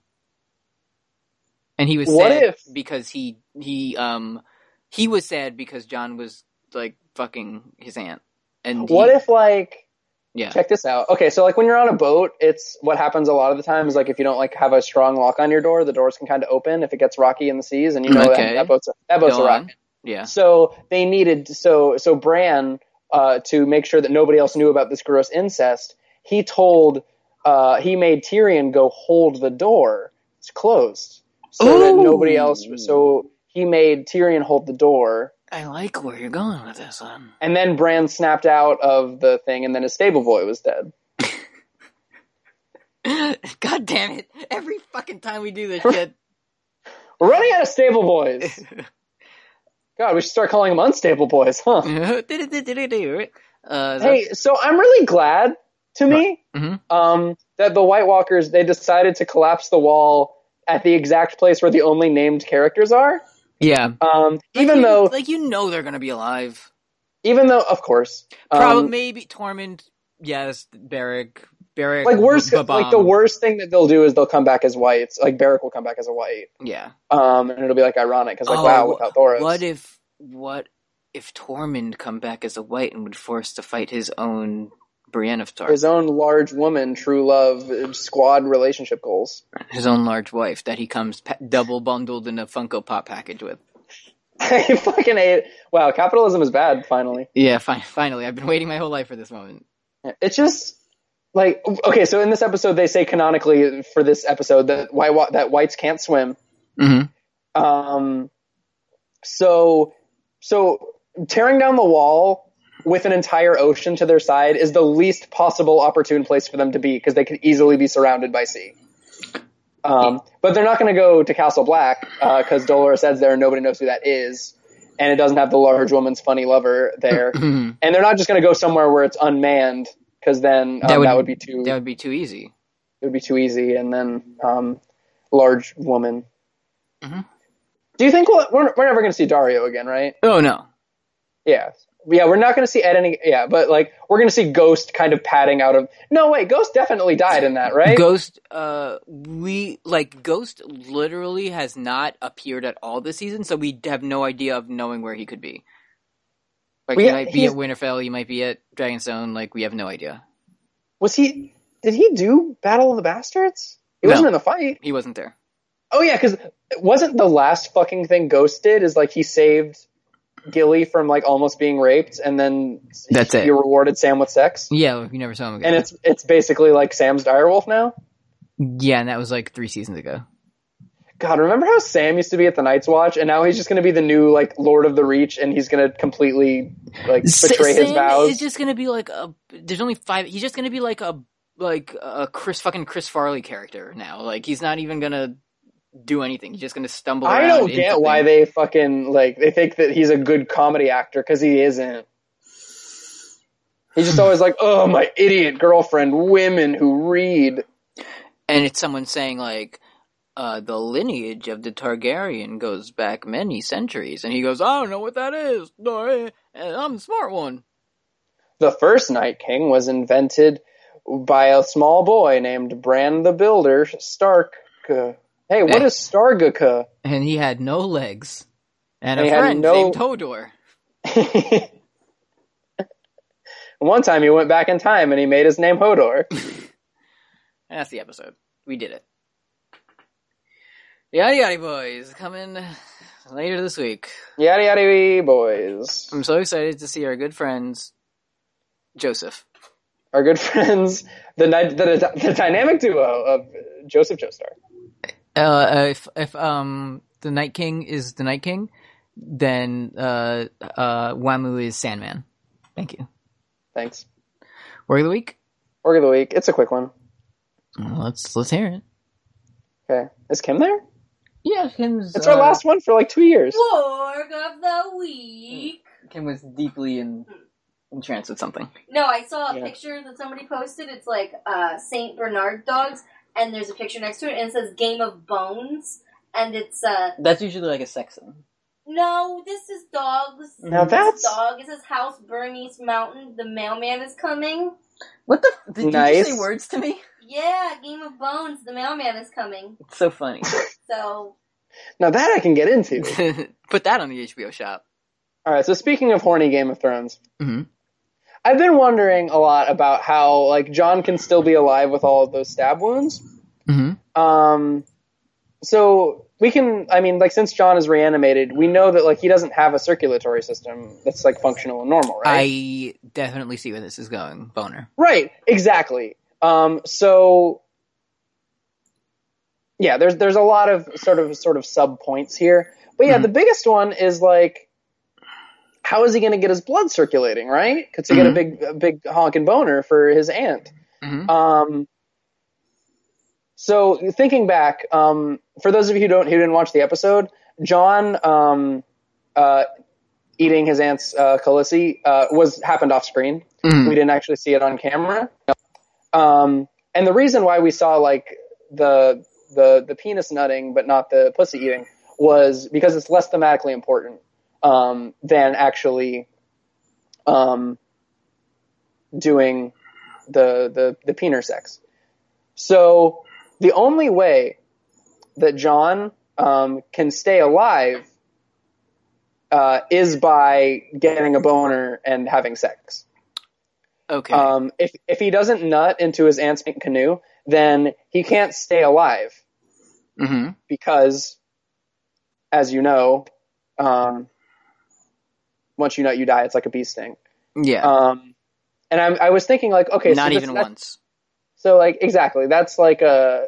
and he was What sad if- because he he um he was sad because John was like fucking his aunt, and he- What if like yeah check this out? Okay, so like when you're on a boat, it's what happens a lot of the time is like if you don't like have a strong lock on your door, the doors can kind of open if it gets rocky in the seas, and you know that, Okay. that boat's a, that boat's Go a rock. on. yeah So they needed so so Bran uh, to make sure that nobody else knew about this gross incest. He told uh, he made Tyrion go hold the door. It's closed, so that Ooh. nobody else. So he made Tyrion hold the door, I like where you're going with this one. and then Bran snapped out of the thing, and then his stable boy was dead. God damn it! Every fucking time we do this shit, Uh, We're running out of stable boys. God, we should start calling them unstable boys, huh? uh, is that- Hey, so I'm really glad to me Mhm. um, that the White Walkers they decided to collapse the wall at the exact place where the only named characters are. yeah. Um, even Like you- though, like you know they're gonna be alive. even though, of course, um, Probably maybe Tormund. Yes, Beric. Beric. like worst, Babam. like the worst thing that they'll do is they'll come back as whites. Like Beric will come back as a white, Yeah. um, and it'll be like ironic because like Oh, wow, without Thoros, What if what if Tormund come back as a white and would force to fight his own Brienne of Tarth, his own large woman, true love, uh, squad relationship goals. his own large wife that he comes pa- double bundled in a Funko Pop package with. I fucking hate. Wow, capitalism is bad. Finally, Yeah, fin- finally, I've been waiting my whole life for this moment. it's just like okay. So in this episode, they say canonically for this episode that why why- that whites can't swim. hmm Um, so so tearing down the wall with an entire ocean to their side is the least possible opportune place for them to be because they could easily be surrounded by sea. Um, but they're not going to go to Castle Black because Dolores Ed's there and nobody knows who that is, and it doesn't have the large woman's funny lover there. that and they're not just going to go somewhere where it's unmanned because then um, that, That would, would- be too would be too easy. it would be too easy and then um, large woman Mhm. do you think we'll, we're, we're never going to see dario again right Oh no, yeah yeah we're not going to see ed any yeah but like we're going to see ghost kind of padding out of no wait ghost definitely died in that right Ghost. Uh, we like Ghost. Literally has not appeared at all this season, so we have no idea of knowing where he could be. Like We- he might be at he's- Winterfell, he might be at Dragonstone. Like we have no idea. was he did he do battle of the bastards he No. wasn't in the fight He wasn't there. oh yeah because wasn't the last fucking thing ghost did is like he saved gilly from like almost being raped and then That's he it. rewarded sam with sex Yeah, we never saw him again. and it's it's basically like Sam's direwolf now. yeah, and that was like three seasons ago. God, remember how Sam used to be at the Night's Watch, and now he's just going to be the new like Lord of the Reach, and he's going to completely like betray his Sam vows. is just gonna be like a. There's only five. He's just gonna be like a like a Chris fucking Chris Farley character now. Like he's not even gonna do anything. He's just gonna stumble. I around don't get into why things. they fucking like they think that he's a good comedy actor because he isn't. He's just always like, "Oh, my idiot girlfriend, women who read." and it's someone saying like uh, the lineage of the Targaryen goes back many centuries, and he goes, "I don't know what that is, no, eh, eh, I'm the smart one." The first Night King was invented by a small boy named Bran the Builder Stark. Hey, what Eh. is Stargaka? And he had no legs, and, a And he had friend no- named Hodor. One time he went back in time and he made his name Hodor. That's the episode. We did it. The Yada Yada Boys coming later this week. Yada yada wee, boys. I'm so excited to see our good friends, Joseph. Our good friends, the, ni- the, the, the dynamic duo of Joseph Joestar. Uh, uh, if if um the Night King is the Night King, then uh uh Wamu is Sandman. Thank you. Thanks. Word of the week. Org of the week. It's a quick one. Let's let's hear it. Okay. Is Kim there? Yeah, uh, Kim's. It's our last one for like two years. Warg of the week. Kim was deeply in entranced with something. No, I saw a Yeah. picture that somebody posted. It's like uh, Saint Bernard dogs, and there's a picture next to it, and it says Game of Bones, and it's uh That's usually like a sex thing. no, this is dogs. Now This that's- dog. It says House Bernice Mountain. The mailman is coming. What the? f- Did you Nice. just say words to me? Yeah, Game of Bones. The mailman is coming. It's so funny. So Now that I can get into. Put that on the HBO shop. All right. So speaking of horny Game of Thrones, Mhm. I've been wondering a lot about how like John can still be alive with all of those stab wounds. Mm-hmm. Um, so we can, I mean, like since John is reanimated, we know that like he doesn't have a circulatory system that's like functional and normal, right? I definitely see where this is going. Boner. Right, exactly. Um, so yeah, there's there's a lot of sort of sort of sub points here, but yeah, Mhm. the biggest one is like, how is he going to get his blood circulating? Right? Because he got a Mhm. big a big honking boner for his aunt. Mm-hmm. Um, so thinking back, um, for those of you who don't who didn't watch the episode, John um, uh, eating his aunt's uh, Khaleesi uh, was happened off screen. Mm-hmm. Hmm. We didn't actually see it on camera. Um, and the reason why we saw like the the the penis nutting but not the pussy eating was because it's less thematically important um, than actually um, doing the the the peener sex. So the only way that John um, can stay alive uh, is by getting a boner and having sex. Okay. Um, if if he doesn't nut into his aunt's pink canoe, then he can't stay alive hmm because, as you know, um, once you nut, you die. It's like a bee sting. Yeah. Um, and I'm, I was thinking like, okay, Not so this- even that- once. So like exactly, that's like a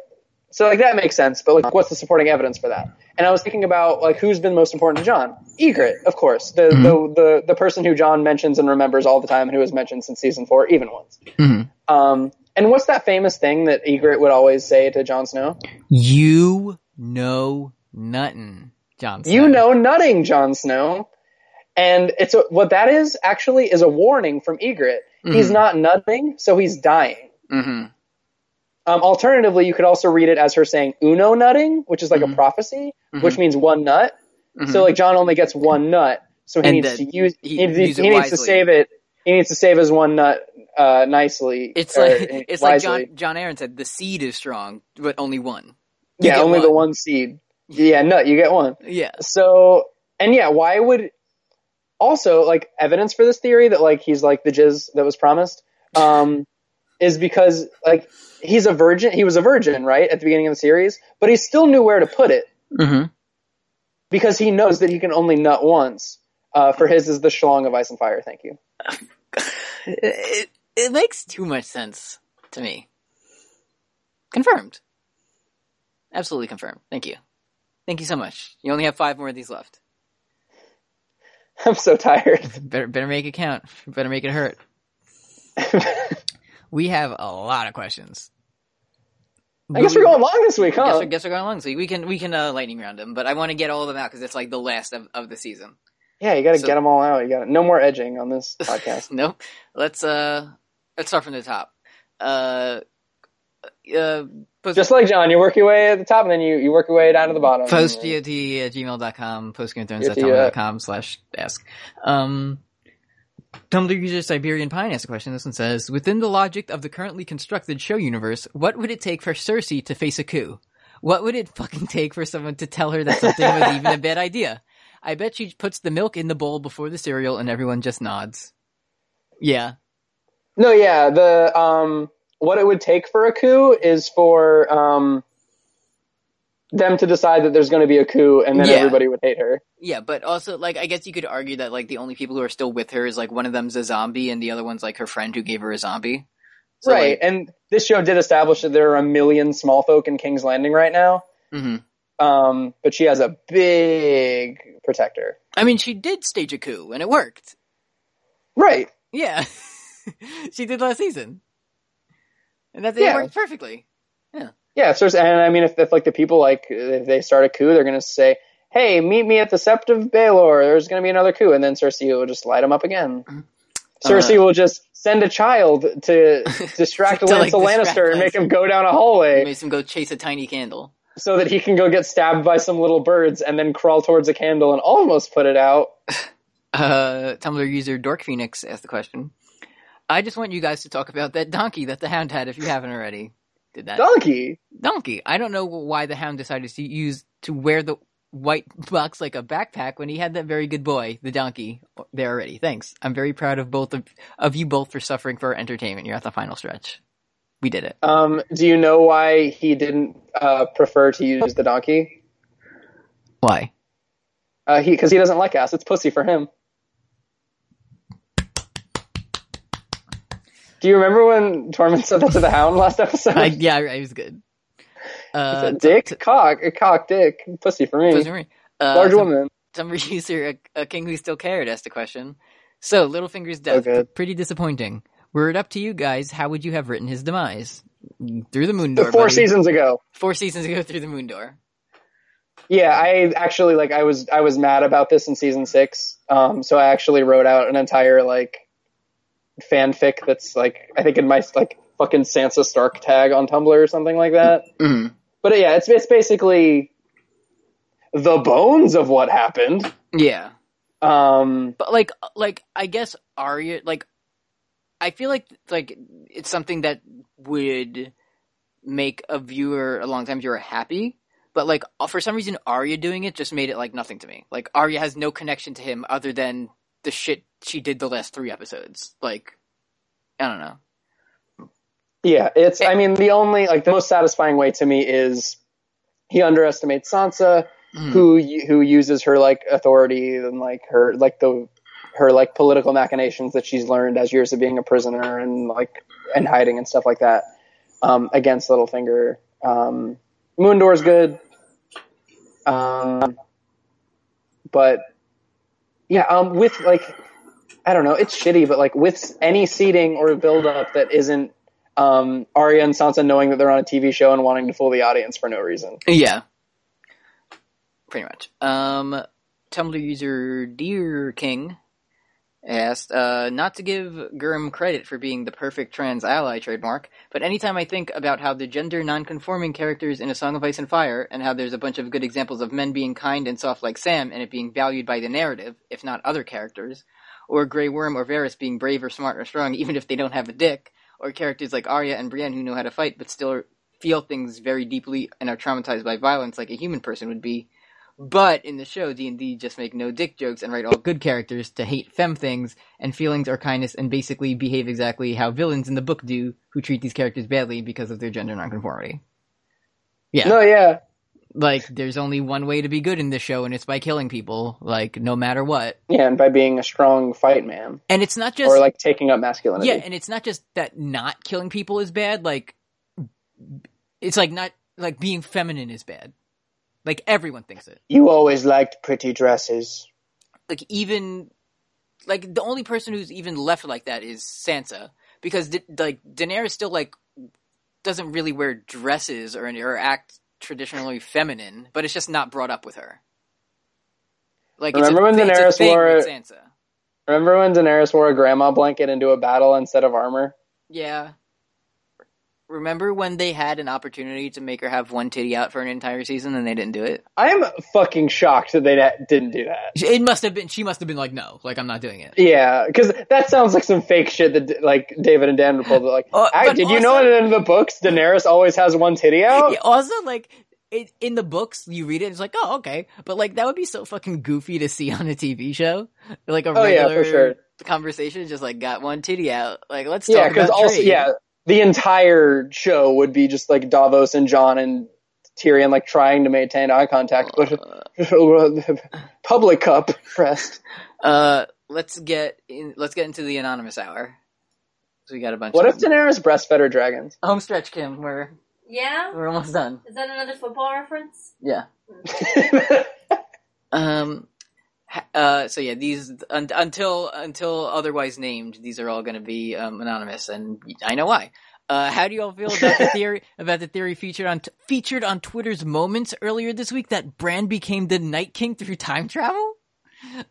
so like that makes sense. But like, what's the supporting evidence for that? And I was thinking about like who's been most important to John? Egret, of course, the the, the the person who John mentions and remembers all the time, and who has mentioned since season four, even once. hmm Um, and what's that famous thing that Egret would always say to Jon Snow? You know nothing, Johnson. You know nutting, Jon Snow. And it's a, what that is actually is a warning from Egret. He's Mhm. not nutting, so he's dying. hmm Um, alternatively, you could also read it as her saying "uno nutting," which is like Mhm. a prophecy, Mhm. which means one nut. So like John only gets one nut, so he Mm-hmm. And needs that to use he- he, needs- use it he needs to wisely. save it. He needs to save his one nut uh, nicely. It's or like wisely. it's like John John Aaron said. The seed is strong, but only one. You yeah, get only the one seed. Yeah, nut you get one. Yeah. So and yeah, why would also like evidence for this theory that like he's like the jizz that was promised um, is because like he's a virgin. He was a virgin, right, at the beginning of the series, but he still knew where to put it. hmm because he knows that he can only nut once. Uh, for his is the schlong of ice and fire. Thank you. It, it makes too much sense to me. Confirmed. Absolutely confirmed. Thank you. Thank you so much. You only have five more of these left. I'm so tired. Better better make it count. Better make it hurt. We have a lot of questions. I guess we're going long this week, Guess huh? we're, guess we're going long. So we can we can uh, lightning round them, but I want to get all of them out because it's like the last of, of the season. Yeah, you got to So- get them all out. You got no more edging on this podcast. Nope. Let's uh let's start from the top. Uh, uh post, Just like John, you work your way at the top, and then you, you work your way down to the bottom. post pot at gmail.com, postgameturns at Yeah. tumblr.com slash ask. Um, Tumblr user Siberian Pine asks a question. This one says, within the logic of the currently constructed show universe, what would it take for Cersei to face a coup? What would it fucking take for someone to tell her that something was even a bad idea? I bet she puts the milk in the bowl before the cereal and everyone just nods. Yeah. No, yeah. The um, what it would take for a coup is for um, them to decide that there's going to be a coup, and then Yeah. everybody would hate her. Yeah, but also, like, I guess you could argue that, like, the only people who are still with her is, like, one of them's a zombie and the other one's, like, her friend who gave her a zombie. So, right. Like, and this show did establish that there are a million small folk in King's Landing right now. hmm Um, but she has a big protector. I mean, she did stage a coup and it worked. Right. Yeah. she did last season. And that it Yeah. worked perfectly. Yeah. So, and I mean, if, if like the people like if they start a coup, they're gonna say, "Hey, meet me at the Sept of Baelor. There's gonna be another coup," and then Cersei will just light them up again. Uh, Cersei will just send a child to distract To, like, Lancel distract Lannister and make Lancel. him go down a hallway Makes him go chase a tiny candle. so that he can go get stabbed by some little birds and then crawl towards a candle and almost put it out. Uh, Tumblr user Dork Phoenix asked the question. I just want you guys to talk about that donkey that the hound had if you haven't already. Did that Donkey. donkey. I don't know why the hound decided to use to wear the white box like a backpack when he had that very good boy, the donkey, there already. Thanks. I'm very proud of both of, of you both for suffering for our entertainment. You're at the final stretch. We did it. Um, do you know why he didn't uh, prefer to use the donkey? Why? Uh, he because he doesn't like ass. It's pussy for him. Do you remember when Tormund said that to the Hound last episode? I, yeah, I, I was good. He Uh, said, dick, cock, uh, cock, dick, pussy for me. was it me? Uh, Large some- woman. some user, a, a king who still cared, asked the question. So, Littlefinger's So death, good. p- pretty disappointing. Were it up to you guys, how would you have written his demise? Through the moon door, Four buddy. seasons ago. Four seasons ago, through the moon door. Yeah, I actually like I was I was mad about this in season six. Um, so I actually wrote out an entire like fanfic that's like I think in my like fucking Sansa Stark tag on Tumblr or something like that. Mm-hmm. But uh, yeah, it's it's basically the bones of what happened. Yeah, Um, but like, like I guess Arya, like, I feel like like it's something that would make a viewer, a long time viewer, happy. But like uh, for some reason, Arya doing it just made it like nothing to me. Like Arya has no connection to him other than the shit she did the last three episodes. Like, I don't know. Yeah, it's. I mean, the only like the most satisfying way to me is he underestimates Sansa, Mhm. who u- who uses her like authority and like her like the her like political machinations that she's learned as years of being a prisoner and like and hiding and stuff like that um, against Littlefinger. Um, Moondoor's good, um, but yeah, um, with like I don't know, it's shitty, but like with any seating or build up that isn't um, Arya and Sansa knowing that they're on a TV show and wanting to fool the audience for no reason. Yeah. Pretty much. Um, Tumblr user Dear King asked, uh, not to give Gurm credit for being the perfect trans ally trademark, but anytime I think about how the gender non-conforming characters in A Song of Ice and Fire, and how there's a bunch of good examples of men being kind and soft like Sam, and it being valued by the narrative, if not other characters, or Grey Worm or Varys being brave or smart or strong, even if they don't have a dick, or characters like Arya and Brienne who know how to fight but still feel things very deeply and are traumatized by violence like a human person would be. But in the show, D and D just make no dick jokes and write all good characters to hate femme things and feelings or kindness and basically behave exactly how villains in the book do, who treat these characters badly because of their gender nonconformity. Yeah, No, yeah, like there's only one way to be good in this show, and it's by killing people, like no matter what. yeah, and by being a strong fight man And it's not just or like taking up masculinity. Yeah, and it's not just that not killing people is bad. Like, it's like not like being feminine is bad. Like everyone thinks it. you always liked pretty dresses. Like even like the only person who's even left like that is Sansa because da- like Daenerys still like doesn't really wear dresses or or act traditionally feminine, but it's just not brought up with her. Like Remember when it's a, thi- Daenerys it's a thing wore- with Sansa? Remember when Daenerys wore a grandma blanket into a battle instead of armor? Yeah. Remember when they had an opportunity to make her have one titty out for an entire season and they didn't do it? I'm fucking shocked that they da- didn't do that. It must have been she must have been like, no, like I'm not doing it. Yeah, because that sounds like some fake shit that like David and Dan pulled. Like, Uh, "Ah, but did you know also- that in the books Daenerys always has one titty out? Yeah, also, like it, in the books, you read it, and it's like, oh, okay, but like that would be so fucking goofy to see on a TV show, like a Oh, yeah, for regular sure. conversation, just like got one titty out. Like let's Yeah, talk because about also trade. yeah, the entire show would be just like Davos and John and Tyrion like trying to maintain eye contact, but public cup pressed. Uh, let's get in. Let's get into the anonymous hour. So we got a bunch. What of if Daenerys breastfed her dragons? Home stretch, Kim. We're Yeah? we're almost done. Is that another football reference? Yeah. Um. ha- Uh, so yeah, these un- until until otherwise named, these are all going to be um, anonymous, and I know why. Uh, how do you all feel about the theory about the theory featured on t- featured on Twitter's Moments earlier this week that Brand became the Night King through time travel?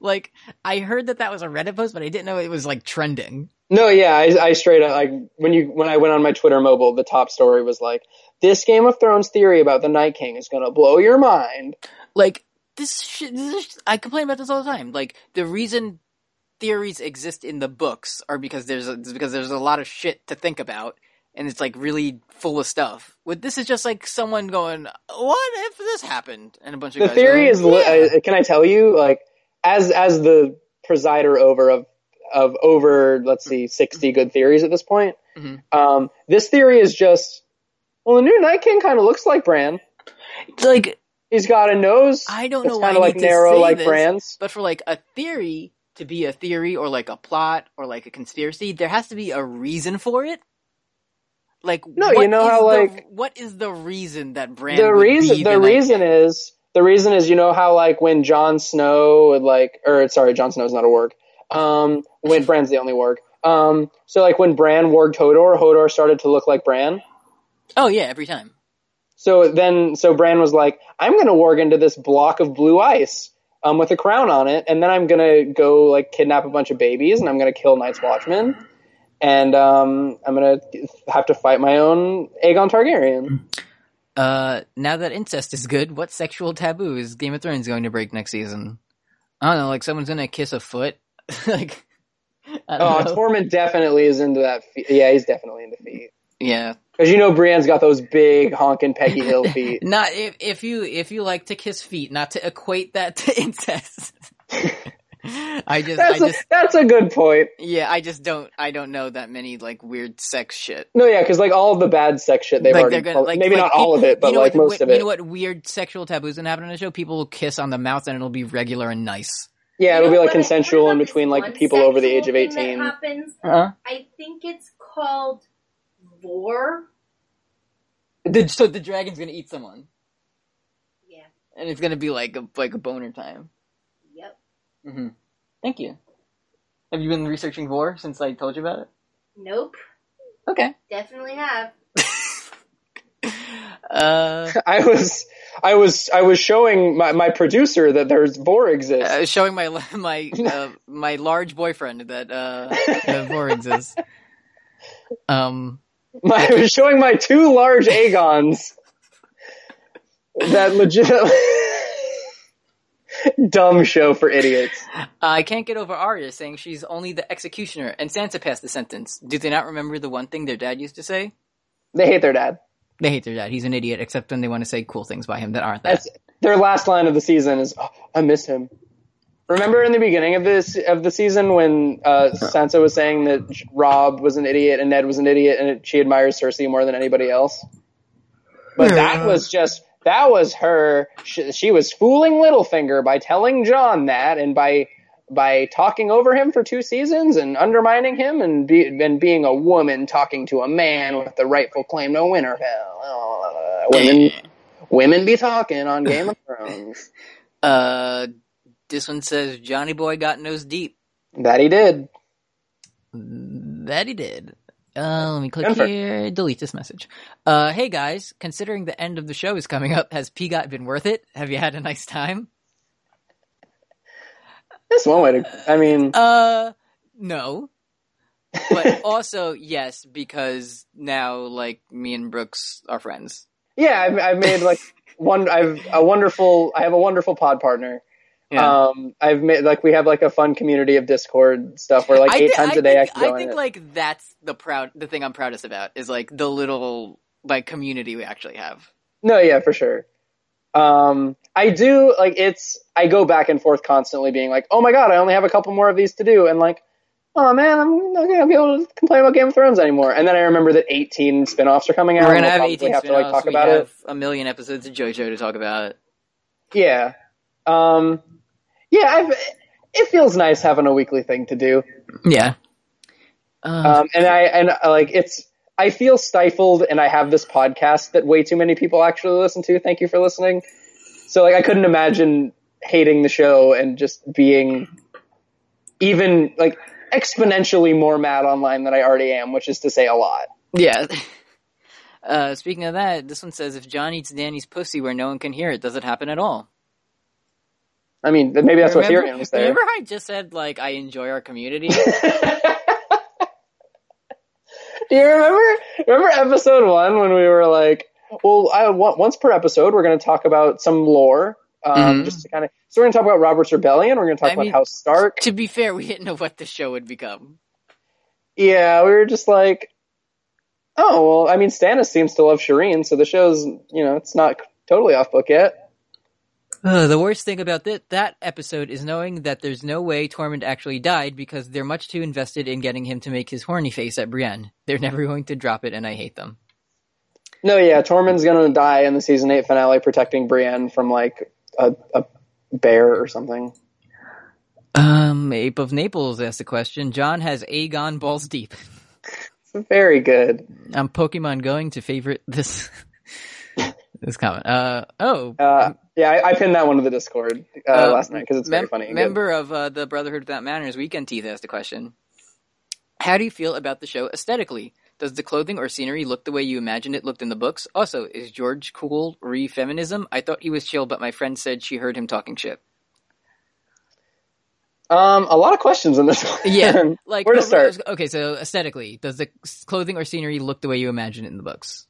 Like, I heard that that was a Reddit post, but I didn't know it was like trending. no, yeah, I, I straight up like when you when I went on my Twitter mobile, the top story was like this Game of Thrones theory about the Night King is gonna blow your mind. Like this shit, this is, I complain about this all the time. Like the reason theories exist in the books are because there's a, it's because there's a lot of shit to think about, and it's like really full of stuff. With this is just like someone going, "What if this happened?" and a bunch of The guys theory going, is, li- "Yeah." uh, can I tell you, like as as the presider over of of over let's see sixty good theories at this point, Mhm. um, this theory is just well, the new Night King kind of looks like Bran. like He's got a nose. I don't that's know why kind of I like need to narrow, say like this, Bran's. but for like a theory to be a theory or like a plot or like a conspiracy, there has to be a reason for it. Like No, what you know is how, the, like- what is the reason that Bran the would reason be the, the Night reason is the reason is you know how like when Jon Snow would like or sorry Jon Snow's not a warg. Um, when Bran's the only warg. Um, so like when Bran warged Hodor, Hodor started to look like Bran. Oh yeah, every time. So then so Bran was like, I'm gonna warg into this block of blue ice. Um, with a crown on it, and then I'm gonna go like kidnap a bunch of babies, and I'm gonna kill Night's Watchmen, and um, I'm gonna have to fight my own Aegon Targaryen. Uh, now that incest is good, what sexual taboo is Game of Thrones going to break next season? I don't know, like someone's gonna kiss a foot, like I Oh, don't know. Tormund definitely is into that. Feet. Yeah, he's definitely into feet. yeah. Because you know Brienne's got those big honking Peggy Hill feet. Not if if you if you like to kiss feet, not to equate that to incest. I just, I That's a, just, that's a good point. yeah, I just don't, I don't know that many like weird sex shit. No, yeah, because like all of the bad sex shit they've like already they're gonna like maybe like not all peop- of it, but you know like what, most we- of it. You know what weird sexual taboos gonna happen on the show? People will kiss on the mouth and it'll be regular and nice. yeah, You it'll know be like what? consensual What in about between this like one people over the age of sexual thing eighteen. That happens. Uh-huh. I think it's called vor. The, so the dragon's gonna eat someone, Yeah. and it's gonna be like a like a boner time. Yep. hmm Thank you. Have you been researching Vor since I told you about it? Nope. Okay. Definitely have. Uh, I was I was I was showing my, my producer that there's Vor exists. uh, showing my my uh, my large boyfriend that uh, that Vor exists. Um, my, I was showing my two large Agons that legit dumb show for idiots. Uh, I can't get over Arya saying she's only the executioner, and Sansa passed the sentence. Do they not remember the one thing their dad used to say? They hate their dad. They hate their dad. He's an idiot, except when they want to say cool things by him that aren't that. That's their last line of the season is "Oh, I miss him. Remember in the beginning of this of the season when uh, Sansa was saying that Rob was an idiot and Ned was an idiot and it, she admires Cersei more than anybody else. But that was just that was her. She, she was fooling Littlefinger by telling John that and by by talking over him for two seasons and undermining him and be, and being a woman talking to a man with the rightful claim to Winterfell. Women women be talking on Game of Thrones. Uh, this one says Johnny Boy got nose deep. That he did. That he did. Uh, let me click Jennifer. here. Delete this message. Uh, hey guys, considering the end of the show is coming up, has Got been worth it? Have you had a nice time? That's one way to. I mean, Uh, no. But also yes, because now like me and Brooks are friends. yeah, I've, I've made like one. I've a wonderful. I have a wonderful pod partner. Um, I've made like we have like a fun community of Discord stuff where like I eight thi- times I a day think, I can go I in think it. like that's the proud the thing I'm proudest about is like the little like community we actually have. No, yeah, for sure. Um, I do like it's. I go back and forth constantly, being like, "Oh my god, I only have a couple more of these to do," and like, "Oh man, I'm not gonna be able to complain about Game of Thrones anymore." And then I remember that 18 spin-offs are coming out. We're gonna and we'll have probably eighteen have to like spin-offs. talk We about it. have a million episodes of JoJo to talk about. Yeah. Um, yeah, I've, it feels nice having a weekly thing to do. Yeah. Uh, Um, and I, and uh, like, it's, I feel stifled and I have this podcast that way too many people actually listen to. Thank you for listening. So like, I couldn't imagine hating the show and just being even like exponentially more mad online than I already am, which is to say a lot. yeah. Uh, speaking of that, this one says if John eats Danny's pussy where no one can hear it, does it happen at all? I mean, maybe that's remember, what Tyrion was there. remember how I just said like I enjoy our community? Do you remember remember episode one when we were like, well, I, on- once per episode we're going to talk about some lore, um, Mhm. just to kind of. So we're going to talk about Robert's Rebellion. We're going to talk I about mean- House Stark. to be fair, we didn't know what the show would become. Yeah, we were just like, oh well, I mean, Stannis seems to love Shireen, so the show's you know it's not totally off book yet. Ugh, Uh, the worst thing about thi- that episode is knowing that there's no way Tormund actually died because they're much too invested in getting him to make his horny face at Brienne. They're never going to drop it, and I hate them. No, yeah, Tormund's going to die in the season eight finale, protecting Brienne from like a, a bear or something. Um, Ape of Naples asked the question. John has Aegon balls deep. Very good. I'm Pokemon going to favorite this this comment. Uh oh, Uh, yeah, I, I pinned that one to the Discord uh, Uh, last night because it's very mem- funny. and good. member of uh, the Brotherhood Without Manners, Weekend Teeth asked a question. How do you feel about the show aesthetically? Does the clothing or scenery look the way you imagined it looked in the books? Also, is George cool re feminism? I thought he was chill, but my friend said she heard him talking shit. Um, a lot of questions in this one. Yeah, like where to no, start? Okay, so aesthetically, does the clothing or scenery look the way you imagined it in the books?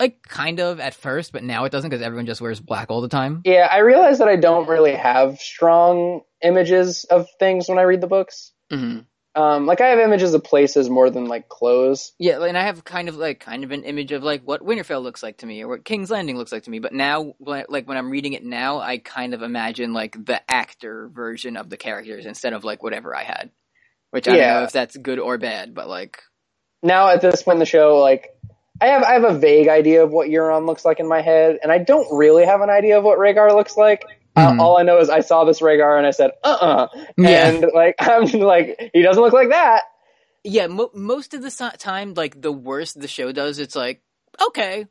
Like kind of at first, but now it doesn't because everyone just wears black all the time. Yeah, I realize that I don't really have strong images of things when I read the books. hmm Um, like I have images of places more than like clothes. Yeah, and I have kind of like kind of an image of like what Winterfell looks like to me or what King's Landing looks like to me. But now, when I- like when I'm reading it now, I kind of imagine like the actor version of the characters instead of like whatever I had. Which I don't Yeah. know if that's good or bad, but like Now at this point in the show, like I have I have a vague idea of what Euron looks like in my head, and I don't really have an idea of what Rhaegar looks like. Uh, Mhm. all I know is I saw this Rhaegar and I said, uh uh and like I'm like he doesn't look like that. yeah mo- most of the so- time like the worst the show does it's like okay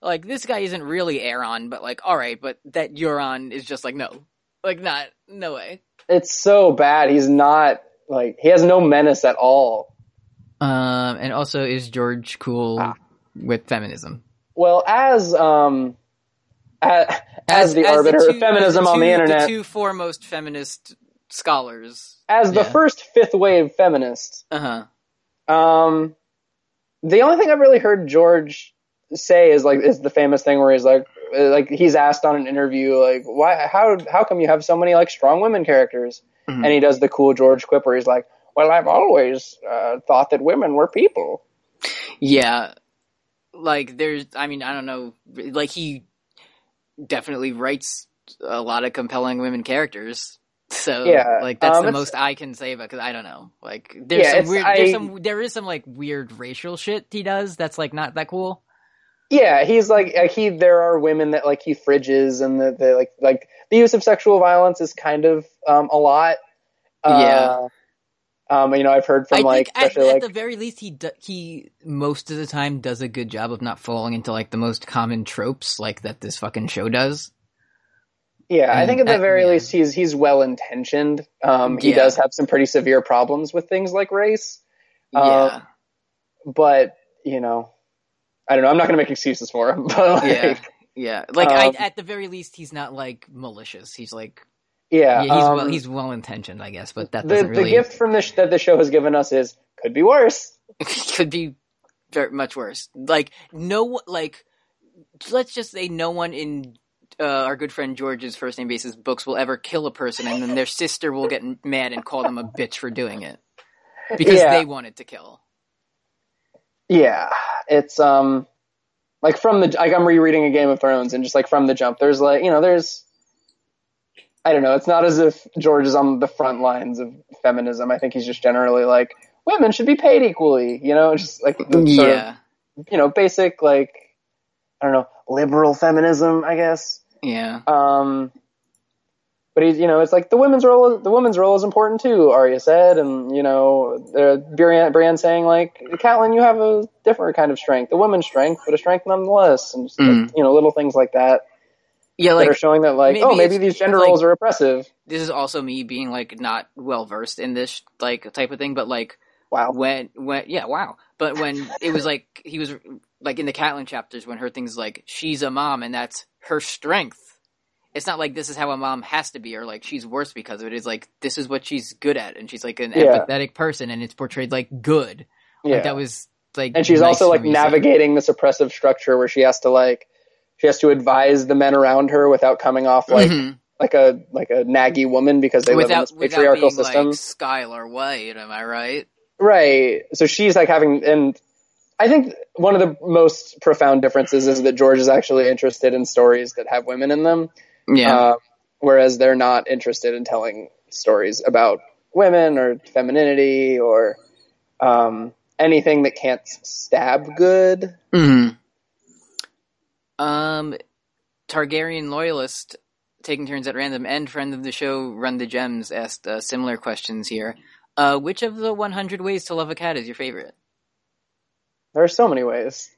like this guy isn't really Aaron but like all right but that Euron is just like no like not no way It's so bad. He's not like he has no menace at all. um and also is George cool Ah. with feminism Well, as um as, as, the arbiter two- of feminism as on two- the internet, the two foremost feminist scholars as the yeah. first fifth wave feminist, uh-huh Um, the only thing I've really heard George say is like is the famous thing where he's like uh, like he's asked on an interview like why how how come you have so many like strong women characters Mhm. and he does the cool George quip where he's like well I've always uh, thought that women were people Yeah. Like there's I mean, I don't know, like he definitely writes a lot of compelling women characters. So Yeah, like that's um, the it's- most I can say about cuz I don't know. Like there's Yeah, some it's- weird I- there's some there is some like weird racial shit he does that's like not that cool. yeah he's like, like he there are women that like he fridges and the, the like like the use of sexual violence is kind of um a lot Yeah. uh, um you know I've heard from I like think at, especially at like the very least he do, he most of the time does a good job of not falling into like the most common tropes like that this fucking show does. Yeah, I And think at the that- very Mm, yeah. least he's he's well intentioned. Um, he Yeah. does have some pretty severe problems with things like race, Um, yeah. but you know, I don't know. I'm not going to make excuses for him, but like, yeah, yeah, yeah. Like Um, I, at the very least, he's not like malicious. He's like yeah, yeah, he's um, well, he's well intentioned, I guess. But that the doesn't the really gift from this that the show has given us is could be worse. could be very much worse. Like no, like let's just say no one in. Uh, our good friend George's first name basis books will ever kill a person, and then their sister will get mad and call them a bitch for doing it because Yeah. they wanted to kill. Yeah, it's um like from the like I'm rereading a Game of Thrones and just like from the jump, there's like you know there's I don't know. It's not as if George is on the front lines of feminism. I think he's just generally like women should be paid equally. You know, just like the sort yeah, of you know basic like I don't know liberal feminism, I guess. yeah, Um, but he's you know it's like the women's role the women's role is important too. Arya said, and you know uh, Brienne, Brienne saying like Catelyn, you have a different kind of strength, a woman's strength, but a strength nonetheless, and just, like, Mm. you know little things like that yeah. that Like are showing that like maybe oh maybe it's- these gender like- roles are oppressive. this is also me being like not well versed in this like type of thing, but like Wow. when when yeah wow but when it was like he was like in the Catelyn chapters when her thing's like she's a mom and that's her strength it's not like this is how a mom has to be or like she's worse because of it it's like this is what she's good at and she's like an Yeah. empathetic person and it's portrayed like good Yeah. like that was like and she's nice also for like me to see. navigating this oppressive structure where she has to like she has to advise the men around her without coming off like Mhm. like a like a naggy woman because they live in without this without patriarchal being system like Skylar White am I right right so she's like having and i think one of the most profound differences is that george is actually interested in stories that have women in them yeah uh, whereas they're not interested in telling stories about women or femininity or um, anything that can't stab good Mm-hmm. Mm-hmm. Um, Targaryen loyalist taking turns at random and friend of the show Run the Gems asked uh, similar questions here. Uh, which of the 100 ways to love a cat is your favorite? there are so many ways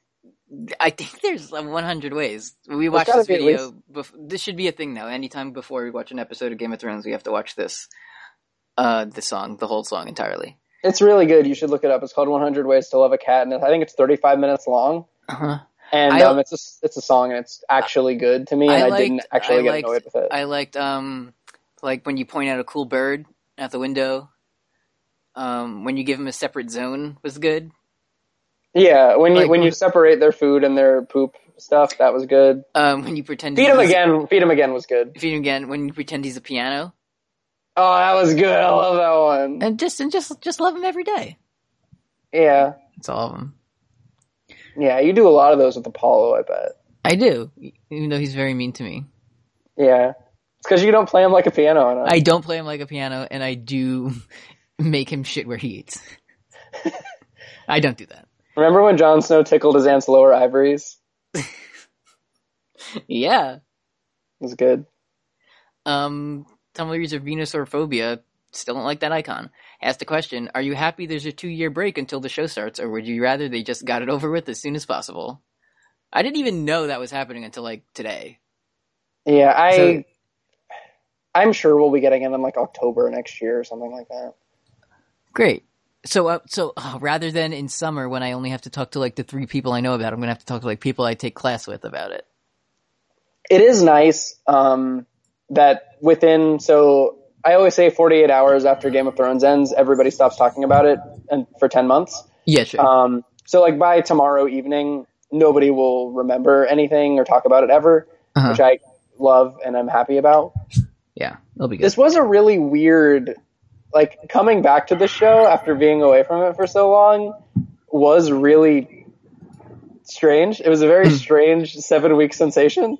I think there's uh, 100 ways. We watched gotta this be at video. Bef- this should be a thing now. Anytime before we watch an episode of Game of Thrones, we have to watch this. Uh, the song, the whole song entirely. It's really good. You should look it up. It's called 100 Ways to Love a Cat, and I think it's 35 minutes long. Uh-huh. And I- um, it's a, it's a song, and it's actually good to me. And I I, liked- didn't actually I get liked- annoyed with it. I liked um like when you point out a cool bird out the window. Um, when you give him a separate zone was good. yeah, when you like- when you separate their food and their poop stuff, that was good. Um, when you pretend Feed him he's- again. Feed him again was good. Feed him again when you pretend he's a piano. Oh, that was good. I love that one. and just and just just love him every day. Yeah, That's all of them. yeah. You do a lot of those with Apollo, I bet. I do, even though he's very mean to me. Yeah, it's because you don't play him like a piano. Enough. I don't play him like a piano, and I do make him shit where he eats. I don't do that. Remember when Jon Snow tickled his aunt's lower ivories? Yeah. It was good. Um, Tumblr user Venusaur still don't like that icon. Asked the question: Are you happy there's a two year break until the show starts, or would you rather they just got it over with as soon as possible? I didn't even know that was happening until like today. Yeah, I. So- I'm sure we'll be getting it in like October next year or something like that. Great. So, uh, so uh, rather than in summer when I only have to talk to like the three people I know about, I'm gonna have to talk to like people I take class with about it. it is nice um, that within so I always say 48 hours after Game of Thrones ends, everybody stops talking about it and for 10 months. Yeah, sure. Um, so like by tomorrow evening, nobody will remember anything or talk about it ever, Uh-huh. which I love and I'm happy about. yeah, that'll be good. This was a really weird, like coming back to the show after being away from it for so long was really strange. It was a Hmm. very strange seven week sensation.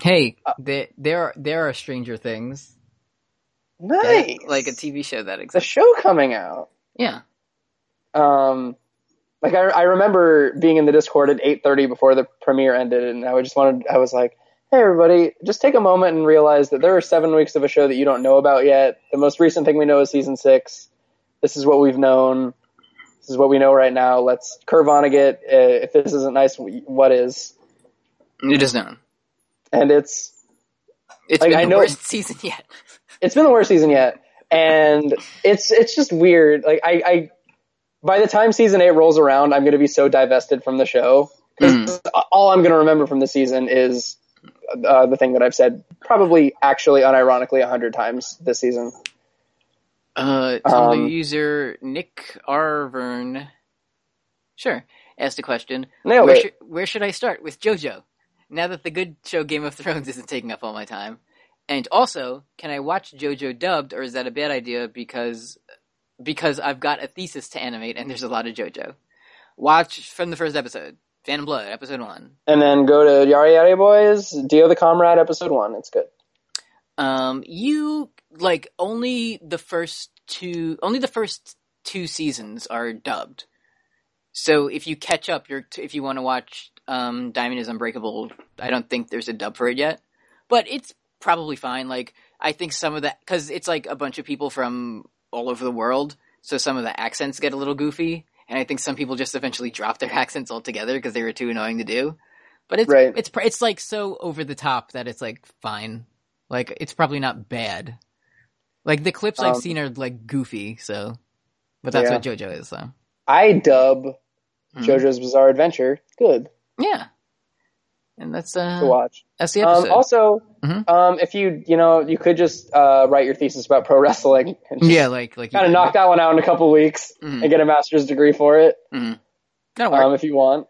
hey, there, there are there are Stranger Things, That- Nice, like a TV show that the exists. show coming out. yeah, Um, like I, I remember being in the Discord at eight thirty before the premiere ended, and I just wanted. I was like, "Hey, everybody, just take a moment and realize that there are seven weeks of a show that you don't know about yet. The most recent thing we know is season six. This is what we've known. This is what we know right now. Let's Kerr Vonnegut. Uh, if this isn't nice, w- what is? It is known. And it's It's Like, been I the know- worst season yet. it's been the worst season yet, and it's it's just weird. Like I, I by the time season eight rolls around, I'm going to be so divested from the show because Mm. all I'm going to remember from the season is uh, the thing that I've said probably actually unironically a hundred times this season. Uh, Tumblr Um, user Nick Arvern, sure, asked a question. Nailed where, it. should, where should I start with JoJo? Now that the good show Game of Thrones isn't taking up all my time, and also, can I watch JoJo dubbed, or is that a bad idea because because I've got a thesis to animate and there's a lot of JoJo? Watch from the first episode, Phantom Blood, episode one. And then go to Yari Yari Boys, Dio the Comrade, episode one. It's good. Um, you like only the first two, only the first two seasons are dubbed. So if you catch up, you're if you want to watch um, Diamond is Unbreakable, I don't think there's a dub for it yet, but it's probably fine. Like I think some of that because it's like a bunch of people from all over the world, so some of the accents get a little goofy, and I think some people just eventually drop their accents altogether because they were too annoying to do. But it's Right. it's pr- it's like so over the top that it's like fine. Like it's probably not bad. Like the clips I've Um, seen are like goofy, so but that's what JoJo is, so I dub Mhm. JoJo's Bizarre Adventure. Good yeah. And that's to uh watch. that's the Um, episode. Mm-hmm. also, Mhm. um, if you you know you could just uh, write your thesis about pro wrestling and just yeah, like like you kind of did. knock that one out in a couple weeks Mhm. and get a master's degree for it That'll work. um, if you want.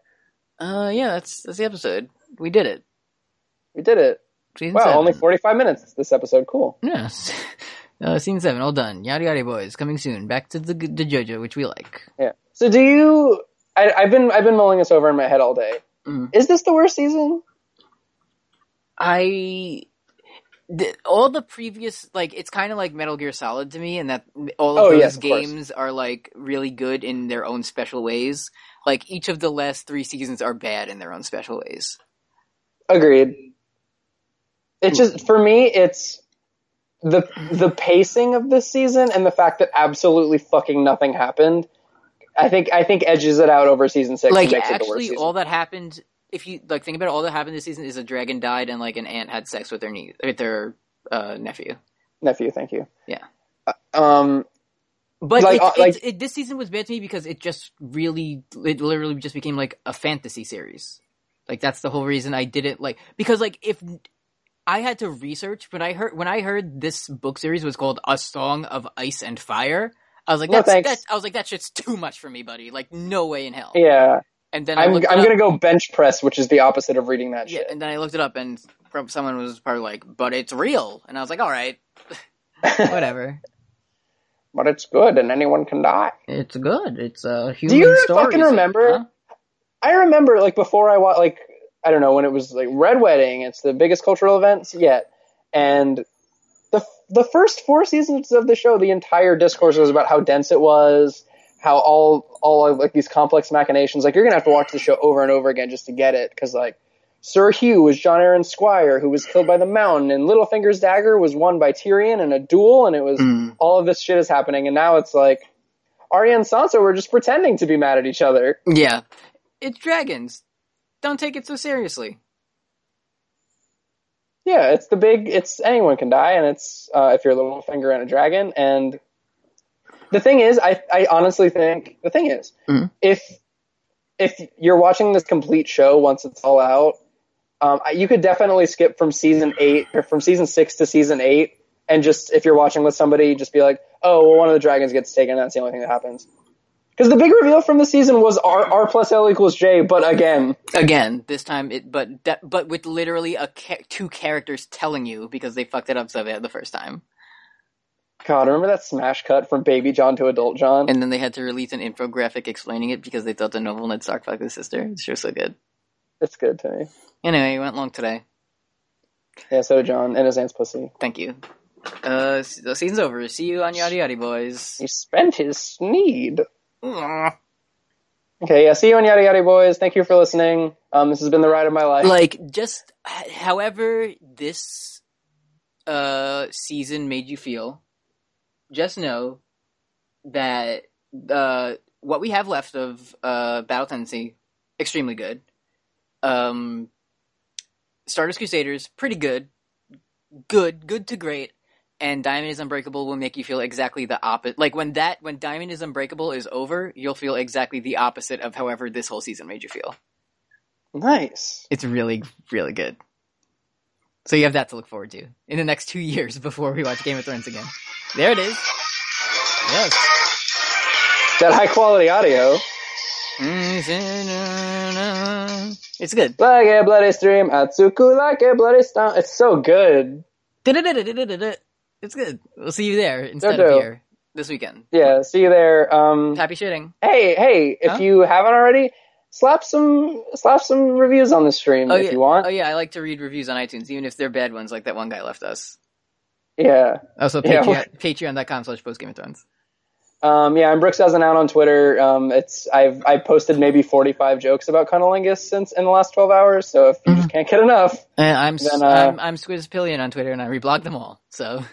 uh yeah, that's that's the episode. We did it. We did it. Season Wow, seven. only 45 minutes this episode. Cool. Yes. Uh, scene seven, all done. Yada yada boys, coming soon. Back to the, the JoJo, which we like. Yeah. So do you I, I've been I've been mulling this over in my head all day. Mhm. Is this the worst season? I the, all the previous like it's kind of like Metal Gear Solid to me, and that all of Oh, those yes, of course. games are like really good in their own special ways. Like each of the last three seasons are bad in their own special ways. Agreed. It just for me it's the the pacing of this season and the fact that absolutely fucking nothing happened. I think I think edges it out over season 6 like and makes it the worst actually, season. all that happened. If you like think about it, all that happened this season is a dragon died and like an aunt had sex with their niece, with their uh, nephew. Nephew, thank you. Yeah. Uh, Um But Like, it's, uh, like- it's, it, this season was bad to me because it just really, it literally just became like a fantasy series. Like that's the whole reason I didn't like because like if I had to research when I heard when I heard this book series was called A Song of Ice and Fire, I was like, No, that's, thanks. that's I was like that shit's too much for me, buddy. Like no way in hell. yeah, And then I I'm I'm looked it up- going to go bench press, which is the opposite of reading that yeah, shit. and then I looked it up and from someone was probably like, but it's real, and I was like, all right, Whatever. but it's good, and anyone can die. It's good. It's a Do human you story. fucking so- remember? huh? I remember like before I wa like I don't know when it was like Red Wedding. It's the biggest cultural event yet, and the the first four seasons of the show, the entire discourse was about how dense it was, how all all of, like these complex machinations. Like you're gonna have to watch the show over and over again just to get it because like. Sir Hugh was John Aaron Squire, who was killed by the Mountain, and Littlefinger's dagger was won by Tyrion in a duel, and it was Mm. all of this shit is happening, and now it's like Arya and Sansa were just pretending to be mad at each other. Yeah. It's dragons. Don't take it so seriously. Yeah, it's the big. It's anyone can die, and it's uh, if you're a little finger and a dragon. And the thing is, I I honestly think the thing is, Mhm. if if you're watching this complete show once it's all out, um, I- you could definitely skip from season eight or from season six to season eight, and just if you're watching with somebody, just be like, oh, well, one of the dragons gets taken. That's the only thing that happens. Because the big reveal from the season was R R plus L equals J, but again, Again, this time it, but that, but with literally a cha- two characters telling you because they fucked it up so bad the first time, God, remember that smash cut from Baby John to Adult John? and then they had to release an infographic explaining it because they thought the noble Ned Stark fucked his sister. It's sure so good. it's good to me. Anyway, it went long today. Yeah, so John and his aunt's pussy. Thank you. Uh, s- the season's over. See you on Yada Yada Boys. He spent his sneed. Ugh. Okay, yeah, see you on Yada Yada Boys. Thank you for listening. Um, this has been the ride of my life. like just h- however this uh season made you feel just know that uh what we have left of uh battle tendency extremely good um stardust crusaders pretty good good good to great and diamond is unbreakable will make you feel exactly the opposite like when that when diamond is unbreakable is over you'll feel exactly the opposite of however this whole season made you feel nice. it's really, really good. So you have that to look forward to in the next two years before we watch Game of Thrones again. There it is. Yes. That high quality audio. It's good. Like a bloody stream, Atsuku like a bloody stone. It's so good. It's good. We'll see you there instead of Dodo. here this weekend. Yeah, see you there. Um, Happy shitting. hey, hey, if Huh? you haven't already, slap some slap some reviews on the stream Oh, if yeah. you want. Oh yeah, I like to read reviews on iTunes, even if they're bad ones, like that one guy left us. yeah. Also, Yeah. Patreon, patreon.com slash post Game of Thrones. Um, yeah, I'm Brooks Doesn't Out on Twitter. Um, it's I've I posted maybe 45 jokes about cunnilingus since in the last 12 hours. So if you just can't get enough, And I'm s- Then, uh, I'm I'm Squizpillion on Twitter, and I reblog them all. So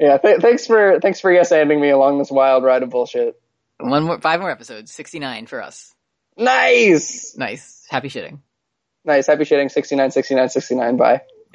yeah. Th- thanks for thanks for yes ending me along this wild ride of bullshit. one more, five more episodes, sixty nine for us. Nice, Nice. Happy shitting. nice. Happy shitting. 69, 69, 69. Bye.